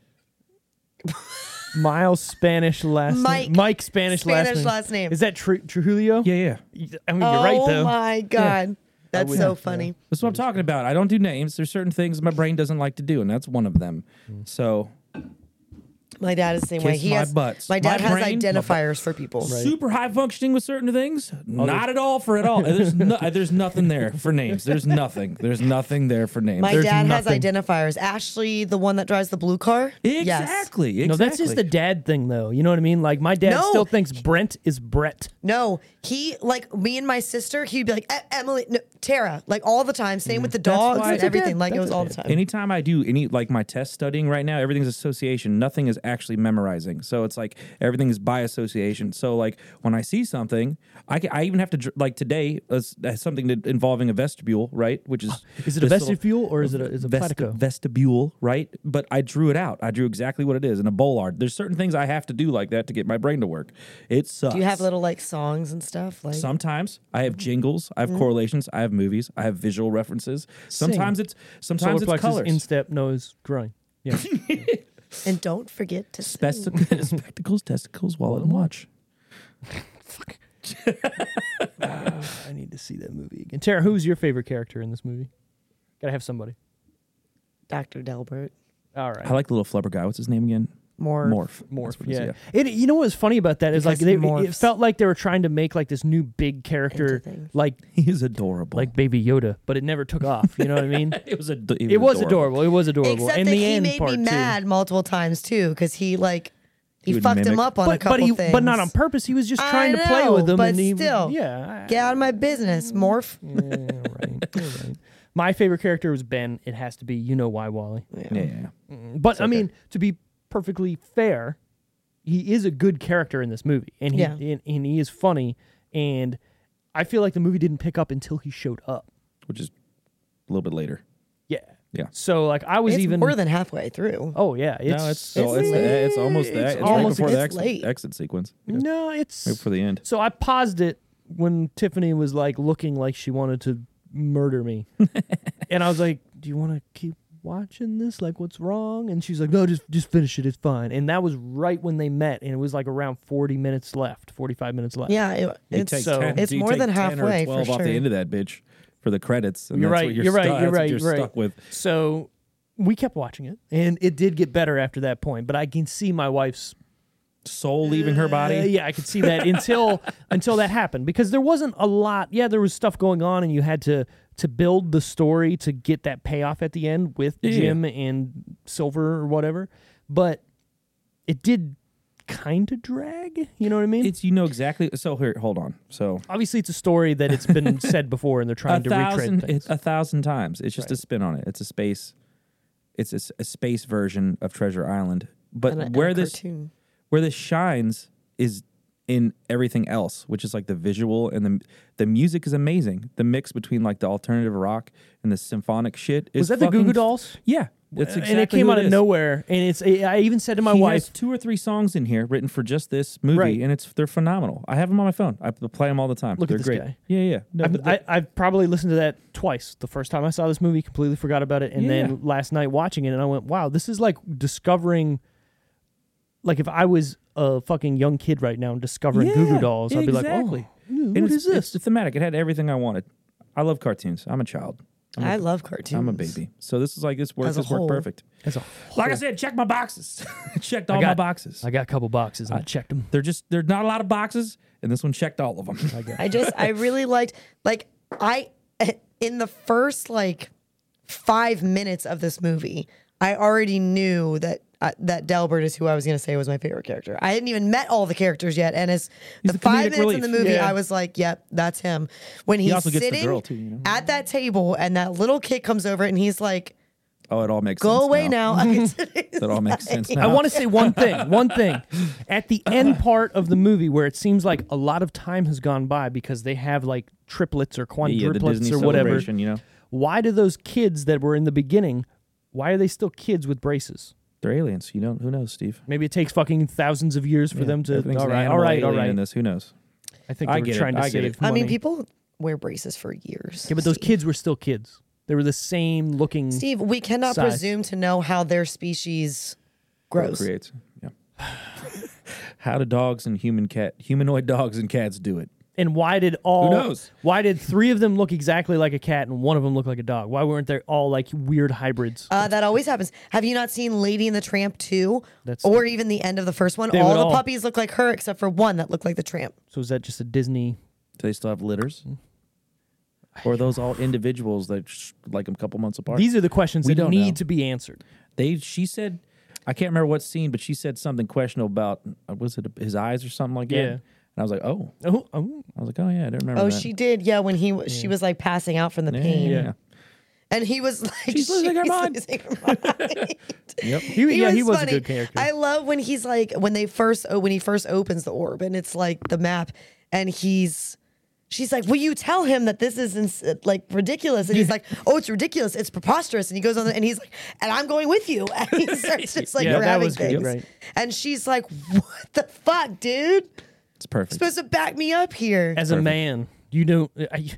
B: Miles Spanish last
C: Mike.
B: name. Mike Spanish, last
C: Spanish
B: name.
C: last name.
B: Is that Tru- Trujillo?
A: yeah, yeah.
B: I mean, you're right
C: oh
B: though.
C: my god, that's
B: would-
C: so
B: yeah.
C: funny.
A: That's what I'm talking about.
B: Hmm.
A: I don't do names. There's certain things my brain doesn't like to do, and that's one of them. So
C: My dad is the same way.
A: Kiss
C: He
A: my
C: has
A: butts.
C: my dad
A: My
C: has
A: brain, my
C: identifiers for people.
A: Super high functioning with certain things? Not at all for at all.
B: <laughs>
A: There's no, there's nothing there for names. There's nothing. There's nothing there for names.
C: My
A: There's
C: dad has
A: nothing.
C: identifiers. Ashley, the one that drives the blue car. Yes.
A: Exactly. Exactly.
B: No, that's just the dad thing, though. You know what I mean? Like my dad
C: No.
B: still thinks Brent is Brett.
C: No, he like me and my sister. He'd be like "E- Emily, no, Tara, like all the time. Same with the dogs
A: why-
C: and
A: That's a
C: everything.
B: dad-
C: Like it
B: that's
C: was
B: a
C: all the
B: dad.
C: time.
A: Anytime I do any like my test studying right now, everything's association. Nothing is actually memorizing. So it's like everything is by association. So like when I see something, I, ca- I even have to dr- like today is uh, something that involving a vestibule, right? Which is
B: Ah, Is it a
A: this little-
B: vestibule or is it a, is it
A: vest-
B: platyco?
A: vestibule, right? But I drew it out. I drew exactly what it is in a bowl art. There's certain things I have to do like that to get my brain to work. It sucks.
C: Do you have little like songs and stuff? Like
A: Sometimes I have jingles, I have correlations, I have movies, I have visual references. Sometimes it's sometimes
B: Solarplexus
A: it's colors.
B: instep nose <laughs> groin. Yeah.
C: and don't forget to
A: Spec- <laughs> spectacles, testicles, wallet, and watch.
B: I need to see that movie again. Tara, who's your favorite character in this movie? Gotta have somebody.
C: Dr. Delbert.
B: All right.
A: I like the little flubber guy. What's his name again?
C: More
A: Morph.
B: Morph,
A: That's what it is,
B: yeah. It, you know what's funny about that is like
C: Because
B: they, it
C: morphs.
B: felt like they were trying to make like this new big character,
C: Into things.
B: like
A: <laughs> He is adorable.
B: like Baby Yoda, but it never took off. You know what I mean?
A: it was ad- he
B: it was adorable. It was adorable.
C: Except
B: and
C: that
B: the
C: he
B: end
C: made
B: part
C: me
B: too.
C: mad multiple times too, because he like he,
A: He would
C: fucked him
A: mimic.
C: up on a
B: But
C: couple
B: but he
C: things.
B: but not on purpose. He was just
C: I
B: trying to play
C: know,
B: with them.
C: but
B: and he,
C: still.
B: yeah, I-
C: Get out of my business, Morph.
B: yeah, right, you're right. My favorite character was Ben. It has to be you know why Wally.
A: Yeah, yeah, yeah.
C: Mm,
B: But I mean, to be perfectly fair, he is a good character in this movie, and he
C: Yeah.
B: and, and he is funny. And I feel like the movie didn't pick up until he showed up.
A: which is a little bit later.
B: Yeah.
A: Yeah.
B: So like I was
C: It's
B: even
C: more than halfway through.
B: oh yeah it's
A: no, it's so
C: it's
A: it's, the, it's almost that.
B: it's
A: It's,
B: almost-
A: right before the
C: it's late.
A: exit, exit sequence. Yeah.
B: no it's
A: Right before the end.
B: so I paused it when Tiffany was like looking like she wanted to
A: <laughs>
B: murder me, and I was like, "Do you want to keep watching this? Like, what's wrong?" And she's like, "No, just just finish it. It's fine." And that was right when they met, and it was like around forty minutes left, forty five minutes left.
C: Yeah, it,
A: You
C: it's
A: take
B: so-
A: 10
C: it's
A: you
C: more
A: take
C: than
A: 10 or
C: halfway, for
A: 12 off
C: sure.
A: the end of that bitch for the credits. And
B: you're
A: that's
B: right,
A: What
B: you're,
A: you're,
B: right.
A: stuck-
B: You're
A: that's what
B: right.
A: You're
B: right.
A: stuck with.
B: So we kept watching it, and it did get better after that point. But I can see my wife's
A: Soul leaving her body.
B: Uh, yeah, I could see
A: <laughs>
B: that until until that happened because there wasn't a lot. Yeah, there was stuff going on, and you had to to build the story to get that payoff at the end with
A: Yeah.
B: Jim and Silver or whatever. But it did kind of drag. You know what I mean?
A: It's you know exactly. So here, hold on. So
B: Obviously, it's a story that it's
A: <laughs>
B: been said before, and they're trying
A: a
B: to
A: thousand, uh,
B: retread things.
A: a thousand times. It's just a spin on it. It's a space. It's a, s- a space version of Treasure Island. But
C: And a- and a
A: where this
C: cartoon.
A: where this shines is in everything else, which is like the visual and the the music is amazing. The mix between like the alternative rock and the symphonic shit is
B: Was that the Goo
A: fucking-
B: Goo Dolls?
A: Yeah, that's exactly
B: and it came
A: who
B: out of
A: is.
B: nowhere, and it's. I even said to my
A: he
B: wife,
A: has two or three songs in here written for just this movie,
B: Right.
A: and it's they're phenomenal. I have them on my phone. I play them all the time.
B: Look at
A: they're
B: this
A: great.
B: guy.
A: Yeah, yeah. No,
B: I've,
A: but
B: I, I've probably listened to that twice. The first time I saw this movie, completely forgot about it, and
A: Yeah.
B: then last night watching it, and I went, "Wow, this is like discovering." Like if I was a fucking young kid right now and discovering Goo Goo Dolls, I'd be like, "Oh,
A: And
B: what
A: it's-
B: is this?"
A: It's thematic. It had everything I wanted. I love cartoons. I'm a child. I'm
C: I
A: a,
C: love cartoons.
A: I'm a baby. So this is like this works.
C: As a
A: This worked
C: whole.
A: perfect.
B: As a-
A: Like I said, check my boxes. <laughs> Checked all my
B: got-
A: boxes.
B: I got a couple boxes and I checked them.
A: They're just there's not a lot of boxes, and this one checked all of them.
C: I just I really liked like I in the first like five minutes of this movie, I already knew that. Uh, that Delbert is who I was going to say was my favorite character. I hadn't even met all the characters yet, and as the,
A: the
C: five
A: comedic
C: minutes in
A: relief.
C: the movie,
A: Yeah.
C: I was like, "Yep, that's him." When he's
A: also gets the
C: sitting
A: girl, too, you know?
C: at that table, and that little kid comes over, and he's like,
A: <laughs> oh, it all makes
C: "Go
A: sense.
C: away now." <laughs>
A: That all makes sense now.
B: <laughs> I want to say
A: <laughs>
B: one thing. One thing. At the end part of the movie, where it seems like a lot of time has gone by because they have like triplets or
A: yeah, the
B: quadruplets
A: Disney
B: or whatever.
A: celebration. You know,
B: why do those kids that were in the beginning why are they still kids with braces
A: they're aliens. You don't. Who knows, Steve?
B: maybe it takes fucking thousands of years for them to
A: Everything's
B: all
A: an
B: right all
A: animal
B: right all
A: alien
B: right
A: In this, who knows?
B: i think
A: I
B: they were
A: get it,
B: trying to
A: I get
B: save
A: it.
C: I
B: money.
C: mean, people wear braces for years.
B: yeah but those
C: Steve.
B: kids were still kids they were the same looking
C: Steve, we cannot
B: size.
C: presume to know how their species
A: <laughs>
C: grows.
A: Creates. Yeah. How do dogs and human cat humanoid dogs and cats do it?
B: And why did all
D: knows?
B: Why did three of them look exactly like a cat and one of them look like a dog? Why weren't they all like weird hybrids?
C: Uh, that always happens. Have you not seen Lady and the Tramp 2
B: That's-
C: or even the end of the first one?
B: They
C: All
B: would
C: the
B: all-
C: puppies look like her except for one that looked like the tramp.
B: so is that just a Disney?
A: Do they still have litters?
B: Mm.
A: Or are those all individuals that sh- like a couple months apart?
B: These are the questions
A: We
B: that
A: don't
B: need
A: know.
B: to be answered.
A: they she said I can't remember what scene, but she said something questionable about uh, was it his eyes or something like that.
B: Yeah.
A: And I was like, oh,
B: Oh, oh.
A: I was like, oh yeah, I don't remember.
C: Oh,
A: that.
C: she did. Yeah, when he was she was like passing out from the
A: yeah,
C: pain,
A: yeah.
C: and he was like, <laughs>
A: She's losing her
C: "She's
A: mind."
C: losing her <laughs> mind.
A: Yep.
B: He, yeah, he was
C: funny.
B: a good character.
C: I love when he's like when they first oh, when he first opens the orb and it's like the map, and he's. She's like, "Will you tell him that this is ins- like ridiculous?" And he's like, "Oh, it's ridiculous. It's preposterous." And he goes on, the, and he's like, "And I'm going with you." <laughs> And
B: <laughs>
C: he starts just like
B: Yeah, that
C: grabbing
B: was good,
C: things,
B: right.
C: and she's like, "What the fuck, dude?
A: It's perfect.
C: supposed to back me up here?"
B: As a man, you don't. I,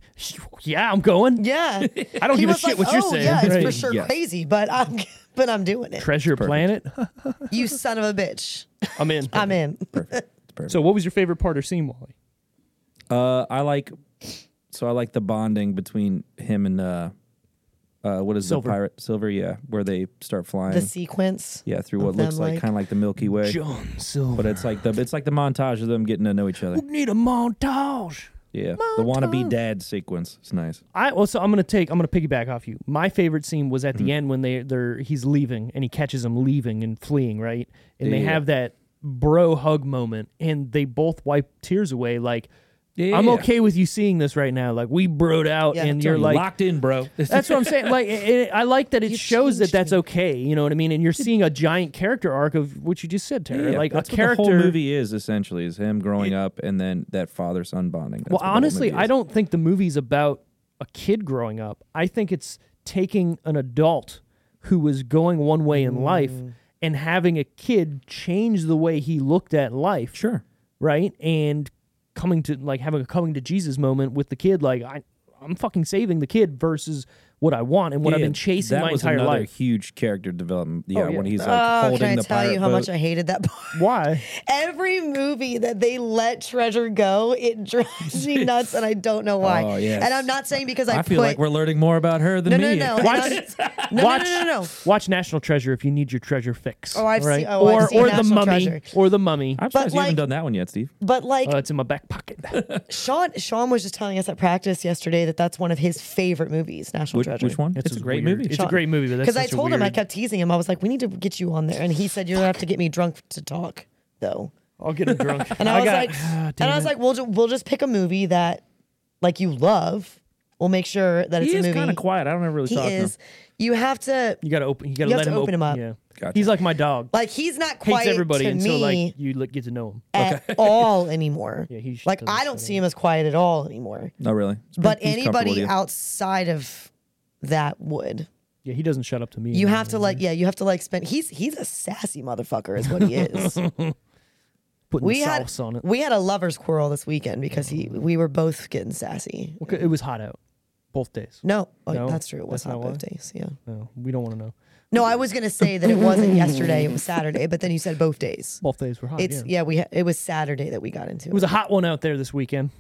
B: yeah, I'm going.
C: yeah,
B: <laughs> I don't
C: he
B: give a
C: was
B: shit
C: like,
B: what
C: oh,
B: you're saying.
C: Yeah, it's for
B: Right.
C: sure
A: Yes.
C: crazy, but I'm <laughs> but I'm doing it.
B: Treasure Planet. <laughs>
C: You son of a bitch.
B: I'm in.
C: I'm in.
B: So, what was your favorite part or scene, Wally?
A: Uh, I like so I like the bonding between him and uh, uh, what is
B: Silver.
A: the pirate Silver? Yeah, where they start flying.
C: The sequence.
A: yeah, through what
C: of
A: looks
C: them,
A: like,
C: like-
A: kind of like the Milky Way,
B: John Silver.
A: but it's like the it's like the montage of them getting to know each other.
B: need a montage.
A: Yeah, the wannabe dad sequence. It's nice.
B: I also I'm gonna take I'm gonna piggyback off you. My favorite scene was at the
A: Mm-hmm.
B: end when they they're he's leaving and he catches him leaving and fleeing right, and they
A: Yeah.
B: have that bro hug moment and they both wipe tears away like. I'm
A: Yeah.
B: okay with you seeing this right now. Like we broed out,
C: Yeah.
B: and
C: It's
B: you're like
A: locked in, <laughs> bro.
B: <laughs> That's what I'm saying. Like, it, it, I like that it
C: You
B: shows that
C: changed
B: that's okay. You know what I mean? And you're seeing a giant character arc of what you just said, Tara.
A: Yeah,
B: like
A: that's
B: a
A: what
B: character.
A: the whole movie is essentially is him growing up and then that father son bonding. That's
B: well,
A: what the whole
B: honestly,
A: movie
B: I
A: is.
B: don't think the movie's about a kid growing up. I think it's taking an adult who was going one way in life
A: Mm.
B: and having a kid change the way he looked at life.
A: Sure.
B: Right, and coming to like having a coming to Jesus moment with the kid. Like I, I'm fucking saving the kid versus what I want and what I've
A: Yeah,
B: been chasing
A: that
B: my
A: was
B: entire
A: another <laughs>
B: life.
A: Huge character development. Yeah,
B: yeah.
A: when he's like
C: Oh,
A: holding
C: can I
A: the
C: tell
A: pirate
C: you how
A: boat.
C: much I hated that <laughs> part?
B: Why?
C: Every movie that they let Treasure go, it <laughs> drives me nuts, and I don't know why.
A: Oh, yes.
C: And I'm not saying because I,
A: I feel
C: put,
A: like we're learning more about her than
C: <laughs> no, no,
A: me.
C: no,
A: <laughs>
C: and
B: Watch-
C: I'm- no,
B: watch,
C: no, no, no, no.
B: Watch National Treasure if you need your treasure fix.
C: Oh, I've
B: all right?
C: seen- oh,
B: or
C: I've seen
B: or the
C: National
B: mummy
C: Treasure.
B: or the mummy.
A: I'm
C: But,
A: surprised you haven't
C: like-
A: done that one yet, Steve.
C: But like
B: Uh, it's in my back pocket.
A: <laughs>
C: Sean, Sean was just telling us at practice yesterday that that's one of his favorite movies, National
A: Which,
C: Treasure.
A: which one?
B: This
A: It's a
B: is
A: great
B: weird.
A: movie.
B: It's a great movie, but that's
C: Because I
B: such a
C: told him, I
B: weird-
C: kept teasing him. I was like, "We need to get you on there," and he said, "You're gonna have to get me drunk to talk, though."
B: I'll get him drunk.
C: <laughs> And I, was
B: got-
C: like,
B: Ah,
C: and
B: damn
C: I was
B: it.
C: like, we'll ju- we'll just pick a movie that like you love. We'll make sure that it's
A: He
C: a
A: is
C: movie.
A: kind of quiet. I don't ever really
C: He
A: talk to him.
C: is. You have to
B: you gotta open. You gotta
C: you have
B: let
C: to
B: him
C: open him up.
B: Yeah,
A: Gotcha.
B: he's like my dog.
C: like he's not
B: Hates
C: quiet
B: everybody
C: to
B: until
C: me
B: like you look, get to know him.
C: at
B: <laughs>
C: all anymore.
B: Yeah, he sh-
C: like
B: doesn't
C: I don't see him as quiet at all anymore.
A: No, Oh, really. It's
C: But
A: pretty- he's comfortable with
C: anybody
A: you.
C: outside of that would.
B: Yeah, he doesn't shut up to me.
C: You have to like yeah, you have to like spend he's he's a sassy motherfucker
B: <laughs>
C: is what he is.
B: putting
C: we had
B: sauce on it.
C: we had a lovers quarrel this weekend because he we were both getting sassy.
B: Okay, it was hot out, both days.
C: No, oh,
B: No?
C: that's true. It was
B: That's
C: hot
B: not why?
C: both days. Yeah.
B: No, we don't want to know.
C: No, I was gonna say that it wasn't yesterday. It was Saturday, but then you said
B: <laughs>
C: both days.
B: Both days were hot.
C: It's
B: yeah.
C: yeah. we ha- it was Saturday that we got into
B: It
C: it,
B: was a hot one out there this weekend.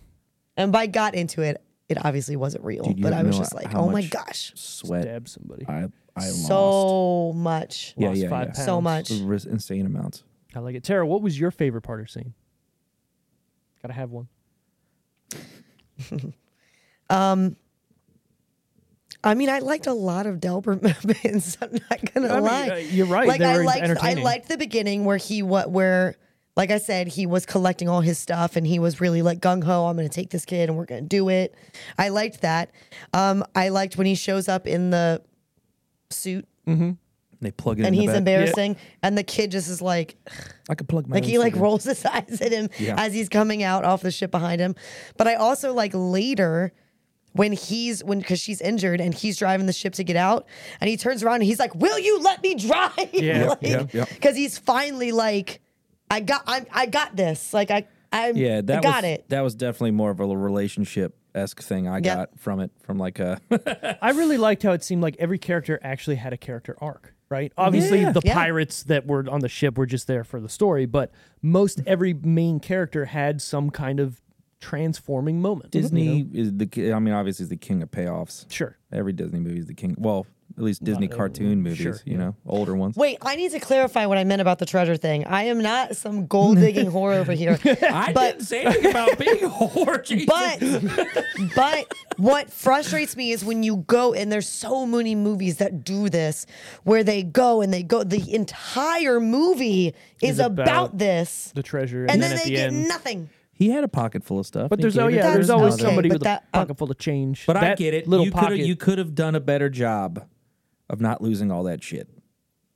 C: and by got into it, it obviously wasn't real.
A: Dude, you
C: but
A: don't
C: I was
A: know
C: just like,
A: how
C: oh my
A: much
C: gosh,
A: Sweat.
B: Dab somebody.
A: I I lost.
C: so much,
A: Yeah,
B: Lost
A: yeah,
B: five
A: yeah.
B: pounds.
C: so much.
A: Ris- Insane amounts.
B: I like it. Tara, what was your favorite part or scene? Gotta have one.
C: I mean, I liked a lot of Delbert <laughs> moments. I'm not gonna
B: I mean,
C: lie.
B: uh, you're right,
C: Like
B: they
C: I
B: were
C: liked, I
B: entertaining.
C: liked the beginning where he what where, like I said, he was collecting all his stuff and he was really like gung ho. I'm gonna take this kid and we're gonna do it. I liked that. Um, I liked when he shows up in the suit
A: They plug it
C: and
A: in
C: he's
A: the back.
C: embarrassing, and the kid just is like,
A: I could plug my
C: like
A: own
C: he like
A: shit in.
C: rolls his <laughs> eyes at him
A: Yeah.
C: as he's coming out off the ship behind him. But I also like later when he's when because she's injured and he's driving the ship to get out, and he turns around and he's like, "Will you let me drive?"
B: Yeah,
C: <laughs> like,
A: yeah, yeah.
C: Because he's finally like, "I got, I'm, I got this." Like I, I'm,
A: Yeah,
C: I
A: that
C: got
A: was,
C: it.
A: That was definitely more of a relationship esque thing I
C: Yeah.
A: got from it, from like a <laughs>
B: I really liked how it seemed like every character actually had a character arc, right? Obviously,
A: Yeah.
B: the
C: Yeah.
B: pirates that were on the ship were just there for the story, but most every main character had some kind of transforming moment.
A: Disney
B: You know?
A: is the. ki- I mean, obviously, he's the king of payoffs.
B: Sure.
A: Every Disney movie is the king. Well, at least Disney cartoon movies.
B: sure,
A: you know, older ones.
C: Wait, I need to clarify what I meant about the treasure thing. I am not
A: <laughs>
C: some gold digging whore over here.
D: I
C: But-
D: didn't say anything
C: <laughs>
D: about being a whore. Jesus.
C: But but what frustrates me is when you go and there's so many movies that do this where they go and they go the entire movie is
B: Is
C: about,
B: about-
C: this
B: The treasure,
C: and,
B: and,
C: then, they
B: at the
C: get
B: end.
C: nothing.
A: He had a pocket full of stuff.
B: But
A: He
B: there's
A: gave
B: oh
A: it to
B: yeah,
C: That's
B: there's
A: his
B: always
A: mother.
C: okay,
B: somebody
C: but
B: with
C: that- uh,
B: a pocket full of change.
A: But I
B: That
A: get it.
B: Little
A: you could
B: pocket.
A: you could have done a better job of not losing all that shit.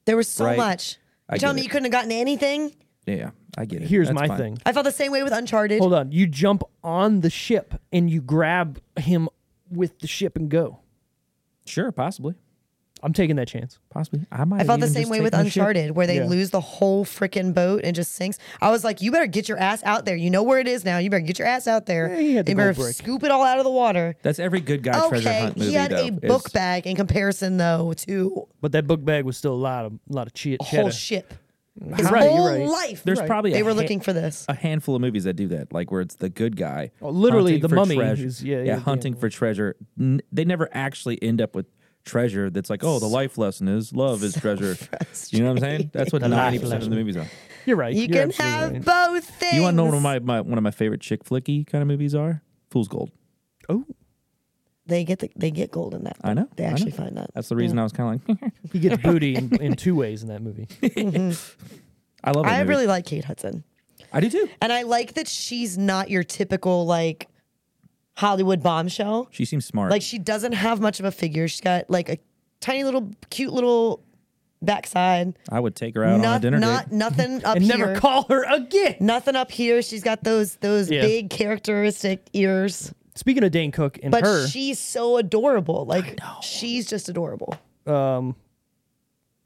C: There was so
A: Right.
C: much.
A: I
C: You're telling
A: get
C: me
A: it.
C: you couldn't have gotten anything?
A: Yeah, I get it.
B: Here's
A: That's
B: my
A: fine.
B: thing.
C: I felt the same way with Uncharted.
B: Hold on. You jump on the ship and you grab him with the ship and go.
A: Sure, possibly,
B: I'm taking that chance.
A: possibly. I might.
C: I
A: have
C: felt the
A: even
C: same
A: just
C: way with
A: taken the shit.
C: Uncharted, where they
B: Yeah.
C: lose the whole freaking boat and just sinks. I was like, you better get your ass out there. You know where it is now. You better get your ass out there.
B: he had the
C: you better
B: gold brick.
C: scoop it all out of the water.
A: That's every good guy treasure
C: Okay,
A: hunt movie.
C: he had
A: though,
C: a
A: is-
C: book bag in comparison, though, to
B: But that book bag was still a lot of a lot of shit.
C: a whole
B: cheddar.
C: ship. His
B: Right, you're
C: whole
B: right.
C: life,
A: There's probably
C: they
A: a <laughs>
C: were
A: ha-
C: looking for this.
A: a handful of movies that do that, like where it's the good guy.
B: Oh, literally,
A: hunting
B: The
A: for
B: Mummy
A: treasure-
B: is- yeah, yeah,
A: hunting
B: yeah.
A: for treasure. N- they never actually end up with treasure. That's like, oh, the life lesson is love
C: <laughs>
A: is treasure. You know what I'm saying? That's what ninety percent of the movies are.
B: You're right.
C: You
B: You're
C: can
B: absolutely
C: have
B: right.
C: both things.
A: You want to know what my, my one of my favorite chick flicky kind of movies are? Fool's Gold.
B: Oh,
C: they get the, they get gold in that.
A: I know.
C: They
A: I know.
C: actually find that.
A: That's the reason I was kind of like, <laughs>
B: he gets booty
C: <laughs>
B: in, in two ways in that movie.
A: I love. That
C: I
A: movie.
C: really like Kate Hudson,
A: I do too.
C: and I like that she's not your typical like Hollywood bombshell.
A: She seems smart.
C: Like she doesn't have much of a figure. She's got like a tiny little cute little backside.
A: I would take her out on a
C: not
A: dinner
C: not
A: date. <laughs>
C: nothing up
B: And
C: here.
B: never call her again.
C: nothing up here. She's got those those
B: Yeah.
C: big characteristic ears.
B: Speaking of Dane Cook and
C: But
B: her,
C: she's so adorable. Like she's just adorable.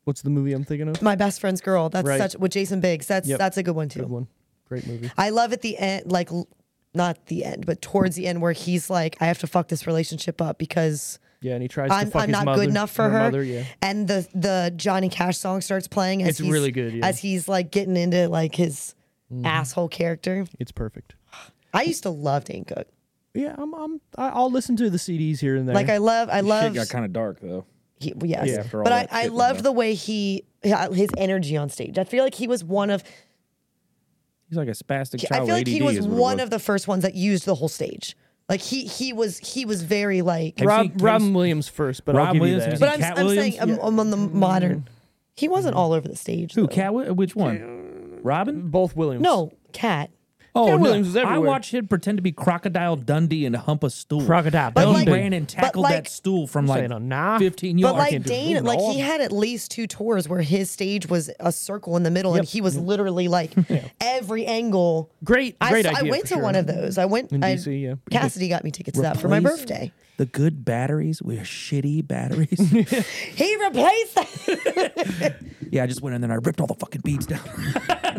B: what's the movie I'm thinking of?
C: My best friend's girl. That's
B: Right.
C: such with Jason Biggs. That's
B: Yep.
C: that's a good one too.
B: Good one. Great movie.
C: I love at the end, like l- not the end, but towards the end where he's like, I have to fuck this relationship up because
B: Yeah, and he tries
C: I'm,
B: to fuck
C: I'm
B: his
C: not
B: mother-
C: good enough for her.
B: Mother, yeah.
C: And the the Johnny Cash song starts playing as
B: It's
C: he's,
B: really good, yeah. Mm-hmm.
C: as he's like getting into like his asshole character.
B: It's perfect.
C: I used to love Dane Cook.
B: Yeah, I'm. I'm I- I'll listen to the CDs here and there.
C: Like I love I
A: Shit
C: love
A: got kind of dark though.
C: He, well, yes,
B: Yeah,
A: after all
C: but I,
A: that
C: I
A: shit went
C: loved
A: down.
C: the way he uh, his energy on stage. I feel like he was one of
A: He's like a spastic
C: I
A: child.
C: feel like he
A: ADD
C: was
A: is what it
C: one of the first ones that used the whole stage. Like he he was he was very like.
A: Have you
B: Rob
A: seen-
B: Robin Williams first, but I'll
A: Rob
B: give
A: Williams,
B: you
A: have
B: that.
A: you
C: but I'm,
A: Cat
C: I'm
A: Williams? Mm-hmm.
C: saying um, among the modern, he wasn't all over the stage.
A: Who
C: though.
A: cat? Wi- Which one? Robin?
B: Both Williams.
C: No, cat.
A: Oh,
B: Cat Williams was
A: I
B: everywhere.
A: watched him pretend to be Crocodile Dundee and hump a stool.
B: Crocodile
A: Then
C: Dundee.
A: he ran and
C: But
A: tackled
C: like-
A: that stool from
B: I'm
A: like
B: saying, uh, nah.
A: 15 yards.
C: But like
B: do it.
C: Dane,
B: Ooh,
C: like he
B: no.
C: had at least two tours where his stage was a circle in the middle, and he was
A: Mm-hmm. <laughs>
C: literally like every angle.
B: Great,
C: I,
B: great
C: saw- I
B: idea.
C: went
B: for
C: to
B: sure.
C: one of those. I went.
B: In
C: I-
B: DC, yeah.
C: Cassidy got me tickets to that for my
A: Replace-
C: birthday.
A: the good batteries with shitty batteries.
B: <laughs>
C: He replaced that.
A: yeah, I just went in there and I ripped all the fucking beads down.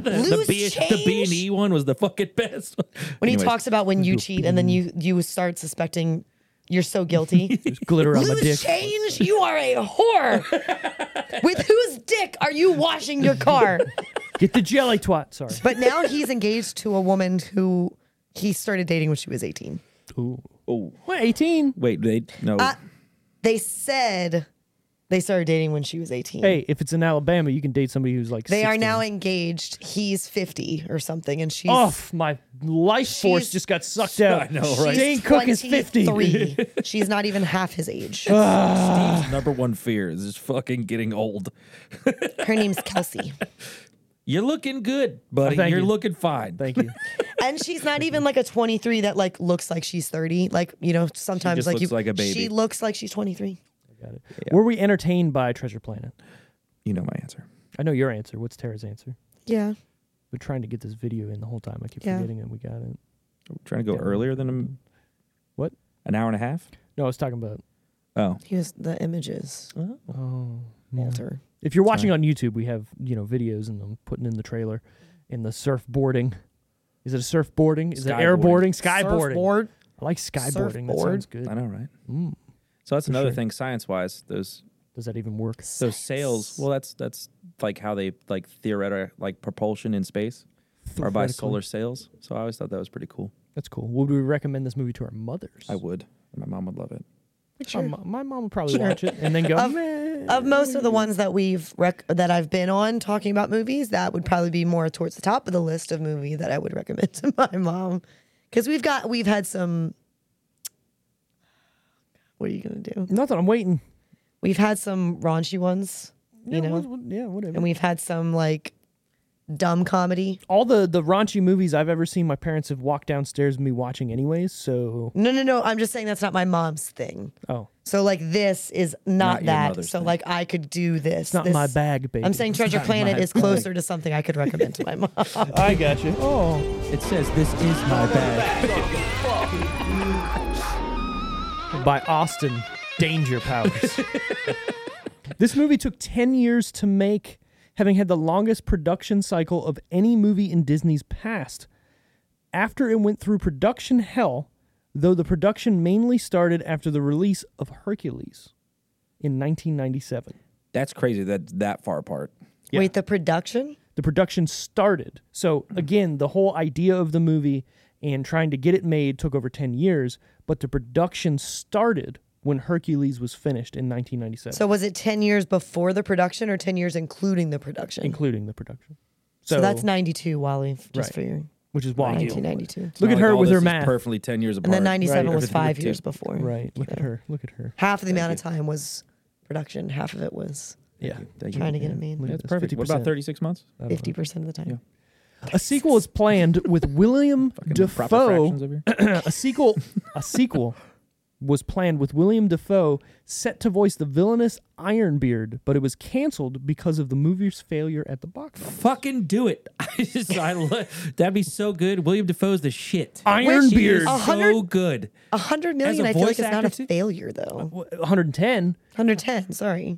C: Loose
A: B- the
C: change?
A: B and E one was the fucking best.
C: When he
A: Anyways,
C: talks about when you cheat and then you you start suspecting you're
A: <laughs>
C: so guilty.
B: There's glitter on my dick.
C: Loose change? You are a whore. With whose dick are you washing
A: <laughs>
C: your car?
B: Get the jelly twat.
C: <laughs>
B: Sorry.
C: But now he's engaged to a woman who he started dating when she was 18.
B: Ooh. What? 18.
A: wait, they no.
C: Uh, They said they started dating when she was 18.
B: Hey, if it's in Alabama, you can date somebody who's like.
C: they are
B: 16.
C: now engaged. He's 50 or something and she's
B: Oh, my life force
C: She's-
B: just got sucked out.
A: I know,
C: she's
A: right?
B: Dane Cook is 50.
C: 23. she's not even half his age.
A: Steve's number one fear is just fucking getting old.
C: Her name's Kelsey.
A: You're looking good, buddy.
B: thank
A: You're
B: you.
A: looking fine.
B: Thank you.
C: and she's not even like a 23 that like looks like she's 30 like you know sometimes
A: just
C: like
A: looks
C: you
A: like a baby.
C: she looks like she's 23
B: Got it. <laughs> Were we entertained by Treasure Planet?
A: <laughs> You know my answer.
B: I know your answer. What's Tara's answer?
C: yeah
B: We're trying to get this video in the whole time. I keep
C: Yeah.
B: forgetting it. We got it.
A: trying to go earlier than um,
B: What?
A: an hour and a half.
B: No, I was talking about.
A: Oh,
C: he was the images
B: Oh,
C: Walter
B: If you're watching on YouTube, we have you know videos and I'm putting in the trailer, in the surfboarding. Is it a surfboarding? Is it
A: Skyboarding.
B: airboarding? Skyboarding.
C: Surfboard.
B: I like skyboarding. That
C: Surfboard.
B: sounds good.
A: I know, right? so that's another thing, science-wise. Those
B: Does that even work?
A: those sails. Well, that's that's like how they like theoretical like propulsion in space, or by
B: Theoretical.
A: solar sails. So I always thought that was pretty cool.
B: That's cool. Would we recommend this movie to our mothers?
A: I would. My mom would love it.
B: My, mo- my mom would probably watch it and then go, "Meh."
C: Of most of the ones that we've rec- that I've been on talking about movies, that would probably be more towards the top of the list of movie that I would recommend <laughs> to my mom. Because we've got we've had some. What are you gonna do?
B: Not that I'm waiting.
C: We've had some raunchy ones, you
B: yeah,
C: know,
B: what- what- yeah, whatever.
C: and we've had some like dumb comedy.
B: All the the raunchy movies I've ever seen, my parents have walked downstairs with me watching anyways. So,
C: No, no, no. I'm just saying that's not my mom's thing.
B: oh,
C: So like this is not,
A: your
C: that.
A: mother's
C: So
A: thing.
C: like I could do this. It's
B: not my bag, baby.
C: I'm saying Treasure Planet is closer to something I could recommend to my mom.
B: I got you. Oh,
A: It says this is my bag.
B: by Austin, Danger Powers. <laughs> this movie took ten years to make, having had the longest production cycle of any movie in Disney's past. After it went through production hell, though the production mainly started after the release of Hercules in 1997.
A: That's crazy. That's that far apart.
C: Wait, the production?
B: the production started. So
C: Mm-hmm.
B: again, the whole idea of the movie and trying to get it made took over 10 years, but the production started when Hercules was finished in 1997,
C: So was it 10 years before the production or 10 years including the production?
B: including the production.
C: so, that's 92, Wally, just
B: Right.
C: figuring.
B: which is why
C: 1992.
B: Look at
A: Like,
B: her
A: all
B: with
A: this
B: her
A: is
B: math.
A: Perfectly ten years apart.
C: And then 97
A: Right.
C: was
A: Everything
C: five
A: would
C: years
A: tip.
C: before.
B: Right, look at her. Look at her.
C: Half of the amount of time was production, half of it was
B: Yeah.
A: Thank you.
C: trying to get it made.
A: That's perfect. What about
B: 50%.
A: thirty six months?
C: Um, 50% of the time.
B: A sequel is planned with William
A: Proper
B: Defoe
A: fractions over here.
B: <clears throat> a sequel a sequel was planned with William Defoe set to voice the villainous Ironbeard, but it was canceled because of the movie's failure at the box office.
A: Fucking do it. <laughs> I just I lo- that'd be so good. William Defoe's the shit. He is
B: Ironbeard,
C: Which-
A: so good.
C: A 100
A: As
C: million,
A: a
C: I feel like
A: voice
C: it's not a
A: actor, too?
C: failure, though.
B: 110.
C: 110, sorry.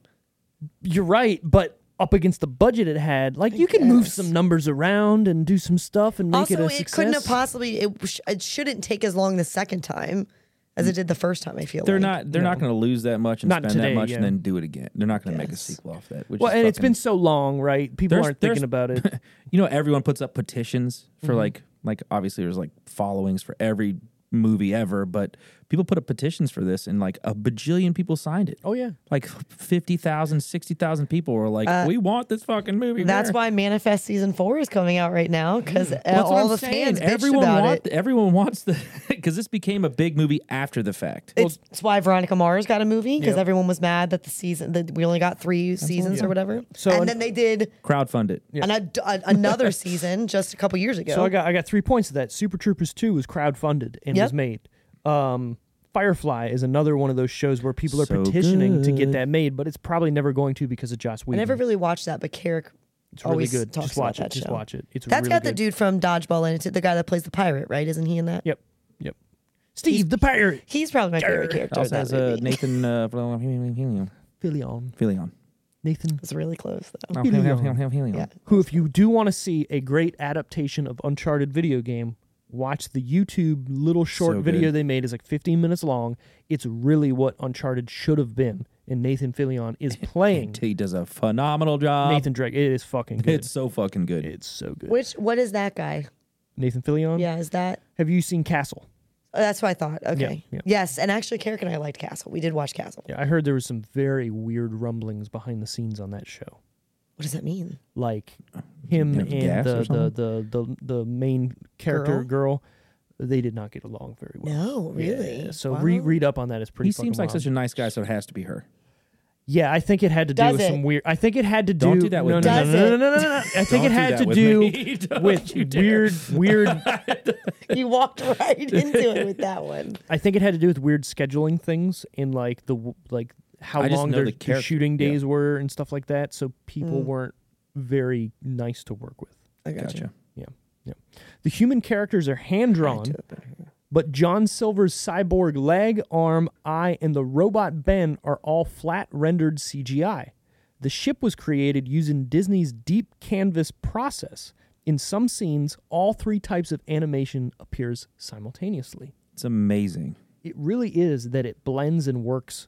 B: You're right, but up against the budget it had, like you can move
C: guess.
B: some numbers around and do some stuff and make
C: also,
B: it a
C: it
B: success.
C: couldn't have possibly, it, sh- it shouldn't take as long the second time as it did the first time, I feel
A: They're
C: like.
A: not. They're not going to lose that much and
B: Not
A: spend
B: today,
A: that much
B: yeah.
A: and then do it again. They're not going to make a sequel off that. Which
B: well,
A: is
B: and it's
A: fucking-
B: been so long, right? People
A: There's-
B: aren't thinking
A: there's-
B: about
A: <laughs>
B: it. Mm-hmm.
A: you know everyone puts up petitions for like like obviously there's like followings for every movie ever but people put up petitions for this and like a bajillion people signed it
B: Oh yeah.
A: like 50,000 60,000 people were like
B: Uh,
A: we want this fucking movie
C: That's
A: Where?"
C: why Manifest Season 4 is coming out right now because
B: Mm.
A: That's what
C: all
A: I'm
C: the
A: saying.
C: fans bitched
A: everyone
C: about
A: want
C: it.
A: everyone wants the <laughs> cuz this became a big movie after the fact
C: It's, it's why Veronica Mars got a movie because
B: Yep.
C: everyone was mad that the season that we only got three seasons or whatever.
B: So
C: and
B: an-
C: then they did
A: crowdfund it
C: an, ad- a, another season just a couple years ago.
B: So I got I got three points of that. Super Troopers two was crowdfunded and
C: Yep.
B: was made. Um, Firefly is another one of those shows where people are
A: So
B: petitioning to get that made, but it's probably never going to because of Joss
C: I
B: Whedon.
C: never really watched that, but Carrick
B: it's really
C: always
B: good.
C: talks
B: Just watch
C: about
B: it.
C: that
B: Just
C: show.
B: watch it. It's
C: That's
B: really
C: got the
B: good.
C: dude from Dodgeball in it, too, the guy that plays the pirate, right? Isn't he in that?
B: Yep, yep. Steve the pirate.
C: He's probably my favorite character. in
A: also
C: that
A: has uh, <laughs>
C: movie.
A: Nathan uh, Fillion
B: Filion.
A: Fillion
B: Nathan.
C: <laughs> it's really close though.
B: Oh.
C: Yeah.
B: Who, if you do want to see a great adaptation of Uncharted video game, watch the YouTube little short
A: So good.
B: video they made. It's like 15 minutes long. It's really what Uncharted should have been, and Nathan Fillion
C: <laughs>
B: is playing
A: <laughs> he does a phenomenal job
C: Um,
B: Nathan Drake. It is fucking good.
A: it's so fucking good
B: It's so good.
C: <laughs> Which what is that guy?
B: Nathan Fillion.
C: Yeah, is that?
B: Have you seen Castle?
C: oh, that's what I thought. Okay.
B: Um, yeah.
C: Yes, and actually, Carrick and I liked Castle. We did watch Castle.
B: Yeah, I heard there was some very weird rumblings behind the scenes on that show.
C: What does that mean?
B: Like him
A: Have
B: and
A: gas
B: the
A: or
B: the, the the the main character girl. they did not get along very well.
C: No, really.
B: Yeah, so
C: Wow.
B: re- read up on that. It's pretty.
A: he seems like
B: fucking
A: such a nice guy, so it has to be her.
B: Yeah, I think it had to do
C: Does
B: with some
C: it?
B: weird. I think it had to do.
A: Don't do that with
B: no,
A: me.
B: no, no,
C: Does
B: no, no,
C: it?
B: no, no, no, no.
A: <laughs>
B: I think it
A: do
B: had
A: that
B: to
A: with
B: do <laughs>
A: me. Don't
B: with
A: you dare.
B: weird, weird.
C: <laughs> you walked right into it
B: <laughs>
C: with that one.
B: I think it had to do with weird scheduling things in like the w- like how
A: I just
B: long
A: know
B: their,
A: the
B: their
A: character-
B: shooting
A: yeah.
B: days were and stuff like that. So people weren't very nice to work with.
C: I got
A: Gotcha.
B: Yeah, yeah. The human characters are hand drawn, but John Silver's cyborg leg, arm, eye, and the robot Ben are all flat rendered CGI. The ship was created using Disney's deep canvas process. In some scenes, all three types of animation appears simultaneously.
A: It's amazing.
B: It really is that it blends and works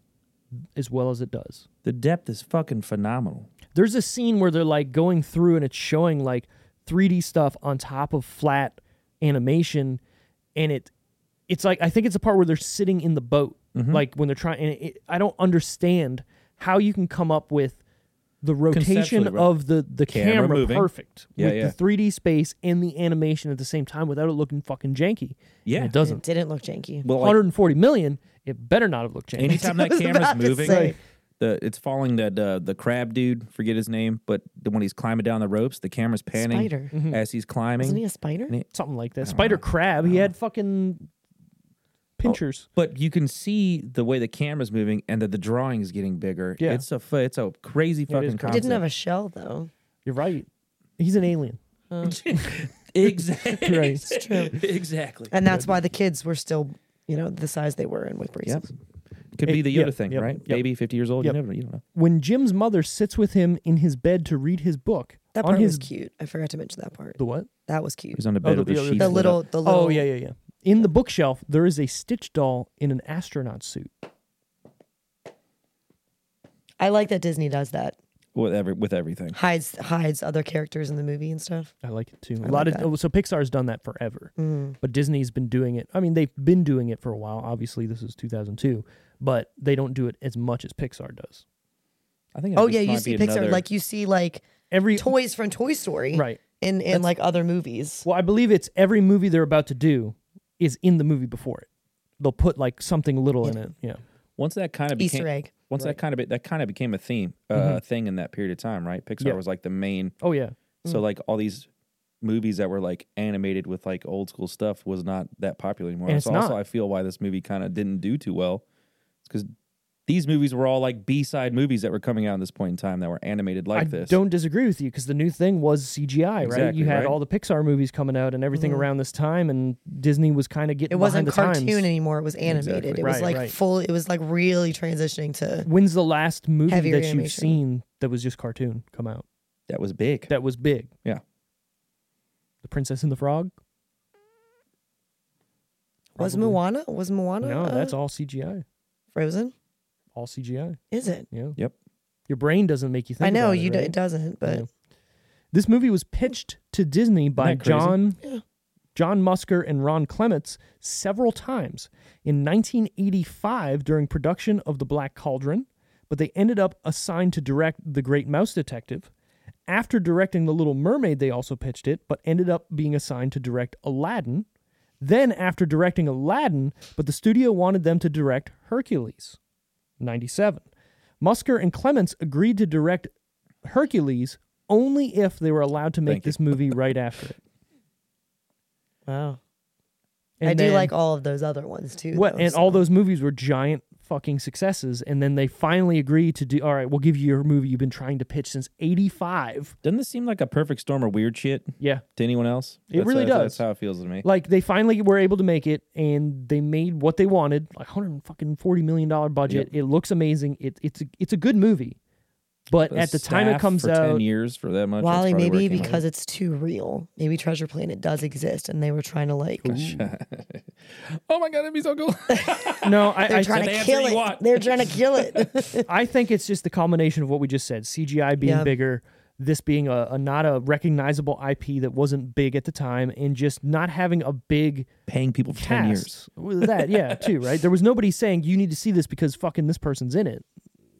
B: as well as it does.
A: The depth is fucking phenomenal.
B: There's a scene where they're like going through and it's showing like 3D stuff on top of flat animation and it it's like I think it's the part where they're sitting in the boat,
A: Mm-hmm.
B: like when they're trying. And it, I don't understand how you can come up with the rotation
A: Conceptually, right.
B: of the the
A: Camera
B: camera,
A: moving.
B: perfect
A: Yeah,
B: with
A: yeah.
B: the 3D space and the animation at the same time without it looking fucking janky. And
A: Yeah.
B: it
C: It
B: doesn't.
C: didn't look janky.
A: Well, like,
B: 140 million, it better not have looked janky.
C: <laughs>
A: anytime that
C: was
A: camera's
C: about to
A: moving,
C: say.
A: the it's following that uh, the crab dude. Forget his name, but the, when he's climbing down the ropes, the camera's panning
C: Spider.
A: as he's
C: Isn't he
A: climbing.
C: a spider?
A: Ni-
B: Something like that. Spider crab. He had fucking pinchers.
A: But you can see the way the camera's moving and that the drawing's getting bigger.
B: Yeah.
A: It's a fu- it's a crazy
B: it is
A: fucking
B: crazy.
A: concept.
C: Didn't have a shell though.
B: You're right. He's an
C: <laughs>
B: alien.
A: exactly.
B: Right.
A: <laughs> Exactly.
C: And that's why the kids were still, you know, the size they were in with braces.
A: Yep. Could be
B: It-
A: the Yoda
B: yep,
A: thing,
B: yep,
A: right?
B: yep.
A: Baby, fifty years old.
B: Yep.
A: You never, you don't know.
B: When Jim's mother sits with him in his bed to read his book
C: That
B: on
C: part
B: his
C: was cute. I forgot to mention that part.
B: the what?
C: That was cute.
A: He's on the bed
B: the
A: with the
B: Yoda
A: sheets.
C: Oh, The
A: lit
C: little,
A: up.
C: the little.
B: Oh yeah, yeah, yeah. In the bookshelf, there is a Stitch doll in an astronaut suit.
C: I like that Disney does that.
A: with every with everything.
C: Hides hides other characters in the movie and stuff.
B: I like it too. A
C: like
B: lot
C: that. Mm.
B: of oh, so Pixar's done that forever, but Disney's been doing it. I mean, they've been doing it for a while. Obviously, this is 2002, but they don't do it as much as Pixar does.
A: I think.
C: Oh
A: this
C: yeah, you
A: might
C: see
A: be
C: Pixar
A: another-
C: like you see like
B: Every
C: toys from Toy Story,
B: Right.
C: In in like other movies.
B: well, I believe it's every movie they're about to do is in the movie before it. They'll put like something little in it. Yeah,
A: once that kind of
C: Easter
A: became,
C: egg.
A: Once that kind of be- that kind of became a theme uh, thing in that period of time, right? Pixar
B: Mm-hmm. Yeah.
A: was like the main.
B: Oh yeah.
C: Mm.
A: So like all these movies that were like animated with like old school stuff was not that popular anymore.
B: And
A: That's
B: it's
A: also
B: not.
A: I feel why this movie kind of didn't do too well. It's because these movies were all like B side movies that were coming out at this point in time that were animated like
B: I
A: this.
B: don't disagree with you because the new thing was CGI, right?
A: Exactly,
B: You had
A: right.
B: all the Pixar movies coming out and everything around this time, and Disney was kind of getting
C: Mm-hmm. It wasn't
B: behind the
C: cartoon
B: times.
C: anymore. It was animated.
A: Exactly.
C: It was
B: Right,
C: like
B: right.
C: full. It was like really transitioning to.
B: When's the last movie that
C: Heavier
B: you've
C: animation.
B: seen that was just cartoon come out
A: That was big.
B: that was big?
A: yeah.
B: The Princess and the Frog?
C: Was
B: Probably.
C: Moana? Was Moana?
B: No,
C: uh,
B: that's all CGI.
C: Frozen.
B: All CGI.
C: Is it?
B: Yeah.
A: Yep.
B: Your brain doesn't make you think.
C: I know
B: about it,
C: you. do-
B: right?
C: It doesn't,
B: Yeah.
C: but
B: This movie was pitched to Disney by
A: that crazy?
B: John John Musker and Ron Clements several times in 1985 during production of The Black Cauldron, but they ended up assigned to direct The Great Mouse Detective. After directing The Little Mermaid, they also pitched it, but ended up being assigned to direct Aladdin. Then, after directing Aladdin, but the studio wanted them to direct Hercules, 97. Musker and Clements agreed to direct Hercules only if they were allowed to make
A: Thank you.
B: this movie right after it.
C: wow.
B: And
C: I do
B: then-
C: like all of those other ones too.
B: what
C: though,
B: and
C: so-
B: all those movies were giant fucking successes and then they finally agreed to do all right we'll give you your movie you've been trying to pitch since 85
A: Doesn't this seem like a perfect storm of weird shit
B: yeah
A: to anyone else?
B: It really
A: that's-
B: does.
A: That's how it feels to me.
B: like they finally were able to make it and they made what they wanted like 140 million dollar budget it looks amazing it, it's a, it's a good movie but at the time it
A: Staff
B: comes
A: for ten
B: out
A: years for that much. that's
C: Wally,
A: probably where
C: maybe
A: it came out.
C: because it's too real. Maybe Treasure Planet does exist, and they were trying to like
A: Oh my god, it'd be so cool.
B: no I,
C: <laughs> they're
B: I,
C: trying to
A: answer
C: kill
A: you
C: it.
A: want.
C: They're trying to kill
B: <laughs>
C: it.
B: I think it's just the combination of what we just said cgi being
C: Yeah.
B: bigger this being a, a not a recognizable ip that wasn't big at the time and just not having a big
A: <laughs> Paying people for ten years.
B: cast. Well, That,
A: <laughs>
B: yeah, too, right? There was nobody saying you need to see this because fucking this person's in it.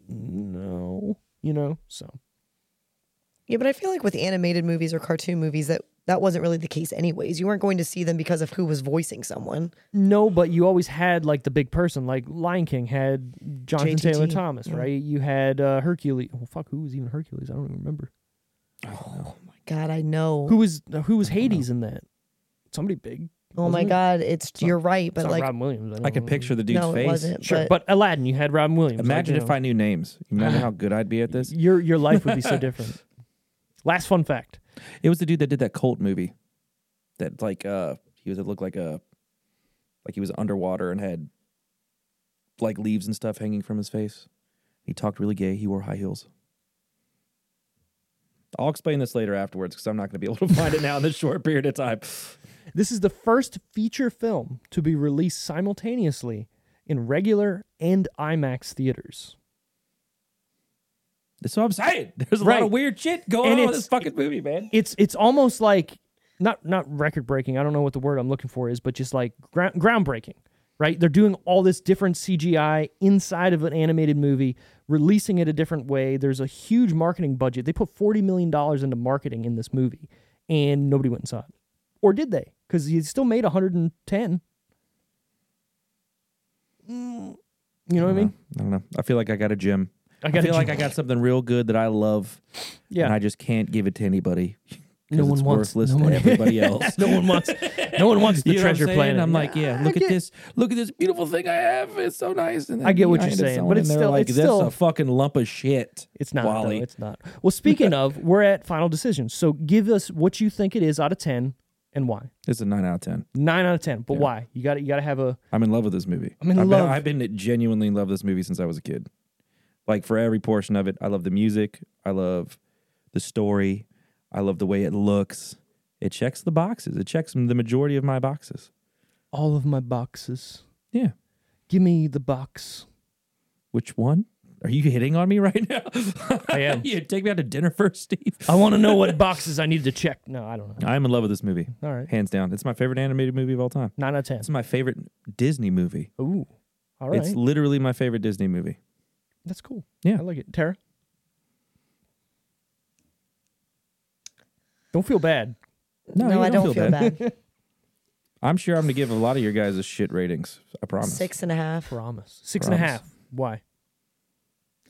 B: No, you know. So
C: yeah, but I feel like with animated movies or cartoon movies, that that wasn't really the case, anyways. You weren't going to see them because of who was voicing someone.
B: no, but you always had like the big person, like Lion King had Jonathan
C: JTT,
B: Taylor Thomas, right? You had uh, Hercules. Well, fuck, who was even Hercules? I don't even remember.
C: God, I know.
B: Who was uh, who was Hades in that? Somebody big.
C: oh my
B: wasn't it?
C: God, it's you're right,
B: It's
C: but
B: not
C: like
B: Robin Williams. I, don't
A: I could
B: know.
A: picture the dude's
C: no,
A: face.
C: it wasn't.
B: Sure, but
C: but
B: Aladdin, you had Robin Williams. like,
A: Imagine
B: you
A: if
B: know. Ah.
A: I knew names. You Imagine how good I'd be at this.
B: your your life would be <laughs> so different. Last fun fact.
A: It was the dude that did that cult movie. That like uh he was it looked like a like he was underwater and had like leaves and stuff hanging from his face. He talked really gay. He wore high heels. I'll explain this later afterwards because I'm not going to be able to <laughs> find it now in this short period of time.
B: This is the first feature film to be released simultaneously in regular and IMAX theaters.
A: That's what I'm saying. There's a lot
B: Right.
A: of weird shit going
B: And
A: on with
B: it's-
A: this fucking movie, man.
B: It's it's almost like not not record breaking. I don't know what the word I'm looking for is, but just like ground groundbreaking, right? They're doing all this different CGI inside of an animated movie, releasing it a different way. There's a huge marketing budget. They put forty million dollars into marketing in this movie, and nobody went and saw it, or did they? Because he still made 110. Mm,
A: Uh-huh.
B: You know what I mean?
A: I don't know. I feel like I got a gym.
B: I
A: I,
B: got a
A: feel like I
B: gem.
A: got something real good that I love.
B: Yeah.
A: And I just can't give it to anybody. 'Cause
B: No one
A: it's
B: wants-
A: worthless
B: no one- <laughs>
A: to everybody else.
B: No one wants. No
A: <laughs>
B: one wants the
A: You know what I'm
B: treasure
A: saying?
B: planet.
A: I'm like, yeah, look
B: get-
A: at this, look at this beautiful thing I have. It's so nice. And then
B: I get what
A: you
B: you're
A: hand it to
B: saying,
A: someone
B: but it's
A: and they're
B: still-
A: like,
B: it's
A: that's
B: still-
A: a fucking lump of shit.
B: It's not. though.
A: Wally.
B: It's not. Well,
A: <laughs>
B: speaking of, we're at final decisions. So give us what you think it is out of ten and why.
A: It's a nine out of ten.
B: Nine out of ten, but why? You got to You got to have a.
A: I'm in love with this movie.
B: I'm in
A: I've
B: love.
A: Been, I've been genuinely in love with this movie since I was a kid. Like for every portion of it, I love the music. I love the story. I love the way it looks. It checks the boxes. It checks the majority of my boxes.
B: All of my boxes.
A: Yeah.
B: Give me the box.
A: Which one? Are you hitting on me right now? <laughs>
B: I <laughs> am.
A: you take me out to dinner first, Steve.
B: I want to know what boxes I need to check. No, I don't know.
A: I'm in love with this movie.
B: All right.
A: Hands down. It's my favorite animated movie of all time.
B: Nine out of ten.
A: It's my favorite Disney movie.
B: Ooh. All right.
A: It's literally my favorite Disney movie.
B: That's cool.
A: Yeah.
B: I like it. Tara. Don't feel bad.
A: No, you
C: I don't feel bad.
A: I'm sure I'm going to give a lot of your guys shit ratings. I promise.
C: Six and a half.
B: Promise. Six and a half.
A: Promise.
B: Why?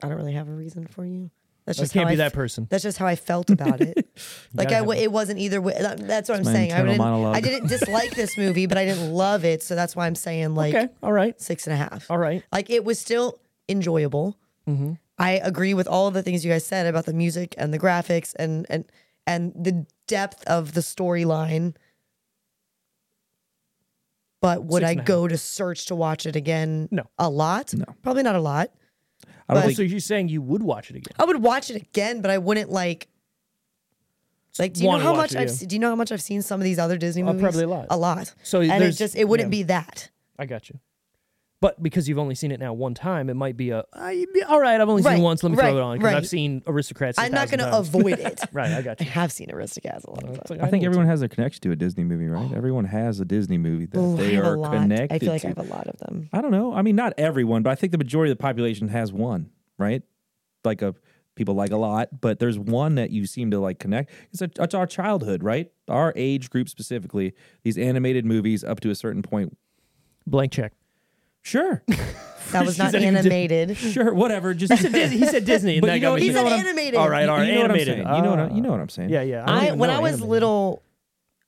C: I don't really have a reason for you. That's
B: I
C: just
B: can't
C: how
B: be that
C: I f-
B: person.
C: That's just how I felt about it. like
B: gotta
C: I,
B: have
C: w- it wasn't either. way. that- That's what
A: my
C: I'm saying. I
A: internal
C: didn't.
A: monologue.
C: I didn't dislike this movie, but I didn't love it. So that's why I'm saying like
B: okay. All right.
C: six and a half.
B: All right.
C: Like it was still enjoyable.
B: Mm-hmm.
C: I agree with all of the things you guys said about the music and the graphics and and and the depth of the storyline. But would
B: Six
C: I
B: and a half.
C: go to search to watch it again?
B: No.
C: A lot? No. Probably not a lot.
A: I don't
C: But-
A: think
B: So you're saying you would watch it again?
C: I would watch it again, but I wouldn't like. Like, do you know
B: wanna
C: how
B: watch
C: much
B: it,
C: I've
B: yeah.
C: se- do you know how much I've seen some of these other Disney
B: Uh,
C: movies?
B: probably a lot.
C: A lot.
B: So
C: and
B: there's-
C: it's just it wouldn't
B: yeah.
C: be that.
B: I got you. But because you've only seen it now one time, it might be a "Ah, you'd be- all right. I've only
C: Right,
B: seen it once. Let me
C: right,
B: throw it on because
C: right.
B: I've seen Aristocrats. a
C: I'm not
B: thousand
C: going to
B: times.
C: avoid it.
B: <laughs> Right, I got
C: I
B: <laughs> you.
C: have seen Aristocats a lot of times.
A: I think everyone has a connection to a Disney movie, right? Everyone has a Disney movie that
C: Oh. Ooh, I
A: they
C: have
A: are
C: a lot.
A: connected
C: I feel like
A: to.
C: I have a lot of
B: <laughs>
C: them.
A: I don't know. I mean, not everyone, but I think the majority of the population has one, right? Like a people like a lot, but there's one that you seem to like connect. It's, a, it's our childhood, right? Our age group specifically. These animated movies up to a certain point.
B: blank check.
A: Sure, <laughs>
C: That was
B: She
C: not
B: said you did-
C: animated.
A: sure, whatever. Just
B: He said <laughs> Disney. He <laughs> said Disney. And
A: But
B: that
A: you know-
B: got me
A: you
C: He's
A: know
C: an
A: what I'm-
B: thinking.
C: animator.
B: All right, all right.
A: you know what I'm
B: animated.
A: saying. You know what
B: Ah.
A: I, you know what I'm saying.
B: Yeah, yeah. don't
C: I
B: even
C: when
B: know
C: I was
B: animated.
C: little,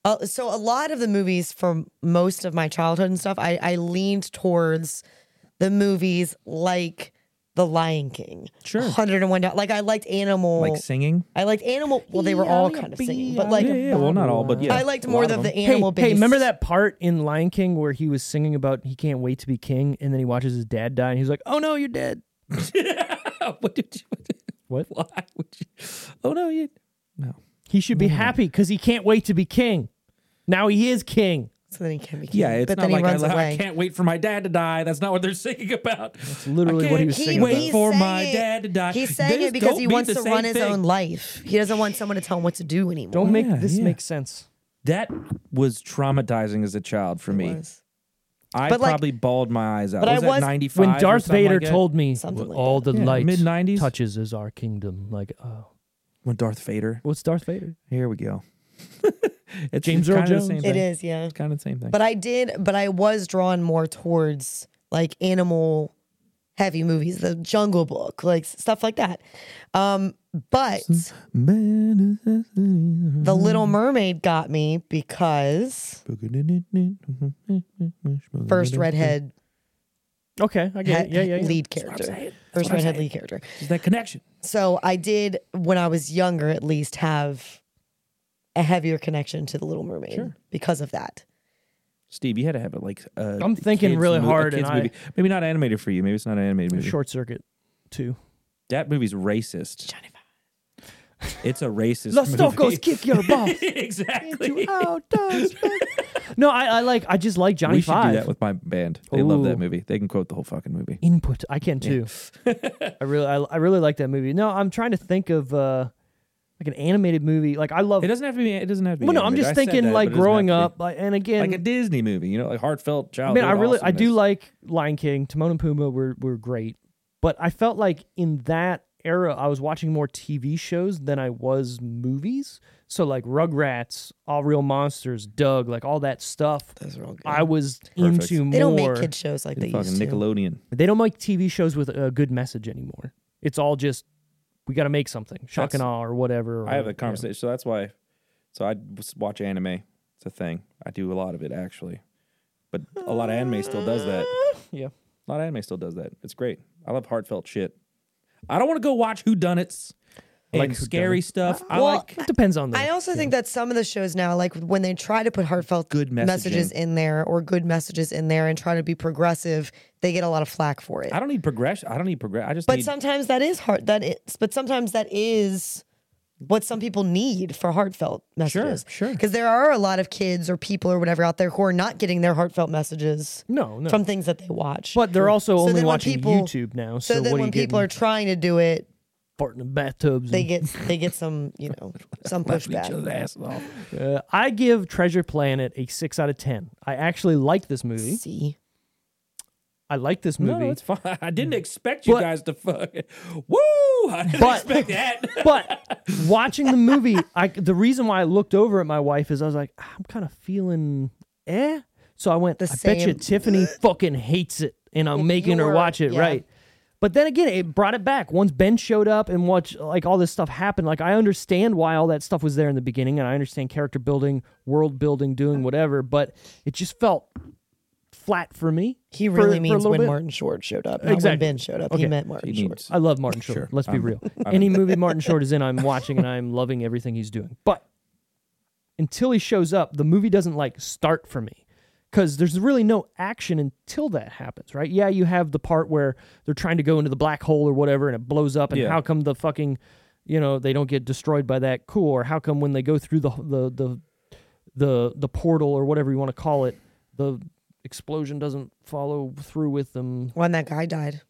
C: uh, so a lot of the movies from most of my childhood and stuff, I, I leaned towards the movies like The Lion King,
A: Sure.
C: 101 Dal- Like I liked Animal,
A: Like singing.
C: I liked Animal. Well, they were all kind of singing, but like
A: Yeah, yeah. Well, not all,
B: Oh,
A: but yeah.
C: I liked
A: a
C: more
A: lot
C: of, the
A: them.
C: animal.
B: Hey, hey, remember that part in Lion King where he was singing about he can't wait to be king, and then he watches his dad die, and he's like, "Oh no, you're dead."
A: what did you?
B: What?
A: Why would you? <laughs> Oh no, you. No.
B: He should be happy because he can't wait to be king. Now he is king.
C: So then he can be. King,
A: Yeah, it's
C: but
A: not
C: then
A: like
C: he
A: I,
C: runs
A: I
C: away.
A: can't wait for my dad to die. That's not what they're <laughs> singing about. That's
B: literally what he was singing
A: Wait
B: about.
C: he's
A: for my
C: saying it-
A: dad to die.
C: He's saying
A: This
C: it because
A: don't
C: he
A: mean
C: wants
A: the
C: to
A: same
C: run his
A: thing.
C: own life. He doesn't want someone to tell him what to do anymore.
B: Don't make
A: Yeah,
B: this
A: yeah.
B: make sense.
A: That was traumatizing as a child for me.
C: was.
A: I
C: But, like-
A: probably bawled my eyes out.
C: but I
A: was
C: was-
A: that 95
B: When
A: or
B: Darth
A: something
B: Vader
A: like that?
B: told me
C: Something like
B: all
C: that.
B: the
A: Yeah,
B: light
A: mid-nineties.
B: touches is our kingdom, like oh,
A: when Darth Vader.
B: what's Darth Vader?
A: Here we go. <laughs> it's
B: James
A: it's
B: Earl
A: kinda
B: Jones.
A: The same
C: It
A: thing.
C: is, yeah.
A: It's kind of the same thing.
C: But I did, but I was drawn more towards like animal heavy movies, the Jungle Book, like stuff like that. Um, but
A: Man,
C: The Little Mermaid got me because first redhead
B: Okay, I get it.
C: he-
B: Yeah, yeah, yeah.
C: lead
A: I'm
C: character.
A: saying.
C: First redhead lead character.
A: <laughs> Is that connection?
C: So I did, when I was younger at least, have a heavier connection to The Little Mermaid because of that.
A: Steve, you had to have it like. uh, i
B: I'm thinking really hard and I-
A: movie. Maybe not animated for you. Maybe it's not an animated movie.
B: Short circuit, too.
A: That movie's racist. It's a racist.
B: Los
A: movie.
B: <laughs> Locos kick your balls.
A: <laughs>
B: <laughs>
A: exactly.
B: no, I, I like. I just like Johnny
A: <laughs> We should
B: Five.
A: do that with my band. They love
B: Ooh.
A: that movie. They can quote the whole fucking movie.
B: Input.
A: <laughs>
B: I can too. I really, I, I really like that movie. No, I'm trying to think of. uh like an animated movie. Like I love.
A: It doesn't have to be. It doesn't have to be.
B: well, no, I'm
A: animated.
B: just
A: I said
B: thinking
A: that,
B: like
A: but it doesn't
B: growing
A: have to
B: up, like, and
A: be.
B: again,
A: like a Disney movie, you know, like heartfelt
C: Oh,
A: childhood.
B: man, I really, I do
A: awesomeness.
B: like Lion King. Timon and Pumbaa were were great, but I felt like in that era, I was watching more TV shows than I was movies. So like Rugrats, All Real Monsters, Doug, like all that stuff.
C: Those are all good.
B: I was
A: Perfect.
B: into more.
C: they don't make kid shows like they
A: fucking
C: used to.
A: Nickelodeon.
B: They don't make TV shows with a good message anymore. It's all just we got to make something, shock and
A: That's-
B: awe, or whatever. or-
A: I have
B: yeah.
A: a conversation, so that's why. So I s- watch anime. It's a thing. I do a lot of it actually, but a lot of anime still does that.
B: Yeah.
A: A lot of anime still does that. It's great. I love heartfelt shit. I don't want to go watch whodunits and
B: like
A: like scary
B: whodunit.
A: stuff. I
C: Well,
A: like
B: It depends on the.
C: I also think that some of the shows now, like when they try to put heartfelt
A: Good
C: messages
A: messaging.
C: in there or good messages in there and try to be progressive, they get a lot of flack for it.
A: I don't need progression. I don't need progress. I just
C: But
A: need
C: sometimes that is heart. That is, but sometimes that is what some people need for heartfelt messages.
A: sure.
C: Because there are a lot of kids or people or whatever out there who are not getting their heartfelt messages
B: no, no.
C: from things that they watch.
B: but they're also
C: So
B: only
C: then when
B: watching
C: people-
B: YouTube now. So,
C: so then
B: what
C: when
B: do you
C: people are trying to do it,
B: are farting in bathtubs,
C: they
B: and-
C: get they get some you <laughs> know some
A: each
C: pushback.
A: other's asses off. <laughs>
B: Uh, I give Treasure Planet a six out of ten. I actually like this movie.
C: See,
B: I like this
A: No,
B: movie.
A: no, it's fine. <laughs> I didn't expect you
B: But-
A: guys to fuck. Woo! I didn't
B: But-
A: expect that.
B: but watching the movie, I the reason why I looked over at my wife is I was like, I'm kind of feeling eh. So I went, I bet you
C: same-
B: Tiffany
C: <laughs>
B: fucking hates it, and I'm making her
C: you're-
B: watch it,
C: yeah.
B: right? But then again, it brought it back. Once Ben showed up and watch like all this stuff happened, like I understand why all that stuff was there in the beginning, and I understand character building, world building,
C: Uh-huh.
B: doing whatever, but it just felt flat for me.
C: he
B: for-
C: really
B: for a
C: means
B: little
C: when
B: bit.
C: Martin Short showed up, not
B: Exactly.
C: when Ben showed up.
B: Okay.
C: He meant Martin
A: He
C: Short.
A: needs-
B: I love Martin Short.
A: Sure.
B: Let's be
A: I'm-
B: real.
A: <laughs> I'm-
B: Any movie Martin Short is in, I'm watching and I'm loving everything he's doing. But until he shows up, the movie doesn't like start for me because there's really no action until that happens, right? Yeah, you have the part where they're trying to go into the black hole or whatever and it blows up, and
A: Yeah.
B: how come the fucking, you know, they don't get destroyed by that? Cool. Or how come when they go through the the the the the portal or whatever you want to call it, the explosion doesn't follow through with them
C: When that guy died,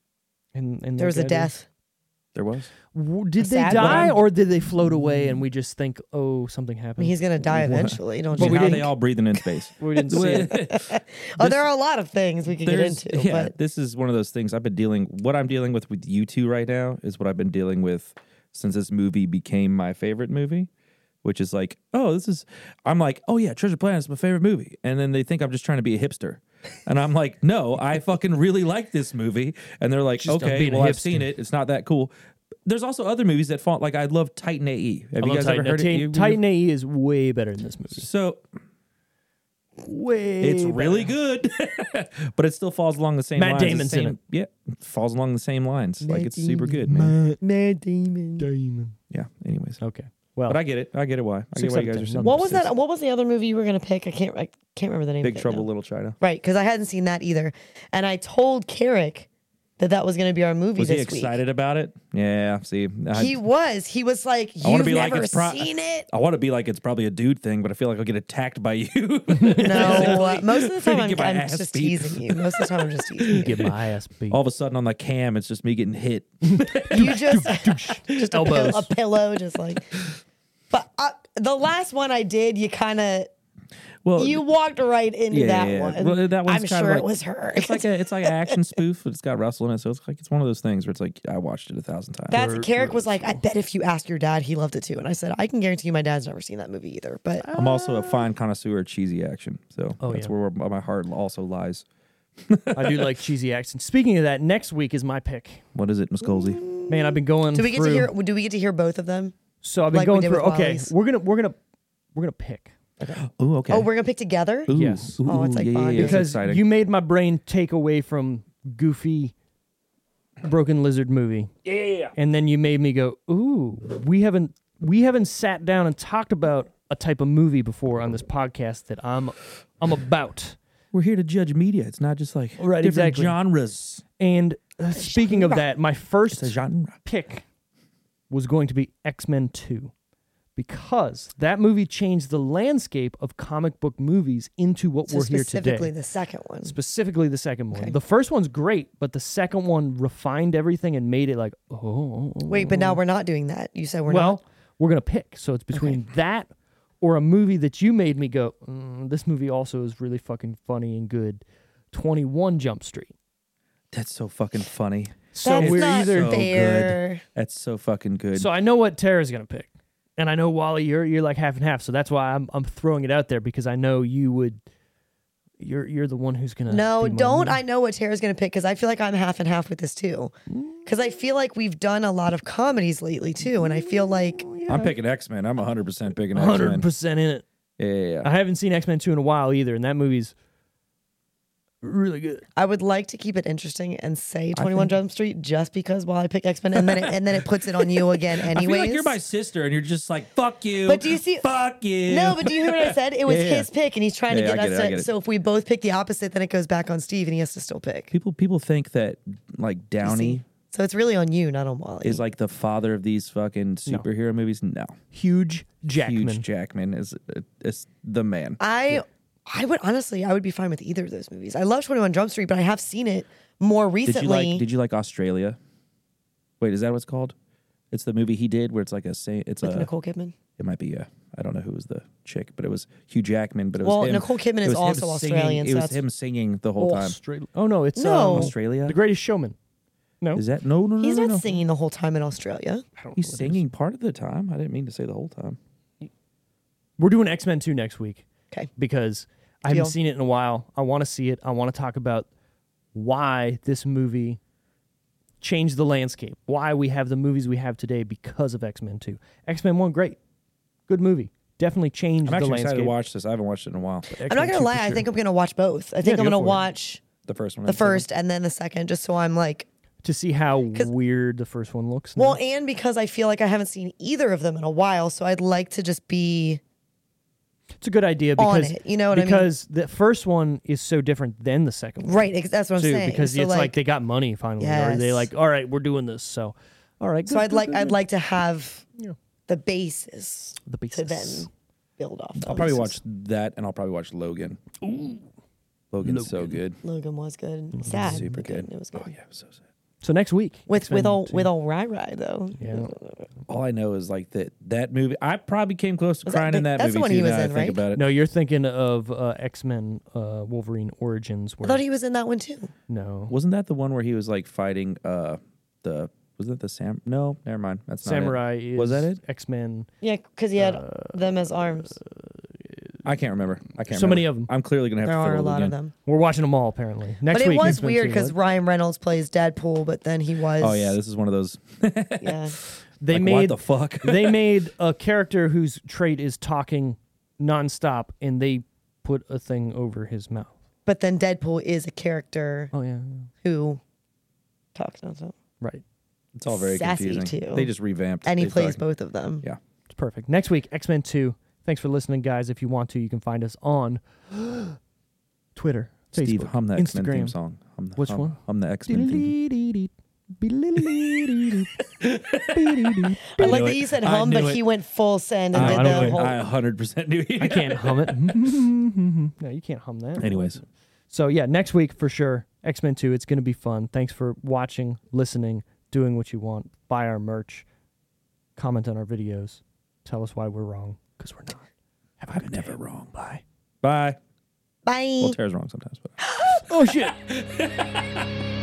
B: and, and
C: there was a death.
A: <laughs> There was.
B: W- did they
C: sad
B: die
C: one.
B: or did they float away and we just think, oh, something
C: I
A: <laughs>
B: happened?
C: mean, he's gonna die eventually, don't
A: But
C: you?
A: we
C: think?
A: they all breathing in <laughs> space.
B: we didn't see it.
C: oh, there are a lot of things we could get
A: There's-
C: into,
A: <laughs> yeah,
C: but
A: this is one of those things I've been dealing. What I'm dealing with with you two right now is what I've been dealing with since this movie became my favorite movie, which is like, oh, this is. I'm like, oh yeah, Treasure Planet is my favorite movie, and then they think I'm just trying to be a hipster, and I'm like, no, I fucking really like this movie, and they're like,
B: Just, I'm
A: okay,
B: being a
A: well I've
B: hipster.
A: seen it, it's not that cool. There's also other movies that fall like I love Titan AE. Have
B: <laughs>
A: you
B: I love
A: guys
B: Titan.
A: ever heard
B: Titan,
A: it? You-
B: Titan E. AE is way better than this movie.
A: So
B: Way
A: It's really good, <laughs> but it still falls along the same
B: Matt
A: lines. the
B: Damon's in
A: same-
B: it.
A: Yeah, it falls along the same lines. like it's super good, man.
C: Matt Damon.
A: Yeah. Anyways,
B: Okay. Well,
A: but I get it. I get it. Why? I get
B: Six
A: why
B: out
A: you guys
B: of
A: are
B: ten.
A: saying.
C: What was that? What was the other movie you were gonna pick? I can't. I can't remember the name.
A: Big
C: of it
A: Trouble,
C: now.
A: Little China.
C: Right, because I hadn't seen that either, and I told Carrick that that was gonna be our movie
A: Was he
C: this
A: excited about it? Yeah. See, I,
C: week. He was. He was like,
A: I want to be
C: "You've
A: like
C: never
A: it's pro- <laughs>
C: seen it."
A: I want to be like it's probably a dude thing, but I feel like I'll get attacked by you.
C: No, uh,
A: <laughs>
C: most of the time
A: Gonna
C: I'm,
A: get my
C: I'm
A: ass
C: just
A: beat.
C: teasing you. Most of the time I'm just
A: <laughs>
C: teasing you.
B: get my ass beat.
A: All of a sudden on the cam, it's just me getting hit.
C: You
A: <laughs>
C: just
B: just
C: a, pill-
B: elbows.
C: a pillow, just like. But uh, the last one I did, you kind of
A: Well,
C: you walked right into
A: Oh, yeah,
C: that
A: yeah, yeah.
C: one.
A: Well, that one's
C: I'm
A: kinda
C: sure
A: like-
C: it was her.
A: it's
C: <laughs>
A: like a it's like an action spoof, but it's got Russell in it, so it's like it's one of those things where it's like I watched it a thousand times.
C: That's Carrick was like, I bet if you ask your dad, he loved it too. And I said, I can guarantee you, my dad's never seen that movie either. But
A: I'm also a fine connoisseur of cheesy action, so that's
B: yeah.
A: where my heart also lies.
B: I do like cheesy accents. Speaking of that, next week is my pick.
A: What is it, Miss Colsey?
B: Man, I've been going
C: do we get
B: through.
C: to hear? Do we get to hear both of them?
B: so I've been
C: like we
B: going
C: did
B: through.
C: with
B: Okay,
C: Wally's?
B: we're gonna we're gonna we're gonna pick
A: Ooh, okay.
C: Oh, we're gonna pick together.
A: Ooh,
B: Yes.
A: ooh,
C: Oh, it's like
A: yeah, yeah,
C: Bond.
A: yeah, it's
B: because
A: exciting.
B: you made my brain take away from goofy broken lizard movie. Yeah. And then you made me go, "Ooh, we haven't we haven't sat down and talked about a type of movie before on this podcast that I'm I'm about."
A: we're here to judge media. It's not just like
B: Right,
A: different
B: exactly.
A: genres.
B: And uh, speaking of that, my first
A: It's a genre.
B: pick was going to be X Men 2 because that movie changed the landscape of comic book movies into what
C: So
B: we're here today.
C: specifically the second one.
B: specifically the second one. The first one's great, but the second one refined everything and made it like, oh,
C: Wait, but now we're not doing that. You said we're
B: Mm. well,
C: not.
B: we're gonna pick. So it's between that or a movie that you made me go, mm, this movie also is really fucking funny and good. Twenty One Jump Street.
A: That's so fucking funny.
B: So
C: That's
B: we're
C: not
B: either.
A: so good.
C: fair.
A: That's so fucking good.
B: So I know what Tara's gonna pick, and I know Wally, you're you're like half and half. So that's why I'm I'm throwing it out there because I know you would. You're you're the one who's
A: Uh,
B: gonna.
C: No,
B: be my
C: don't.
B: winner.
C: I know what Tara's going to pick because I feel like I'm half and half with this too.
A: Mm.
C: Because I feel like we've done a lot of comedies lately too. And I feel
A: Mm,
C: like
A: I'm picking X Men. I'm 100 percent picking X Men.
B: 100% in it.
A: Yeah, yeah, yeah.
B: I haven't seen X Men 2 in a while either, and that movie's really good.
C: I would like to keep it interesting and say 21 Jump Street just because while I pick X Men and then it, and then it puts it
A: <laughs>
C: on you again
A: I feel
C: anyways.
A: like you're <laughs> my sister, and you're just like fuck you.
C: But do you see-
A: Fuck you.
C: no, but do you hear what I said? It was
A: Yeah, yeah.
C: his pick, and he's trying
A: Yeah,
C: to
A: yeah,
C: get
A: I
C: us
A: get it, I
C: to.
A: get it.
C: So if we both pick the opposite, then it goes back on Steve, and he has to still pick.
A: people people think that like Downey
C: So it's really on you, not on Wally.
A: is like the father of these fucking superhero movies. No,
B: Huge Jackman.
A: huge Jackman is uh, is the man.
C: I, I would honestly, I would be fine with either of those movies. I love Twenty One Jump Street, but I have seen it more
A: Did you
C: recently.
A: like Did you like Australia? Wait, is that what it's called? It's the movie he did where it's like a sa- it's
C: with
A: a
C: Nicole Kidman?
A: it might be a I don't know who was the chick, but it was Hugh Jackman. But it was
C: Well,
A: him-
C: Nicole Kidman
A: it
C: is
A: was him
C: also
A: singing-
C: Australian,
A: It
C: so
A: was
C: that's-
A: him singing the whole time.
B: Australia. Oh, no, it's
C: No.
B: um,
A: Australia
B: The Greatest Showman. No.
A: is that no no no
C: He's
A: no,
C: not
A: no.
C: singing the whole time in Australia.
A: He's singing part of the time. I didn't mean to say the whole time.
B: We're doing X Men 2 next week
C: Okay.
B: because I
C: Deal.
B: haven't seen it in a while. I want to see it. I want to talk about why this movie changed the landscape, why we have the movies we have today because of X Men 2. X Men 1, great. Good movie. Definitely changed
A: I'm
B: the
A: actually excited
B: landscape.
A: to watch this. I haven't watched it in a while.
C: I'm not gonna lie. I think I'm gonna watch both. I think
B: go
C: I'm gonna
B: for it.
C: watch
A: The first one.
C: the first and then the second, just so I'm like
B: to see how weird the first one looks. now.
C: Well, and because I feel like I haven't seen either of them in a while, so I'd like to just be
B: It's a good idea
C: on
B: because
C: it, you know what I mean?
B: because the first one is so different than the second one
C: right. ex- That's what I'm
B: too
C: saying.
B: because
C: so
B: it's like, they got money finally or they
C: Yes.
B: like all right we're doing this so all right
C: so
B: good,
C: I'd
B: good,
C: like
B: good,
C: I'd
B: good.
C: like to have
B: Yeah.
C: the basis
B: the
C: to
B: basis.
C: then build off.
A: I'll
C: Of.
A: probably watch that, and I'll probably watch Logan. Ooh, Logan's so good.
C: Logan was good, sad,
A: Super
C: but good.
A: good.
C: It was good.
A: Oh yeah, it was so sad.
B: So next week
C: With with
B: X-Men
C: old
B: two.
C: with old Rai Rai though.
B: yeah.
A: All I know is like that that movie. I probably came close to
C: Was that
A: crying in
C: the-
A: that
C: that's
A: movie
C: the one
A: too.
C: he was
A: now I
C: in,
A: think
C: right?
A: about it.
B: No, you're thinking of uh, X Men uh, Wolverine Origins.
C: I
B: Where
C: thought he was in that one too.
B: no
A: Wasn't that the one where he was like fighting uh the was that the sam? No, never mind. That's not it.
B: Samurai is
A: Was that it?
B: X Men.
C: Yeah, because he had
A: Uh,
C: them as arms.
A: I can't remember. I can't.
B: So many
A: remember.
B: of 'em.
A: I'm clearly gonna have
C: There
A: to
C: are
A: fill
C: a
A: it
C: lot of
A: again.
C: them,
B: We're watching them all apparently next
C: but it
B: week.
C: was
B: X-Men
C: weird
B: two,
C: because
B: right?
C: Ryan Reynolds plays Deadpool, but then he was.
A: Oh
C: <laughs>
A: yeah, this is one of those.
C: yeah.
B: they
A: like,
B: made
A: what the fuck? <laughs>
B: they made a character whose trait is talking nonstop, and they put a thing over his mouth.
C: But then Deadpool is a character
B: Oh yeah,
C: who talks nonstop.
B: right.
A: it's all very
C: Sassy,
A: confusing.
C: too.
A: They just revamped.
C: and he
A: They
C: plays
A: fucking-
C: both of them.
A: Yeah.
B: It's perfect. Next week, X Men Two. Thanks for listening, guys. If you want to, you can find us on <gasps> Twitter, Facebook,
A: Steve, hum that X Men
B: Instagram.
A: theme song. Hum the,
B: Which
A: hum,
B: one?
A: Hum the X Men theme.
C: I like
A: knew
C: that
A: it.
C: you said
A: I
C: hum, but
A: knew it.
C: he went full send and
A: I,
C: did the whole.
A: 100 percent knew you.
B: I can't hum it. <laughs> no, you can't hum
A: <laughs>
B: that.
A: Anyways,
B: So yeah, next week for sure, X Men Two. It's gonna be fun. Thanks for watching, listening, doing what you want. Buy our merch, comment on our videos, tell us why we're wrong because we're not.
A: I'm never wrong. Bye. Bye.
C: Bye.
A: Well, Tara's wrong sometimes, but.
B: Oh shit.